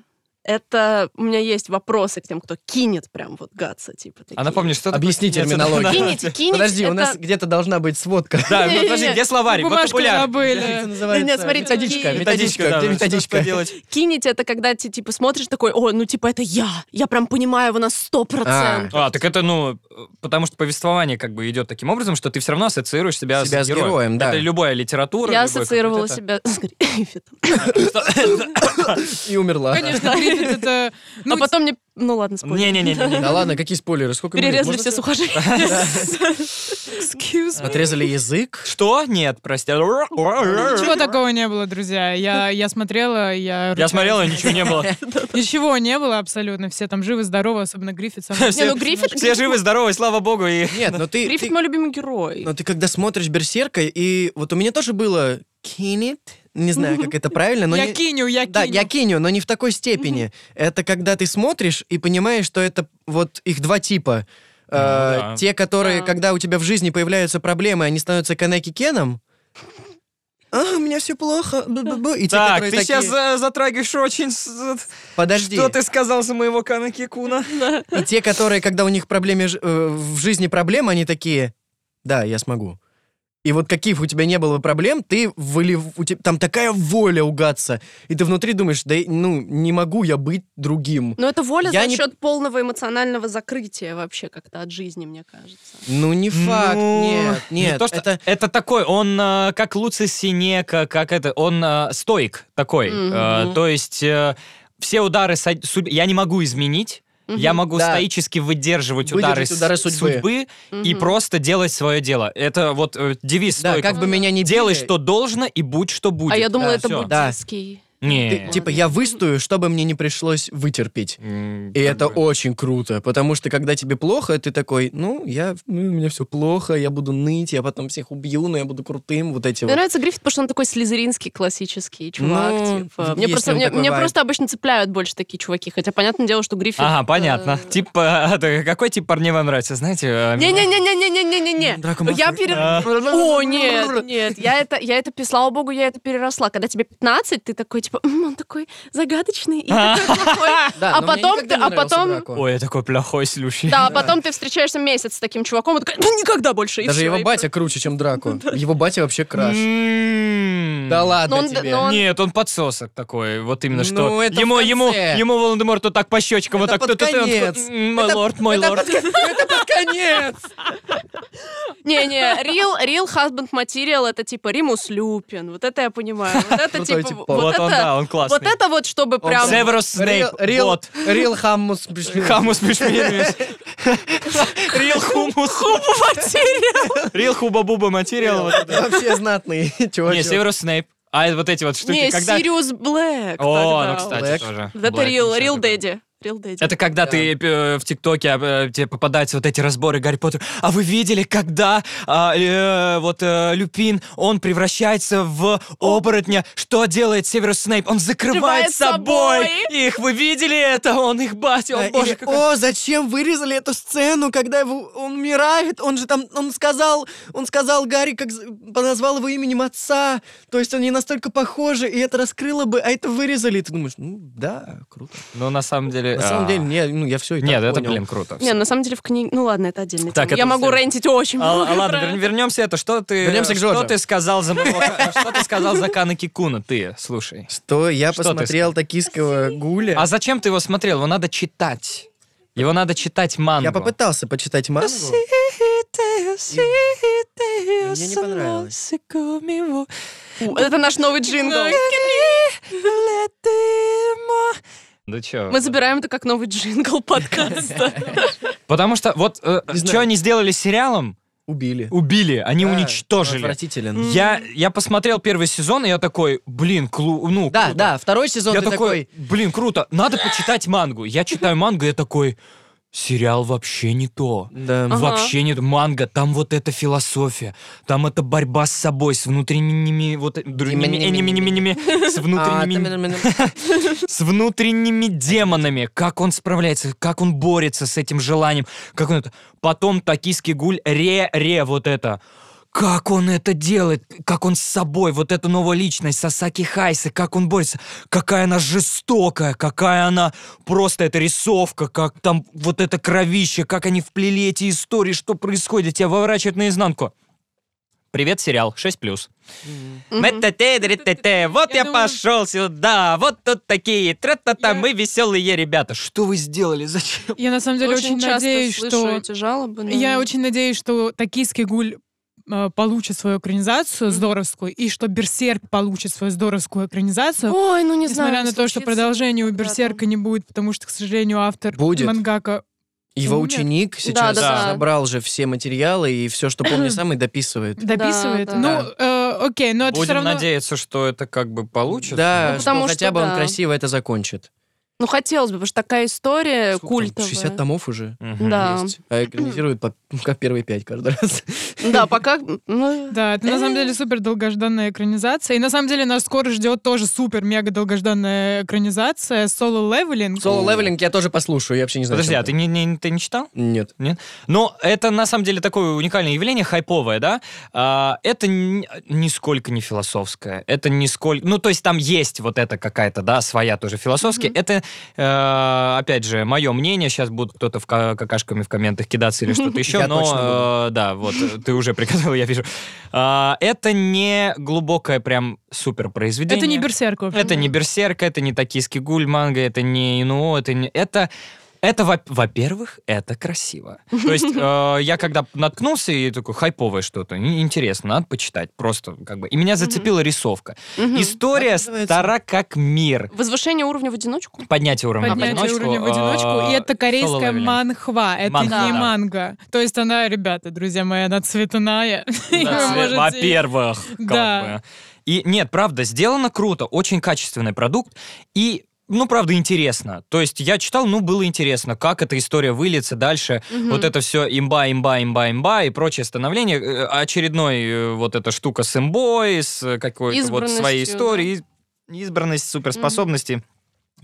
Speaker 2: это... У меня есть вопросы к тем, кто кинет прям вот гатса, типа, такие.
Speaker 3: А напомни, что такое
Speaker 1: Объясни
Speaker 3: кинец?
Speaker 1: терминологию.
Speaker 2: Кинете, кинете,
Speaker 1: Подожди, у
Speaker 2: это-
Speaker 1: нас где-то должна быть сводка.
Speaker 3: Да, ну, подожди,
Speaker 2: Не-не-не.
Speaker 3: где словарь? Вот
Speaker 4: Бумажку
Speaker 3: популярный.
Speaker 1: Это *laughs*
Speaker 4: забыли.
Speaker 1: называется
Speaker 2: нет, смотрите,
Speaker 1: методичка,
Speaker 2: какие-
Speaker 1: методичка,
Speaker 3: да,
Speaker 1: где
Speaker 3: что-
Speaker 1: методичка?
Speaker 3: что делать?
Speaker 2: Кинете, это когда ты, типа, смотришь такой, о, ну, типа, это я. Я прям понимаю его на сто процентов.
Speaker 3: А, так это, ну, э, потому что повествование как бы идет таким образом, что ты все равно ассоциируешь себя,
Speaker 1: Себя с героем, да.
Speaker 3: Это
Speaker 1: А,
Speaker 3: любая литература.
Speaker 2: Я
Speaker 3: любой
Speaker 2: ассоциировала
Speaker 3: какой-то
Speaker 2: себя с *laughs* Гриффитом.
Speaker 1: И умерла.
Speaker 4: Конечно,
Speaker 1: *laughs*
Speaker 4: Гриффит это...
Speaker 2: А
Speaker 4: Ну,
Speaker 2: потом мне... Ну, ладно,
Speaker 3: это-
Speaker 2: спойлер.
Speaker 3: Не-не-не.
Speaker 1: Да ладно, какие спойлеры? Сколько минут?
Speaker 2: Перерезали
Speaker 1: Можно
Speaker 2: все
Speaker 1: сказать?
Speaker 2: сухожилия. *laughs*
Speaker 4: excuse me.
Speaker 1: Отрезали язык.
Speaker 3: Что? Нет, прости.
Speaker 4: Ничего такого не было, друзья. Я, я смотрела, я...
Speaker 3: Я
Speaker 4: ручаюсь.
Speaker 3: смотрел, и ничего не было.
Speaker 4: Ничего не было абсолютно. Все там живы, здоровы, особенно
Speaker 1: *laughs*
Speaker 4: Гриффит. сам-
Speaker 3: Все-
Speaker 2: ну, Гриффит-
Speaker 3: Все живы, здоровы, слава богу. И
Speaker 1: Нет, но ты...
Speaker 2: Гриффит
Speaker 1: ты- Ну,
Speaker 2: мой любимый герой.
Speaker 1: Но ты когда смотришь Берсерка, и вот у меня тоже было кинет, не знаю, как это правильно, но
Speaker 4: Я
Speaker 1: ну не-
Speaker 4: киню, я
Speaker 1: Да, я
Speaker 4: киню.
Speaker 1: киню, но не в такой степени. Это когда ты смотришь и понимаешь, что это вот их два типа. Э,
Speaker 3: Ну да.
Speaker 1: Те, которые,
Speaker 2: Да.
Speaker 1: когда у тебя в жизни появляются проблемы, они становятся Канеки Кеном. А, у меня все плохо. бу-бу-бу». И те,
Speaker 3: Так,
Speaker 1: которые
Speaker 3: ты
Speaker 1: такие,
Speaker 3: сейчас затрагиваешь очень... с-
Speaker 1: Подожди.
Speaker 3: Что ты сказал за моего Канаки Куна?
Speaker 1: И те, которые, когда у них проблеме, ж- э, в жизни проблемы, они такие, да, я смогу. И вот каких у тебя не было бы проблем, ты вылив... у тебя там такая воля угаться, и ты внутри думаешь, да, и- ну, не могу я быть другим.
Speaker 2: Но это воля
Speaker 1: Я
Speaker 2: за
Speaker 1: не-
Speaker 2: счет полного эмоционального закрытия вообще как-то от жизни, мне кажется.
Speaker 1: Ну, не факт,
Speaker 3: Ну,
Speaker 1: нет,
Speaker 3: не
Speaker 1: нет.
Speaker 3: то, что-
Speaker 1: это...
Speaker 3: Это такой, он э, как Луци Синека, как это, он э, стоик такой.
Speaker 2: Мгм.
Speaker 3: Э, то есть э, все удары со- судь- я не могу изменить. Я
Speaker 2: Мгм.
Speaker 3: могу
Speaker 1: Да.
Speaker 3: стоически выдерживать
Speaker 1: Выдержать
Speaker 3: удары, с-
Speaker 1: удары судьбы.
Speaker 3: и
Speaker 2: Мгм.
Speaker 3: просто делать свое дело. Это вот э, девиз
Speaker 1: Да,
Speaker 3: стойков.
Speaker 1: как бы меня не
Speaker 3: Делай,
Speaker 1: били,
Speaker 3: что должно, и будь, что будет.
Speaker 2: А я думала,
Speaker 3: Да,
Speaker 2: это
Speaker 3: всё.
Speaker 1: Да.
Speaker 2: буддийский.
Speaker 1: ты-
Speaker 3: Не.
Speaker 1: типа, я выстою, чтобы мне не пришлось вытерпеть.
Speaker 3: М,
Speaker 1: И
Speaker 3: как
Speaker 1: это
Speaker 3: бы.
Speaker 1: очень круто, потому что когда тебе плохо, ты такой, ну, я, ну, у меня все плохо, я буду ныть, я потом всех убью, но я буду крутым, вот эти
Speaker 2: Мне
Speaker 1: вот.
Speaker 2: нравится Гриффит, потому что он такой слизеринский классический чувак.
Speaker 1: Ну,
Speaker 2: типа.
Speaker 1: есть
Speaker 2: Мне, просто,
Speaker 1: в нем
Speaker 2: мне,
Speaker 1: такой
Speaker 2: мне
Speaker 1: вайб.
Speaker 2: просто обычно цепляют больше такие чуваки. Хотя, понятное дело, что Гриффит...
Speaker 3: Ага, понятно.
Speaker 2: э,
Speaker 3: Тип, э, *laughs* да, какой тип парней вам нравится, знаете? э,
Speaker 2: Не-не-не-не-не-не-не-не.
Speaker 1: Драко Малфой.
Speaker 2: Я пере...
Speaker 3: Да.
Speaker 2: О, нет, нет. Я это, я это писала, слава богу, я это переросла. Когда тебе 15, ты такой, типа, «М, он такой загадочный и
Speaker 3: *laughs*
Speaker 2: такой плохой.
Speaker 1: Да,
Speaker 2: А
Speaker 1: но мне
Speaker 2: потом
Speaker 1: никогда
Speaker 2: ты-
Speaker 1: не
Speaker 2: а
Speaker 1: нравился
Speaker 2: потом-
Speaker 1: Драко.
Speaker 3: Ой, я такой плохой, слушай.
Speaker 2: Да, а потом ты встречаешься месяц с таким чуваком, и такой, «Ну, никогда больше. и
Speaker 1: Даже
Speaker 2: всё,
Speaker 1: его
Speaker 2: и
Speaker 1: батя круче, чем
Speaker 2: *laughs*
Speaker 1: Драко. Его батя вообще краш.
Speaker 3: М.
Speaker 1: Да ладно
Speaker 2: Но он-
Speaker 1: тебе.
Speaker 2: но он-
Speaker 3: Нет, он подсосок такой, вот именно
Speaker 1: Ну,
Speaker 3: что.
Speaker 1: это в
Speaker 3: Ему,
Speaker 1: конце.
Speaker 3: ему, ему Волан-де-Морту так по щечкам, вот
Speaker 1: Это
Speaker 3: Ну,
Speaker 1: под
Speaker 3: так. ту-ту-ту, и он такой,
Speaker 1: конец.
Speaker 3: «М, Мой лорд,
Speaker 1: *laughs*
Speaker 3: мой лорд. *laughs*
Speaker 1: Это под конец.
Speaker 2: Не-не, real, real husband material это типа Римус Люпин. Вот это я понимаю. Вот это
Speaker 1: Крутой
Speaker 2: типа...
Speaker 1: тип.
Speaker 2: Вот,
Speaker 3: Вот он, да,
Speaker 2: это,
Speaker 3: он классный.
Speaker 2: вот это вот, чтобы прям... *laughs*
Speaker 1: Сев-
Speaker 3: Северус Снейп,
Speaker 1: Рил, *laughs*
Speaker 3: вот.
Speaker 1: рил хаммус.
Speaker 3: Хамус Мишмирис. Рил хумус. Рил хуба-буба материал. вот это.
Speaker 1: Вообще знатный *laughs* чувак.
Speaker 3: Не, Северус Снейп. А это вот эти вот штуки,
Speaker 2: Не,
Speaker 3: когда...
Speaker 2: Сириус Блэк.
Speaker 3: О,
Speaker 2: тогда.
Speaker 3: ну, кстати,
Speaker 1: Блэк.
Speaker 3: тоже.
Speaker 2: Вот это
Speaker 3: Блэк,
Speaker 2: real,
Speaker 3: конечно,
Speaker 2: real
Speaker 3: да.
Speaker 2: daddy. Real daddy.
Speaker 3: Это когда
Speaker 1: Да.
Speaker 3: ты э, в ТикТоке э, тебе попадаются вот эти разборы Гарри Поттера. А вы видели, когда а, э, вот э, Люпин, он превращается в оборотня? Что делает Северус Снейп? Он закрывает
Speaker 2: Закрывает
Speaker 3: собой
Speaker 2: собой.
Speaker 3: их. Вы видели это? Он их батя. О, боже, какой...
Speaker 1: Э, О, зачем вырезали эту сцену, когда его- он умирает? Он же там, он сказал, он сказал Гарри, как з- назвал его именем отца. То есть они настолько похожи, и это раскрыло бы, а это вырезали. И ты думаешь, ну да, круто.
Speaker 3: Ну, на самом деле...
Speaker 1: На самом
Speaker 3: а,
Speaker 1: деле, не, ну я все и так
Speaker 3: Нет, это,
Speaker 1: понял.
Speaker 3: блин, круто.
Speaker 2: Не, на самом деле в книге... Ну ладно, это отдельный
Speaker 3: Так, это
Speaker 2: Я могу
Speaker 3: все.
Speaker 2: рентить очень
Speaker 3: А,
Speaker 2: много.
Speaker 3: а, ладно,
Speaker 2: про-
Speaker 3: вер- вернемся это. Что ты,
Speaker 1: Вернемся к
Speaker 3: что
Speaker 1: Джорджу.
Speaker 3: ты сказал за моего-
Speaker 1: *laughs*
Speaker 3: что ты сказал за Кана Кикуна? Ты, слушай.
Speaker 1: Что я
Speaker 3: Что ты
Speaker 1: посмотрел токийского гуля?
Speaker 3: А зачем ты его смотрел? Его надо читать. Его надо читать мангу.
Speaker 1: Я попытался почитать мангу. Мне не понравилось.
Speaker 2: *laughs* Вот Это наш новый джингл.
Speaker 3: Да чё? *laughs*
Speaker 2: Мы забираем это как новый джингл подкаста.
Speaker 3: Потому что вот э,
Speaker 1: Не знаю.
Speaker 3: что они сделали с сериалом?
Speaker 1: Убили.
Speaker 3: Убили, они
Speaker 1: Да,
Speaker 3: уничтожили.
Speaker 1: Отвратителен.
Speaker 3: Я, я посмотрел первый сезон, и я такой, блин, клу, ну,
Speaker 1: Да,
Speaker 3: круто.
Speaker 1: да, второй сезон
Speaker 3: Я
Speaker 1: ты
Speaker 3: такой,
Speaker 1: такой...
Speaker 3: блин, круто, надо почитать мангу. Я читаю мангу, я такой, сериал вообще не то.
Speaker 1: Да.
Speaker 2: Ага.
Speaker 3: Вообще нет, манга, там вот эта философия, там эта борьба с собой, с внутренними вот э, другими- э, ними- ними- ними, с
Speaker 1: А,
Speaker 3: внутренними,
Speaker 1: там-
Speaker 3: с внутренними демонами, как он справляется, как он борется с этим желанием, как он это. Потом токийский гуль ре-ре вот это. Как он это делает, как он с собой, вот эту новую личность, Сасаки Хайсы, как он борется, какая она жестокая, какая она просто эта рисовка, как там вот это кровище, как они вплели эти истории, что происходит, тебя выворачивают наизнанку. Привет, сериал 6+.
Speaker 2: Мгм.
Speaker 3: Мэ-тэ-тэ-дэ-тэ-тэ, Вот
Speaker 4: Я
Speaker 3: я
Speaker 4: думаю-
Speaker 3: пошел сюда, вот тут такие, тра-та-та,
Speaker 4: Я-
Speaker 3: мы веселые ребята. Что вы сделали? Зачем?
Speaker 4: Я на самом деле очень,
Speaker 2: часто
Speaker 4: надеюсь,
Speaker 2: слышу
Speaker 4: что...
Speaker 2: эти жалобы. но-
Speaker 4: Я очень надеюсь, что «Токийский гуль» э, получит свою экранизацию
Speaker 2: Мгм.
Speaker 4: здоровскую, и что «Берсерк» получит свою здоровскую экранизацию.
Speaker 2: Ой, ну не знаю.
Speaker 4: Несмотря на то, что
Speaker 2: случится
Speaker 4: продолжения у
Speaker 2: когда-то.
Speaker 4: «Берсерка» не будет, потому что, к сожалению, автор
Speaker 1: Будет.
Speaker 4: мангака...
Speaker 1: Его
Speaker 4: Нет.
Speaker 1: ученик сейчас
Speaker 3: да.
Speaker 1: собрал же все материалы и все, что
Speaker 2: *clears throat*
Speaker 1: помню, сам и дописывает.
Speaker 4: Дописывает.
Speaker 2: да.
Speaker 4: ну, э, окей, но это все
Speaker 3: Будем
Speaker 4: равно...
Speaker 3: надеяться, что это как бы получится.
Speaker 1: Да,
Speaker 2: Ну, потому
Speaker 1: что хотя
Speaker 2: что
Speaker 1: бы он
Speaker 2: да.
Speaker 1: красиво это закончит.
Speaker 2: Ну, хотелось бы, потому что такая история
Speaker 1: Сколько там?
Speaker 2: культовая.
Speaker 1: 60 томов уже
Speaker 3: Мгм.
Speaker 2: Э, Да.
Speaker 1: есть. А экранизируют по- как первые пять каждый *clears throat* раз.
Speaker 2: Да, пока... ну,
Speaker 4: Да, это на самом деле супер долгожданная экранизация. И на самом деле нас скоро ждет тоже супер-мега долгожданная экранизация соло-левелинг.
Speaker 1: Соло левелинг я тоже послушаю, я вообще не знаю.
Speaker 3: Подожди,
Speaker 1: чем
Speaker 3: а ты
Speaker 1: там.
Speaker 3: не, не- ты не читал?
Speaker 1: Нет.
Speaker 3: Но это на самом деле такое уникальное явление, хайповое, да? А, это н- нисколько не философское. Это нисколько... Ну, то есть там есть вот это какая-то, да, своя тоже философская.
Speaker 2: Мгм.
Speaker 3: Это, э, опять же, мое мнение. Сейчас будут кто-то в ка- какашками в комментах кидаться или что-то еще.
Speaker 1: Я
Speaker 3: но,
Speaker 1: точно буду.
Speaker 3: э, да, вот, э, ты уже приказал, я вижу. А, это не глубокое прям супер произведение.
Speaker 4: Это не берсерк вообще.
Speaker 3: Это не Берсерк, это не Токийский гуль манга, это не Инуо, это не... Это, это во- во-первых, это красиво. То
Speaker 4: *laughs*
Speaker 3: есть э, я когда наткнулся, и такой, хайповое что-то, ин- интересно, надо почитать, просто как бы. И меня зацепила рисовка.
Speaker 2: мгм.
Speaker 3: История
Speaker 1: Как называется?
Speaker 3: стара как мир.
Speaker 2: Возвышение уровня в одиночку?
Speaker 3: Поднятие уровня в
Speaker 4: Поднятие
Speaker 3: одиночку.
Speaker 4: уровня в одиночку. И
Speaker 3: э,
Speaker 4: это корейская
Speaker 3: соло-левелинг.
Speaker 4: манхва. Это
Speaker 3: Манхва,
Speaker 4: не
Speaker 3: да.
Speaker 4: манга. То есть она, ребята, друзья мои, она цветная.
Speaker 3: Да,
Speaker 4: И
Speaker 3: цвет-
Speaker 4: вы можете-
Speaker 3: Во-первых, как
Speaker 4: Да.
Speaker 3: бы. И нет, правда, сделано круто, очень качественный продукт. И, ну, правда, интересно. То есть я читал, ну, было интересно, как эта история выльется дальше.
Speaker 2: Мгм.
Speaker 3: Вот это все имба, имба, имба, имба и прочее становление. Э, Очередной э, вот эта штука с имбой, с э, какой-то вот своей
Speaker 2: Избранностью,
Speaker 3: историей, и- избранность, суперспособности.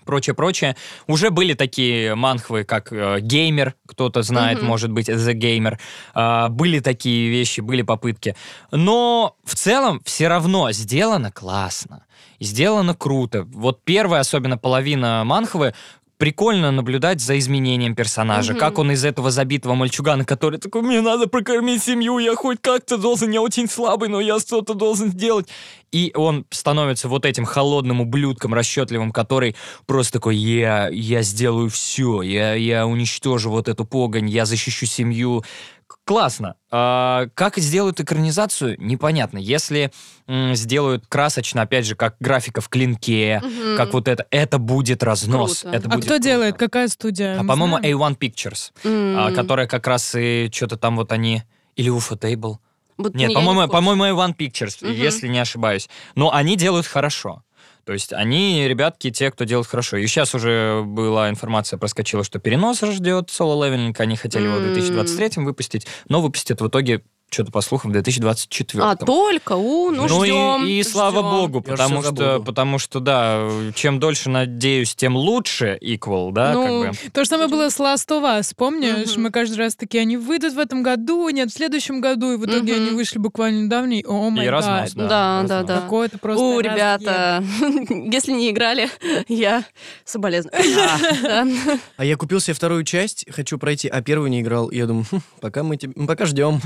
Speaker 3: Прочее, прочее. Уже были такие манхвы, как э, геймер, кто-то знает,
Speaker 2: Мгм.
Speaker 3: может быть, The Gamer. А, были такие вещи, были попытки. Но в целом все равно сделано классно. Сделано круто. Вот первая, особенно половина манхвы, прикольно наблюдать за изменением персонажа.
Speaker 2: Мгм.
Speaker 3: Как он из этого забитого мальчугана, который такой, мне надо прокормить семью, я хоть как-то должен, я очень слабый, но я что-то должен сделать. И он становится вот этим холодным ублюдком, расчетливым, который просто такой, я, я сделаю все, я, я уничтожу вот эту погонь, я защищу семью. К- Классно. А как сделают экранизацию, непонятно. Если м, сделают красочно, опять же, как графика в клинке,
Speaker 2: Мгм.
Speaker 3: как вот это, это будет разнос.
Speaker 2: Круто.
Speaker 3: Это
Speaker 4: А
Speaker 3: будет
Speaker 4: кто делает?
Speaker 3: круто.
Speaker 4: Какая студия?
Speaker 3: А,
Speaker 4: Мы
Speaker 3: по-моему,
Speaker 4: знаем?
Speaker 3: A1 Pictures,
Speaker 2: М.
Speaker 3: а, которая как раз и что-то там вот они... Или Уфа Тейбл.
Speaker 2: Вот
Speaker 3: Нет,
Speaker 2: не- я не
Speaker 3: по-моему,
Speaker 2: в курсе.
Speaker 3: по-моему, A1 Pictures,
Speaker 2: Мгм.
Speaker 3: если не ошибаюсь. Но они делают хорошо. То есть они, ребятки, те, кто делает хорошо. И сейчас уже была информация, проскочила, что перенос ждет соло левелинг. Они хотели его в
Speaker 2: М.
Speaker 3: 2023 выпустить, но выпустят в итоге, что-то по слухам, в 2024.
Speaker 2: А, только? У, ну,
Speaker 3: Ну и-
Speaker 2: ждем.
Speaker 3: и, слава
Speaker 2: ждем.
Speaker 3: богу,
Speaker 1: Я
Speaker 3: потому
Speaker 1: всё
Speaker 3: что,
Speaker 1: забуду.
Speaker 3: потому что, да, чем дольше, надеюсь, тем лучше equal, да,
Speaker 2: Ну,
Speaker 3: как бы.
Speaker 4: То же самое было с Last of Us, помнишь?
Speaker 2: Мгм.
Speaker 4: Мы каждый раз такие, они выйдут в этом году, нет, в следующем году, и в итоге
Speaker 2: Мгм.
Speaker 4: они вышли буквально недавно, и о oh май
Speaker 3: И разнос,
Speaker 2: Да,
Speaker 4: гад.
Speaker 2: да,
Speaker 3: разнос.
Speaker 2: да.
Speaker 4: Какое-то просто
Speaker 2: У,
Speaker 4: разъеб.
Speaker 2: ребята, *laughs* если не играли, я соболезную. Да.
Speaker 1: А я купил себе вторую часть, хочу пройти, а первую не играл. И я думаю, «Хм, пока мы тебе... пока ждем.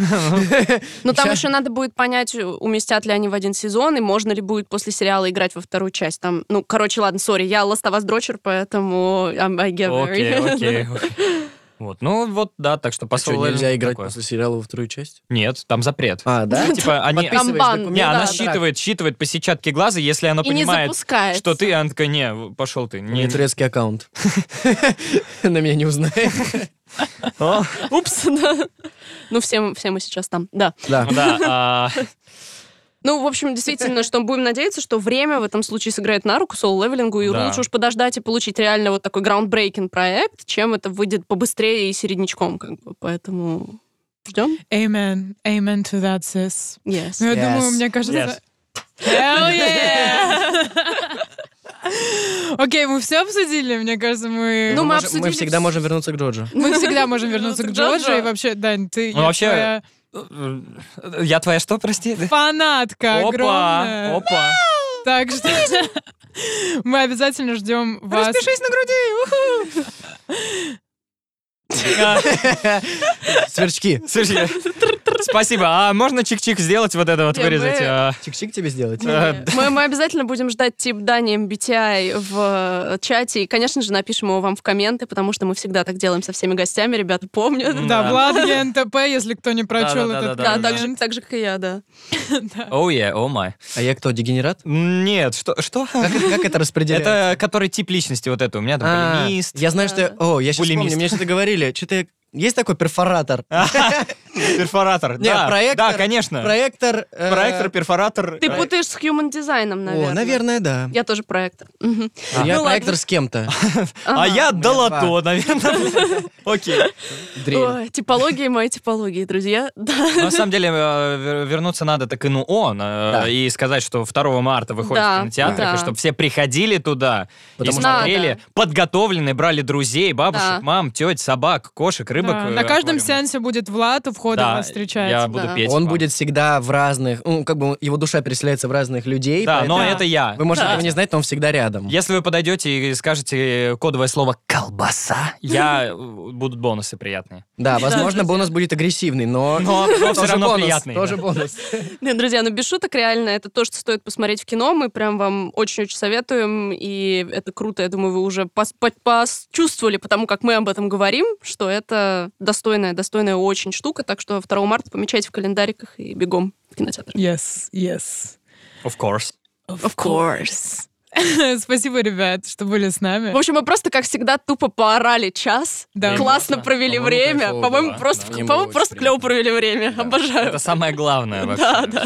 Speaker 2: Но там
Speaker 1: Я-
Speaker 2: еще надо будет понять, уместят ли они в один сезон, и можно ли будет после сериала играть во вторую часть. Там, ну, короче, ладно, сори, я Last of Us дрочер, поэтому I'm- I get
Speaker 3: Окей,
Speaker 2: very- *laughs*
Speaker 3: окей. Вот, ну вот, да, так что по
Speaker 1: А что,
Speaker 3: Solo
Speaker 1: нельзя
Speaker 3: Leveling
Speaker 1: играть
Speaker 3: такое.
Speaker 1: после сериала во вторую часть?
Speaker 3: Нет, там запрет.
Speaker 1: *laughs* А, да?
Speaker 3: Типа они...
Speaker 2: Подписывай.
Speaker 1: Подписываешь
Speaker 2: Комбан,
Speaker 1: документы?
Speaker 3: Не, она
Speaker 2: да.
Speaker 3: считывает, считывает по сетчатке глаза, если она
Speaker 2: И не
Speaker 3: понимает,
Speaker 2: запускает.
Speaker 3: что ты, она такая, не, пошел ты.
Speaker 1: У меня *laughs*
Speaker 3: Не,
Speaker 1: турецкий аккаунт. На меня не узнает.
Speaker 3: О,
Speaker 2: *laughs* Упс, *laughs* да. Ну, все, мы- все мы сейчас там, да.
Speaker 1: Да.
Speaker 3: *laughs* Да, а,
Speaker 2: Ну, в общем, действительно, что будем надеяться, что время в этом случае сыграет на руку соул-левелингу, и
Speaker 3: Да.
Speaker 2: лучше уж подождать и получить реально вот такой граундбрейкинг проект, чем это выйдет побыстрее и середнячком, как бы. Поэтому ждем.
Speaker 4: Amen. Amen to that, sis.
Speaker 2: Yes.
Speaker 4: Ну, я
Speaker 1: Yes.
Speaker 4: думаю, мне
Speaker 3: yes.
Speaker 4: кажется... Hell yeah! *laughs* Окей, мы все обсудили, мне кажется, мы...
Speaker 2: Ну, мы
Speaker 1: можем-
Speaker 2: обсудили
Speaker 1: всегда
Speaker 2: всё.
Speaker 1: можем вернуться к Джорджу.
Speaker 4: мы всегда можем
Speaker 2: Ну,
Speaker 4: вернуться к Джорджу. И
Speaker 2: Джорджу.
Speaker 4: вообще, Дань, ты
Speaker 3: Ну,
Speaker 4: я
Speaker 3: вообще-
Speaker 4: твоя
Speaker 3: *laughs* Я твоя что, прости?
Speaker 4: фанатка огромная.
Speaker 3: Опа, опа.
Speaker 4: Так что *laughs* мы обязательно ждем вас.
Speaker 3: на груди, А,
Speaker 1: Сверчки.
Speaker 3: Слушай, спасибо. А можно чик-чик сделать вот это вот,
Speaker 2: Не,
Speaker 3: вырезать?
Speaker 2: мы-
Speaker 3: А,
Speaker 1: Чик-чик тебе сделать.
Speaker 3: *laughs* э,
Speaker 2: Мы, мы обязательно будем ждать тип Дани MBTI в э, чате. И, конечно же, напишем его вам в комменты, потому что мы всегда так делаем со всеми гостями, ребята помнят.
Speaker 3: М,
Speaker 4: Да,
Speaker 3: Да.
Speaker 4: Влад ЕНТП, если кто не прочел
Speaker 3: Да-да-да-да-да.
Speaker 4: этот
Speaker 2: Да,
Speaker 3: да.
Speaker 2: так же, так же, как и я, да.
Speaker 3: Оу, е, о май.
Speaker 1: А я кто, дегенерат?
Speaker 3: Нет, что? что?
Speaker 1: Как, как это распределяется?
Speaker 3: Это который тип личности вот это. У меня
Speaker 1: А,
Speaker 3: там полемист,
Speaker 1: Я знаю, что... я- О, я сейчас
Speaker 3: Булимист.
Speaker 1: помню, мне что-то говорили. Что-то... Есть такой перфоратор?
Speaker 3: перфоратор.
Speaker 1: Не,
Speaker 3: да,
Speaker 1: проектор-
Speaker 3: Да, конечно.
Speaker 1: Проектор... э,
Speaker 3: Проектор, перфоратор.
Speaker 2: Ты
Speaker 3: э,
Speaker 2: путаешь с human дизайном, наверное.
Speaker 1: О, наверное, да.
Speaker 2: Я тоже проектор. Мгм.
Speaker 1: Я
Speaker 2: Ну ладно.
Speaker 1: проектор с кем-то.
Speaker 3: А я
Speaker 1: два.
Speaker 3: долото, наверное. Окей.
Speaker 1: Дрель.
Speaker 2: Ой, типологии мои типологии, друзья. *laughs* Да.
Speaker 3: Ну, На самом деле, э, вер- вернуться надо так и ну он, э,
Speaker 1: Да.
Speaker 3: и сказать, что 2 марта выходит
Speaker 2: Да,
Speaker 3: в кинотеатрах,
Speaker 2: да.
Speaker 3: и чтобы все приходили туда
Speaker 1: Потому
Speaker 3: и
Speaker 1: что-
Speaker 3: смотрели,
Speaker 2: Надо.
Speaker 3: подготовленные, брали друзей, бабушек,
Speaker 2: Да.
Speaker 3: мам, теть, собак, кошек, рыбок.
Speaker 4: Да,
Speaker 3: э,
Speaker 4: На каждом
Speaker 3: аквариум.
Speaker 4: сеансе будет Влад у входа
Speaker 3: Да,
Speaker 4: вас
Speaker 3: Я
Speaker 4: встречается.
Speaker 3: буду
Speaker 2: Да.
Speaker 3: петь.
Speaker 1: Он
Speaker 3: вам.
Speaker 1: будет всегда в разных... Ну, как бы его душа переселяется в разных людей.
Speaker 3: Да,
Speaker 1: поэтому
Speaker 3: но это я.
Speaker 1: Вы можете этого не знать, но он всегда рядом.
Speaker 3: Если вы подойдете и скажете кодовое слово колбаса, я э, будут бонусы приятные.
Speaker 1: Да, возможно, бонус будет агрессивный, но...
Speaker 3: Но всё
Speaker 1: тоже
Speaker 3: равно
Speaker 1: бонус,
Speaker 3: приятный,
Speaker 1: Тоже
Speaker 3: да.
Speaker 1: бонус.
Speaker 2: Не, друзья, ну без шуток, реально, это то, что стоит посмотреть в кино. Мы прям вам очень-очень советуем, и это круто. Я думаю, вы уже пос- по- почувствовали, потому как мы об этом говорим, что это достойная, достойная очень штука. Так что 2 марта помечайте в календариках и бегом в кинотеатр.
Speaker 4: Yes, yes.
Speaker 3: Of course.
Speaker 2: Of course.
Speaker 4: *laughs* Спасибо, ребят, что были с
Speaker 2: В
Speaker 4: нами.
Speaker 2: общем, мы просто, как всегда, тупо поорали час.
Speaker 4: Да.
Speaker 2: Классно
Speaker 3: Да.
Speaker 2: провели
Speaker 1: По-моему,
Speaker 2: время.
Speaker 1: кайфово
Speaker 2: По-моему,
Speaker 1: было.
Speaker 2: просто,
Speaker 1: Да, мне было
Speaker 2: по-моему,
Speaker 1: очень
Speaker 2: просто клево провели время.
Speaker 3: Да.
Speaker 2: Обожаю.
Speaker 3: Это самое *laughs* главное вообще.
Speaker 2: Да, да.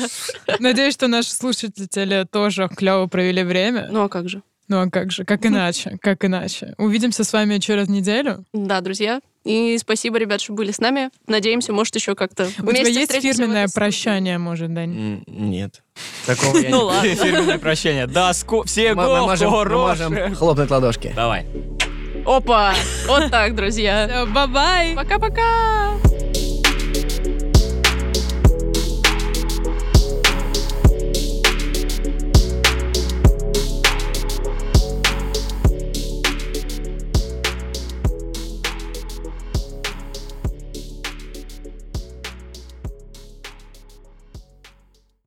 Speaker 4: Надеюсь, что наши слушатели тоже клево провели время.
Speaker 2: Ну а как же?
Speaker 4: Ну а как же, как иначе, как иначе. Увидимся с вами через неделю.
Speaker 2: Да, друзья. И спасибо, ребят, что были с нами. Надеемся, может, еще как-то
Speaker 4: У тебя
Speaker 2: вместе
Speaker 4: есть
Speaker 2: встретимся в
Speaker 4: фирменное
Speaker 2: этой студии.
Speaker 4: прощание, может, Дань?
Speaker 1: М, Нет. Такого я не...
Speaker 2: Ну ладно.
Speaker 3: *laughs* Фирменное прощение. Да, ско-
Speaker 1: Мы-
Speaker 3: все
Speaker 1: мы можем- мы можем
Speaker 3: хорошие.
Speaker 1: хлопнуть ладошки.
Speaker 3: Давай.
Speaker 2: Опа! Вот так, друзья.
Speaker 4: Всё, Бай-бай!
Speaker 2: Пока-пока!